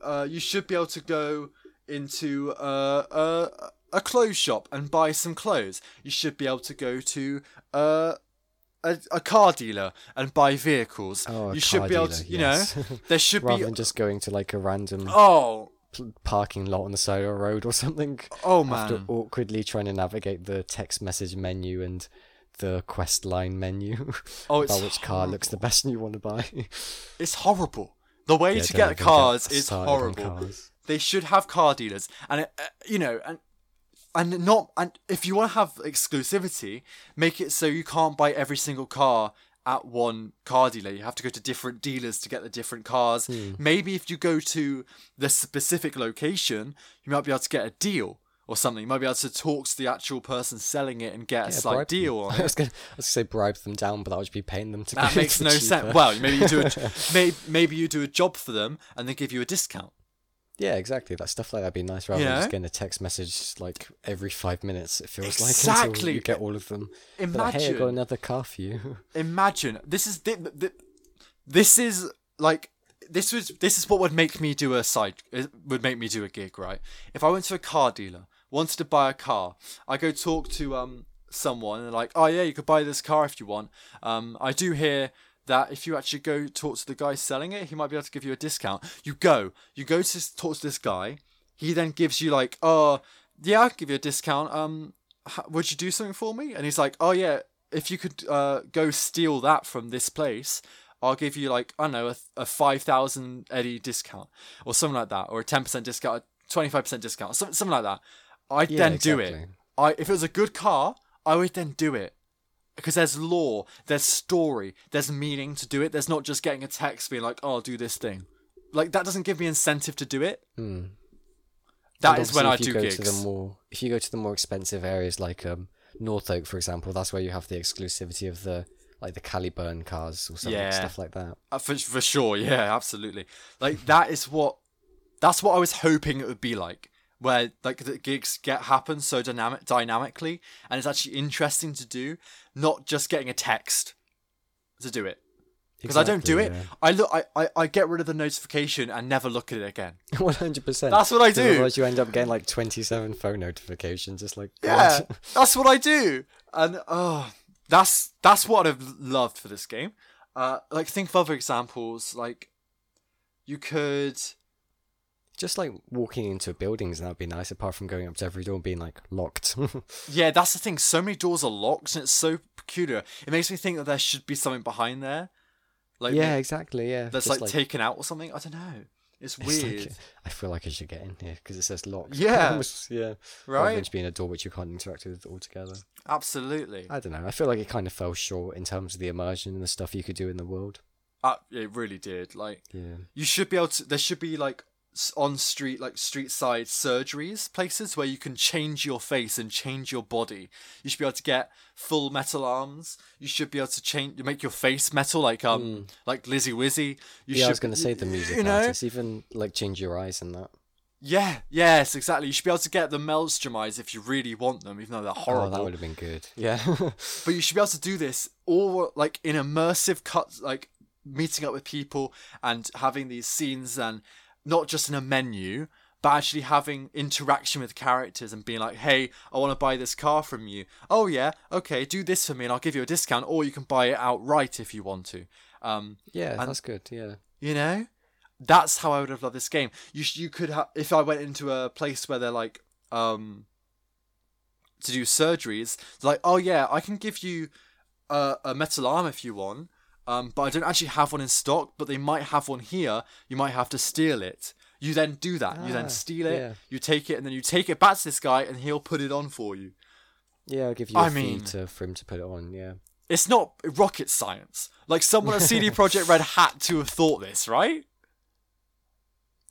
uh, you should be able to go into uh, a a clothes shop and buy some clothes. You should be able to go to uh, a a car dealer and buy vehicles. Oh, a you should car be able dealer, to, you yes. know, there should Rather be than just going to like a random. Oh, pl- parking lot on the side of a road or something Oh after man, awkwardly trying to navigate the text message menu and the quest line menu Oh, it's about which car looks the best and you want to buy. it's horrible. The way Yeah, to don't get even cars is started on horrible. cars. They should have car dealers, and it, uh, you know, and and not and if you want to have exclusivity, make it so you can't buy every single car at one car dealer. You have to go to different dealers to get the different cars. Hmm. Maybe if you go to the specific location, you might be able to get a deal or something. You might be able to talk to the actual person selling it and get a Yeah, slight bribe them. deal on it. I was going to say bribe them down, but that would be paying them to. That go makes for no cheaper. sense. Well, maybe you do a maybe, maybe you do a job for them and they give you a discount. Yeah, exactly. That stuff like that'd be nice rather than Yeah. just getting a text message like every five minutes. It feels like until Exactly. you get all of them. Be Like, hey, I got Imagine, another car for you. imagine. This is thi- thi- this is like this was this is what would make me do a side it would make me do a gig, right? If I went to a car dealer, wanted to buy a car, I go talk to um someone and they're like, oh yeah, you could buy this car if you want. Um, I do hear that if you actually go talk to the guy selling it, he might be able to give you a discount. You go, you go to s- talk to this guy. he then gives you like, oh, yeah, I'll give you a discount. Um, h- would you do something for me? And he's like, oh yeah, if you could uh go steal that from this place, I'll give you like I don't know a, th- a five thousand Eddie discount or something like that, or a ten percent discount, twenty five percent discount, something something like that. I'd Yeah, then do it. exactly. I if it was a good car, I would then do it. Because there's lore, there's story, there's meaning to do it. There's not just getting a text being like, "Oh, do this thing." Like that doesn't give me incentive to do it. Hmm. That And is when I obviously do if you go gigs. To the more, if you go to the more expensive areas like um, North Oak, for example, that's where you have the exclusivity of the like the Caliburn cars or something, Yeah. stuff like that. Uh, for, for sure, yeah, absolutely. Like that is what that's what I was hoping it would be like, where like the gigs get happen so dynamic dynamically, and it's actually interesting to do, not just getting a text to do it. Because I don't do it. I look, I, I, I get rid of the notification and never look at it again. One hundred percent. That's what I do. Otherwise, you end up getting like twenty-seven phone notifications. Just like Yeah, God. that's what I do. And oh, that's that's what I've loved for this game. Uh, like think of other examples. Like you could. Just like walking into buildings, and that'd be nice. Apart from going up to every door and being like locked. Yeah, that's the thing. So many doors are locked, and it's so peculiar. It makes me think that there should be something behind there, like yeah, exactly. Yeah. that's Just, like, taken out or something. I don't know. It's it's weird, Like, I feel like I should get in here because it says locked. Yeah. Almost, yeah. Rather than right? just being a door which you can't interact with altogether. Absolutely. I don't know. I feel like it kind of fell short in terms of the immersion and the stuff you could do in the world. Uh, it really did. Like Yeah. you should be able to. There should be like s- on street, like street side surgeries, places where you can change your face and change your body. You should be able to get full metal arms. You should be able to change, make your face metal, like um, like Lizzie Hmm. Wizzy. You yeah, should, I was going to y- say the music You know, artists, even like change your eyes and that. Yeah, yes, exactly. You should be able to get the Maelstrom eyes if you really want them, even though they're Oh, horrible. that would have been good. Yeah. But you should be able to do this all like in immersive cuts, like meeting up with people and having these scenes, and not just in a menu, but actually having interaction with characters and being like, "Hey, I want to buy this car from you. Oh yeah, okay, do this for me, and I'll give you a discount, or you can buy it outright if you want to." Um, yeah, And- that's good. Yeah. you know, that's how I would have loved this game. You sh- you could have if I went into a place where they're like um to do surgeries, they're like oh yeah, I can give you a, a metal arm if you want, um, but I don't actually have one in stock. But they might have one here. You might have to steal it. You then do that. you Ah, then steal it. yeah. You take it, and then you take it back to this guy, and he'll put it on for you. Yeah, I'll give you a I fee mean- to, for him to put it on. Yeah. It's not rocket science. Like someone at CD Projekt Red had to have thought this, right?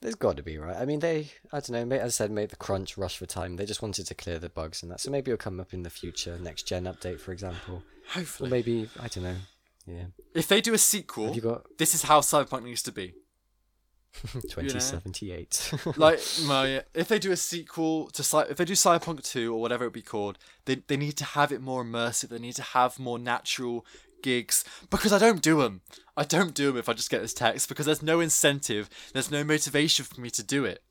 There's got to be, right? I mean, they, I don't know, ma- as I said, made the crunch rush for time. They just wanted to clear the bugs and that. So maybe it'll come up in the future, next gen update, for example. Or Hopefully, maybe, I don't know. Yeah. if they do a sequel, Have you got this is how cyberpunk needs to be 2078? like my if they do a sequel to Cy- if they do cyberpunk 2 or whatever it be called they, they need to have it more immersive they need to have more natural gigs because i don't do them i don't do them if i just get this text because there's no incentive there's no motivation for me to do about it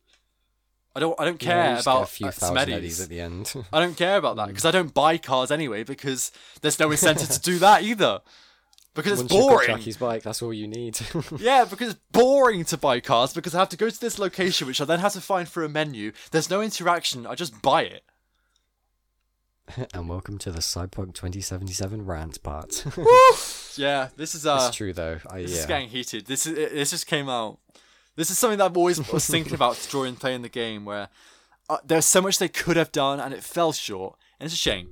i don't i don't Yeah, you care just get about a few uh, thousand Smeddies. eddies at the Mm. end. i don't care about that because i don't buy cars anyway because there's no incentive to do that either because Once it's you've got boring. Jackie's bike, that's all you need. Yeah, because it's boring to buy cars because I have to go to this location, which I then have to find through a menu. There's no interaction. I just buy it. and welcome to the Cyberpunk 2077 rant part. Yeah, this is uh, it's true though. I, this is yeah. getting heated. This is it- this just came out. This is something that I've always was thinking about during playing the game, where uh, there's so much they could have done and it fell short, and it's a shame.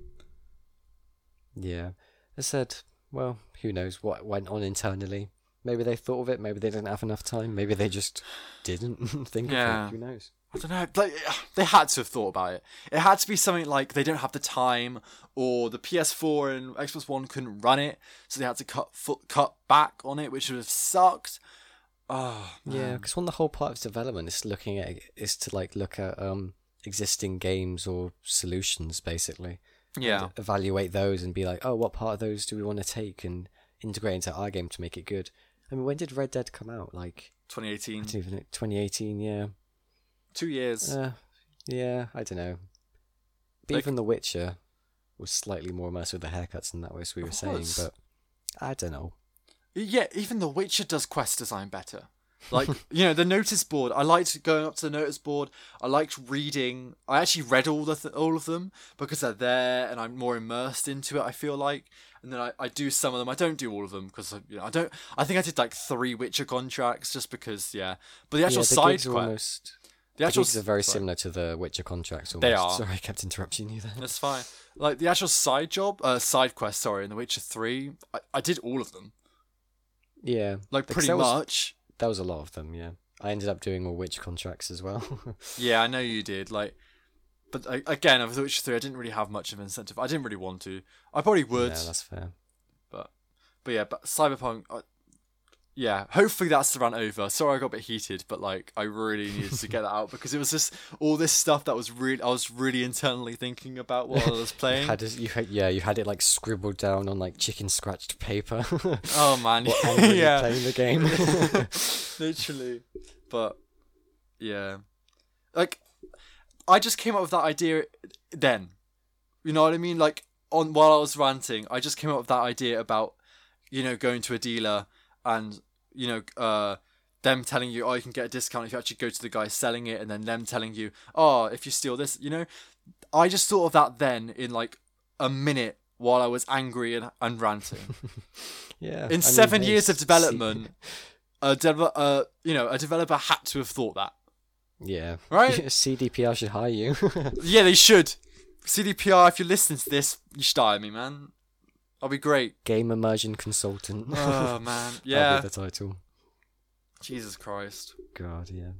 Yeah. I said, well, who knows what went on internally. Maybe they thought of it, maybe they didn't have enough time, maybe they just didn't think Yeah. of it. Who knows? I don't know. Like, they had to have thought about it. It had to be something like they didn't have the time, or the PS4 and Xbox One couldn't run it, so they had to cut fu- cut back on it, which would have sucked. Oh, Yeah, man. because one of the whole part of development is looking at is to like look at um existing games or solutions basically. yeah, Evaluate those and be like, oh, what part of those do we want to take and integrate into our game to make it good? I mean, when did Red Dead come out? Like 2018, I don't even know, 2018, yeah. two years. Uh, yeah, I don't know. But Like- even The Witcher was slightly more immersed with the haircuts and that was we were Of saying, course. but I don't know. Yeah, even The Witcher does quest design better. Like, you know, the notice board. I liked going up to the notice board. I liked reading. I actually read all the th- all of them because they're there and I'm more immersed into it. I feel like, and then I, I do some of them. I don't do all of them because you know I don't. I think I did like three Witcher contracts just because yeah. But the actual yeah, the side gigs quest, are almost. the The actual gigs are very sorry. similar to the Witcher contracts. Almost. They are. Sorry, I kept interrupting you then. That's fine. Like the actual side job, uh, side quest. Sorry, in The Witcher Three, I, I did all of them. Yeah, Like Because pretty that was- much. that was a lot of them. Yeah, I ended up doing all Witcher contracts as well. Yeah, I know you did. Like, but I, again, of The Witcher Three, I didn't really have much of an incentive. I didn't really want to. I probably yeah, would, that's fair. but but yeah, but Cyberpunk. I, yeah, hopefully that's the run over. Sorry, I got a bit heated, but like I really needed to get that out because it was just all this stuff that was really I was really internally thinking about while I was playing. Had it, you had, yeah, you had it like scribbled down on like chicken scratched paper. oh man, What, yeah, angrily playing the game. literally. But yeah, like I just came up with that idea then. You know what I mean? Like on while I was ranting, I just came up with that idea about you know going to a dealer and you know uh them telling you oh you can get a discount if you actually go to the guy selling it, and then them telling you oh if you steal this, you know. I just thought of that then in like a minute while I was angry and, and ranting yeah. I in mean, seven hey, years of see- development, a dev- uh, you know, a developer had to have thought that, Yeah. right? CDPR should hire you. yeah, they should. CDPR, if you listen to this, you should hire me, man. I'll be great. Game immersion consultant. Oh man, That'll yeah. be the title. Jesus Christ. God, yeah.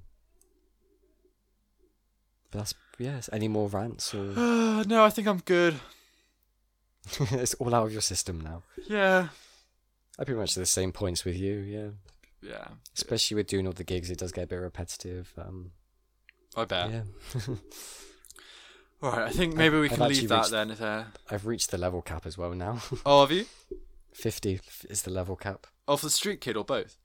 But that's yes. Any more rants or Uh, no, I think I'm good. it's all out of your system now. Yeah, I pretty much the same points with you. Yeah. yeah. Especially with doing all the gigs, it does get a bit repetitive. Um, I bet. yeah. All right, I think maybe we I've can actually leave that reached- then. There. I've reached the level cap as well now. Oh, have you? Fifty is the level cap, Oh, for the street kid or both?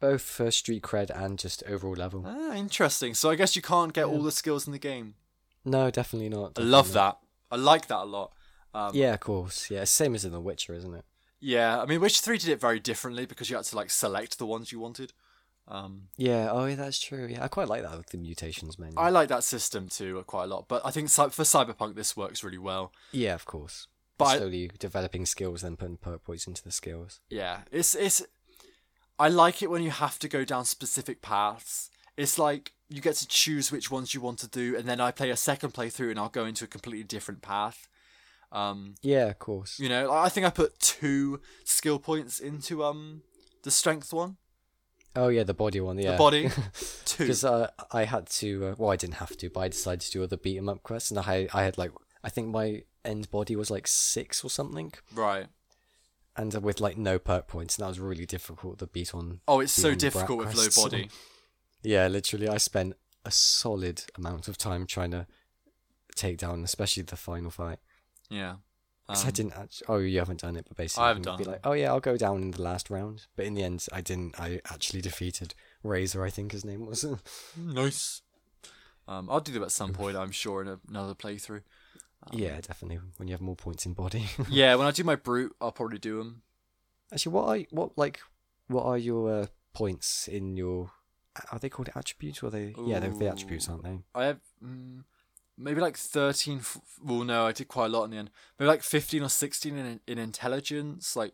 both for street cred and just overall level. Ah, interesting. So I guess you can't get all the skills in the game. No, definitely not. I definitely not. love that. I like that a lot. Um, Yeah, of course. Yeah, same as in The Witcher, isn't it? Yeah, I mean, Witcher Three did it very differently because you had to like select the ones you wanted. Um, Yeah. Oh, yeah, that's true. Yeah, I quite like that with the mutations menu. I like that system too uh, quite a lot, but I think cy- for Cyberpunk this works really well. Yeah, of course. But I- slowly developing skills, then putting perk points into the skills. Yeah, it's it's. I like it when you have to go down specific paths. It's like you get to choose which ones you want to do, and then I play a second playthrough and I'll go into a completely different path. Um, Yeah, of course. you know, I I think I put two skill points into um the strength one, Oh yeah, the body one. Yeah, the body, two. Because uh, I had to. Uh, well, I didn't have to, but I decided to do other beat 'em up quests, and I I had like I think my end body was like six or something, Right. and uh, with like no perk points, and that was really difficult. The beat on. Oh, it's so Beyond Brat difficult with quests. low body. Yeah, literally, I spent a solid amount of time trying to take down, especially the final fight. Yeah. 'Cause Um, I didn't actually. Oh, you haven't done it, but basically, I've you can Be done. like, oh yeah, I'll go down in the last round, but in the end, I didn't. I actually defeated Razor. I think his name was. Oh. Nice. Um, I'll do that at some point, I'm sure, in a- another playthrough. yeah, definitely. When you have more points in body. yeah, when I do my brute, I'll probably do them. Actually, what are what like what are your uh, points in your? Are they called attributes? Or are they? Yeah, they're the attributes, Ooh. aren't they? I have mm, maybe like 13. f- Well, no, I did quite a lot in the end. Maybe like 15 or 16 in, in intelligence, like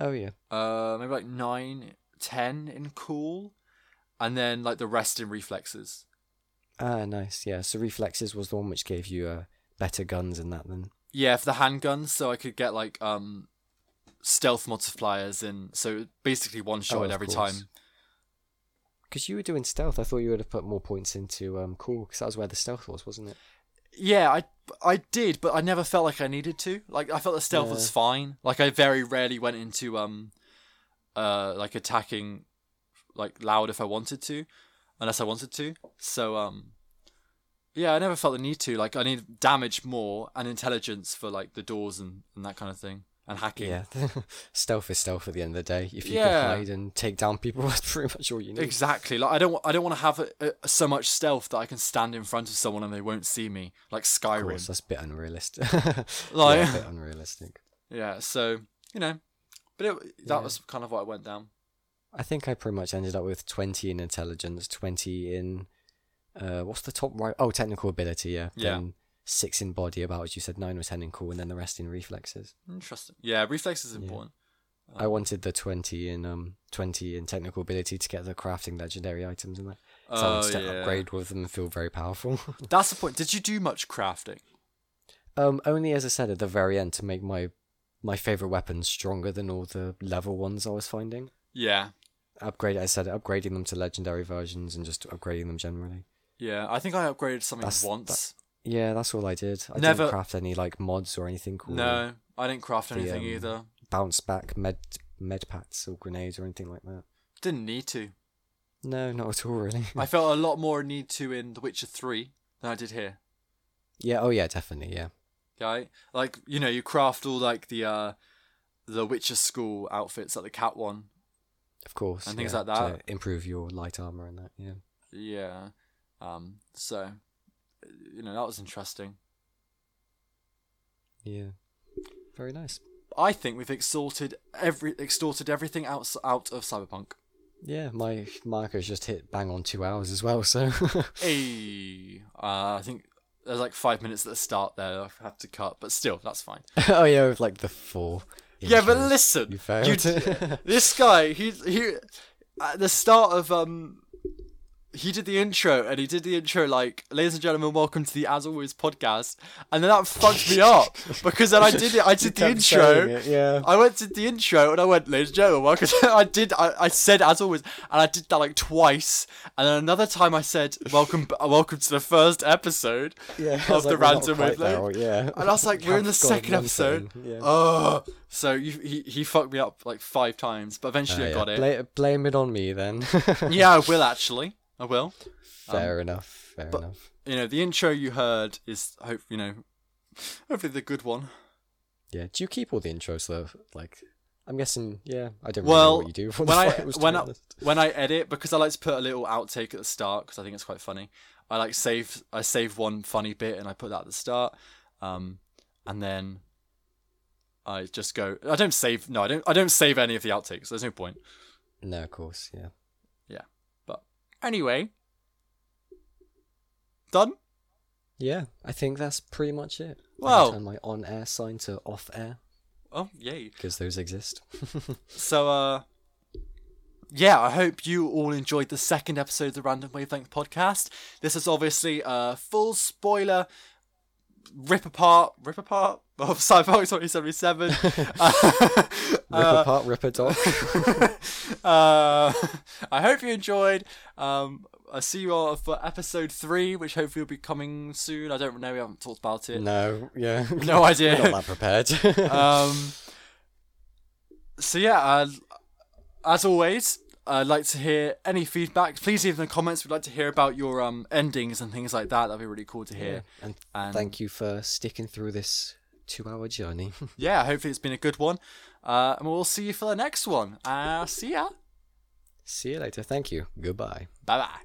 Oh yeah. uh, maybe like 9, 10 in cool, and then like the rest in reflexes. Ah, nice. Yeah. So reflexes was the one which gave you uh, better guns in that then. Yeah, for the handguns, so I could get like um stealth multipliers in. So basically one shot Oh, it of every course. time. Because you were doing stealth, I thought you would have put more points into um cool because that was where the stealth was, wasn't it? Yeah, I I did, but I never felt like I needed to. Like I felt the stealth was Yeah. fine. Like I very rarely went into um uh like attacking like loud if I wanted to, unless I wanted to. So um yeah, I never felt the need to. Like I need damage more and intelligence for like the doors and, and that kind of thing and hacking. Yeah. stealth is stealth at the end of the day. If you Yeah. can hide and take down people, that's pretty much all you need. Exactly. Like I don't wa- I don't want to have uh so much stealth that I can stand in front of someone and they won't see me, like Of course, Skyrim. that's a bit unrealistic. Yeah, Like- a bit unrealistic. Yeah. So you know, but it, that Yeah. was kind of what I went down. I think I pretty much ended up with 20 in intelligence, 20 in. Uh, what's the top right? Oh, technical ability, yeah. Yeah. Then six in body, about as you said, nine or 10 in cool, and then the rest in reflexes. Interesting. Yeah, reflex is Yeah. important. I wanted the 20 in um 20 in technical ability to get the crafting legendary items in there. So I Oh, wanted to yeah. upgrade with them and feel very powerful. That's the point. Did you do much crafting? um, only as I said at the very end to make my my favorite weapons stronger than all the level ones I was finding. Yeah. Upgrade, I said, upgrading them to legendary versions and just upgrading them generally. Yeah, I think I upgraded something That's- once. Yeah, that's all I did. I Never- didn't craft any like mods or anything cool. No, I didn't craft The, anything um, either. Bounce back med med packs or grenades or anything like that. Didn't need to. No, not at all really. I felt a lot more need to in The Witcher 3 than I did here. yeah, oh yeah, definitely, yeah. Okay? Like, you know, you craft all like the uh the Witcher school outfits, like the cat one. Of course. And things yeah, like that. To improve your light armor and that, yeah. Yeah. Um so you know, that was interesting. Yeah. Very nice. I think we've extorted every extorted everything out out of Cyberpunk. Yeah, my marker's just hit bang on two hours as well, so Hey, uh, I think there's like five minutes at the start there. I have to cut, but still, that's fine. Oh yeah, with like the four. Yeah, but intros. listen, You failed. this guy, he he, at the start of um, he did the intro and he did the intro like, "Ladies and gentlemen, welcome to the As Always podcast," and then that fucked me up because then I did it. I did the Kept intro. saying it, yeah. I went to the intro and I went, ladies and gentlemen, welcome. to-" I did, I, I said as always, and I did that like twice. And then another time I said, welcome, uh, welcome to the first episode yeah, I of was the like, we're not random quite there, wavelength. Yeah. And I was like, we're in the I've forgotten second one episode. thing, yeah. Oh, so you, he, he fucked me up like five times, but eventually Ah, I yeah. got it. Um, Bla- blame it on me then. yeah, I will actually. I will. Fair enough. Fair enough. You know, the intro you heard is, hope you know, hopefully the good one. Yeah. Do you keep all the intros though? Like, I'm guessing. Yeah. I don't really know Well, what you do. for when I the files, to when be I, honest. when I edit because I like to put a little outtake at the start because I think it's quite funny. I like save I save one funny bit and I put that at the start, um, and then I just go. I don't save. No, I don't. I don't save any of the outtakes. There's no point. No, of course. Yeah. But anyway, done. Yeah. I think that's pretty much it. I'm gonna Wow. Turn my on-air sign to off-air Oh yay! because those exist. So uh, yeah, I hope you all enjoyed the second episode of the Random Wavelength podcast. This is obviously a full spoiler rip apart, rip apart of Cyberpunk 2077. uh, rip apart, rip it off. uh, I hope you enjoyed. Um, I see you all for episode three, which hopefully will be coming soon. I don't know, we haven't talked about it. no. Yeah. No idea. We're not that prepared. um, so yeah, uh, as always, I'd like to hear any feedback. Please leave in the comments. We'd like to hear about your um endings and things like that. That'd be really cool to yeah. hear. And And thank you for sticking through this two-hour journey. yeah, hopefully it's been a good one. Uh, and we'll see you for the next one. Uh, see ya. See you later. Thank you. Goodbye. Bye bye.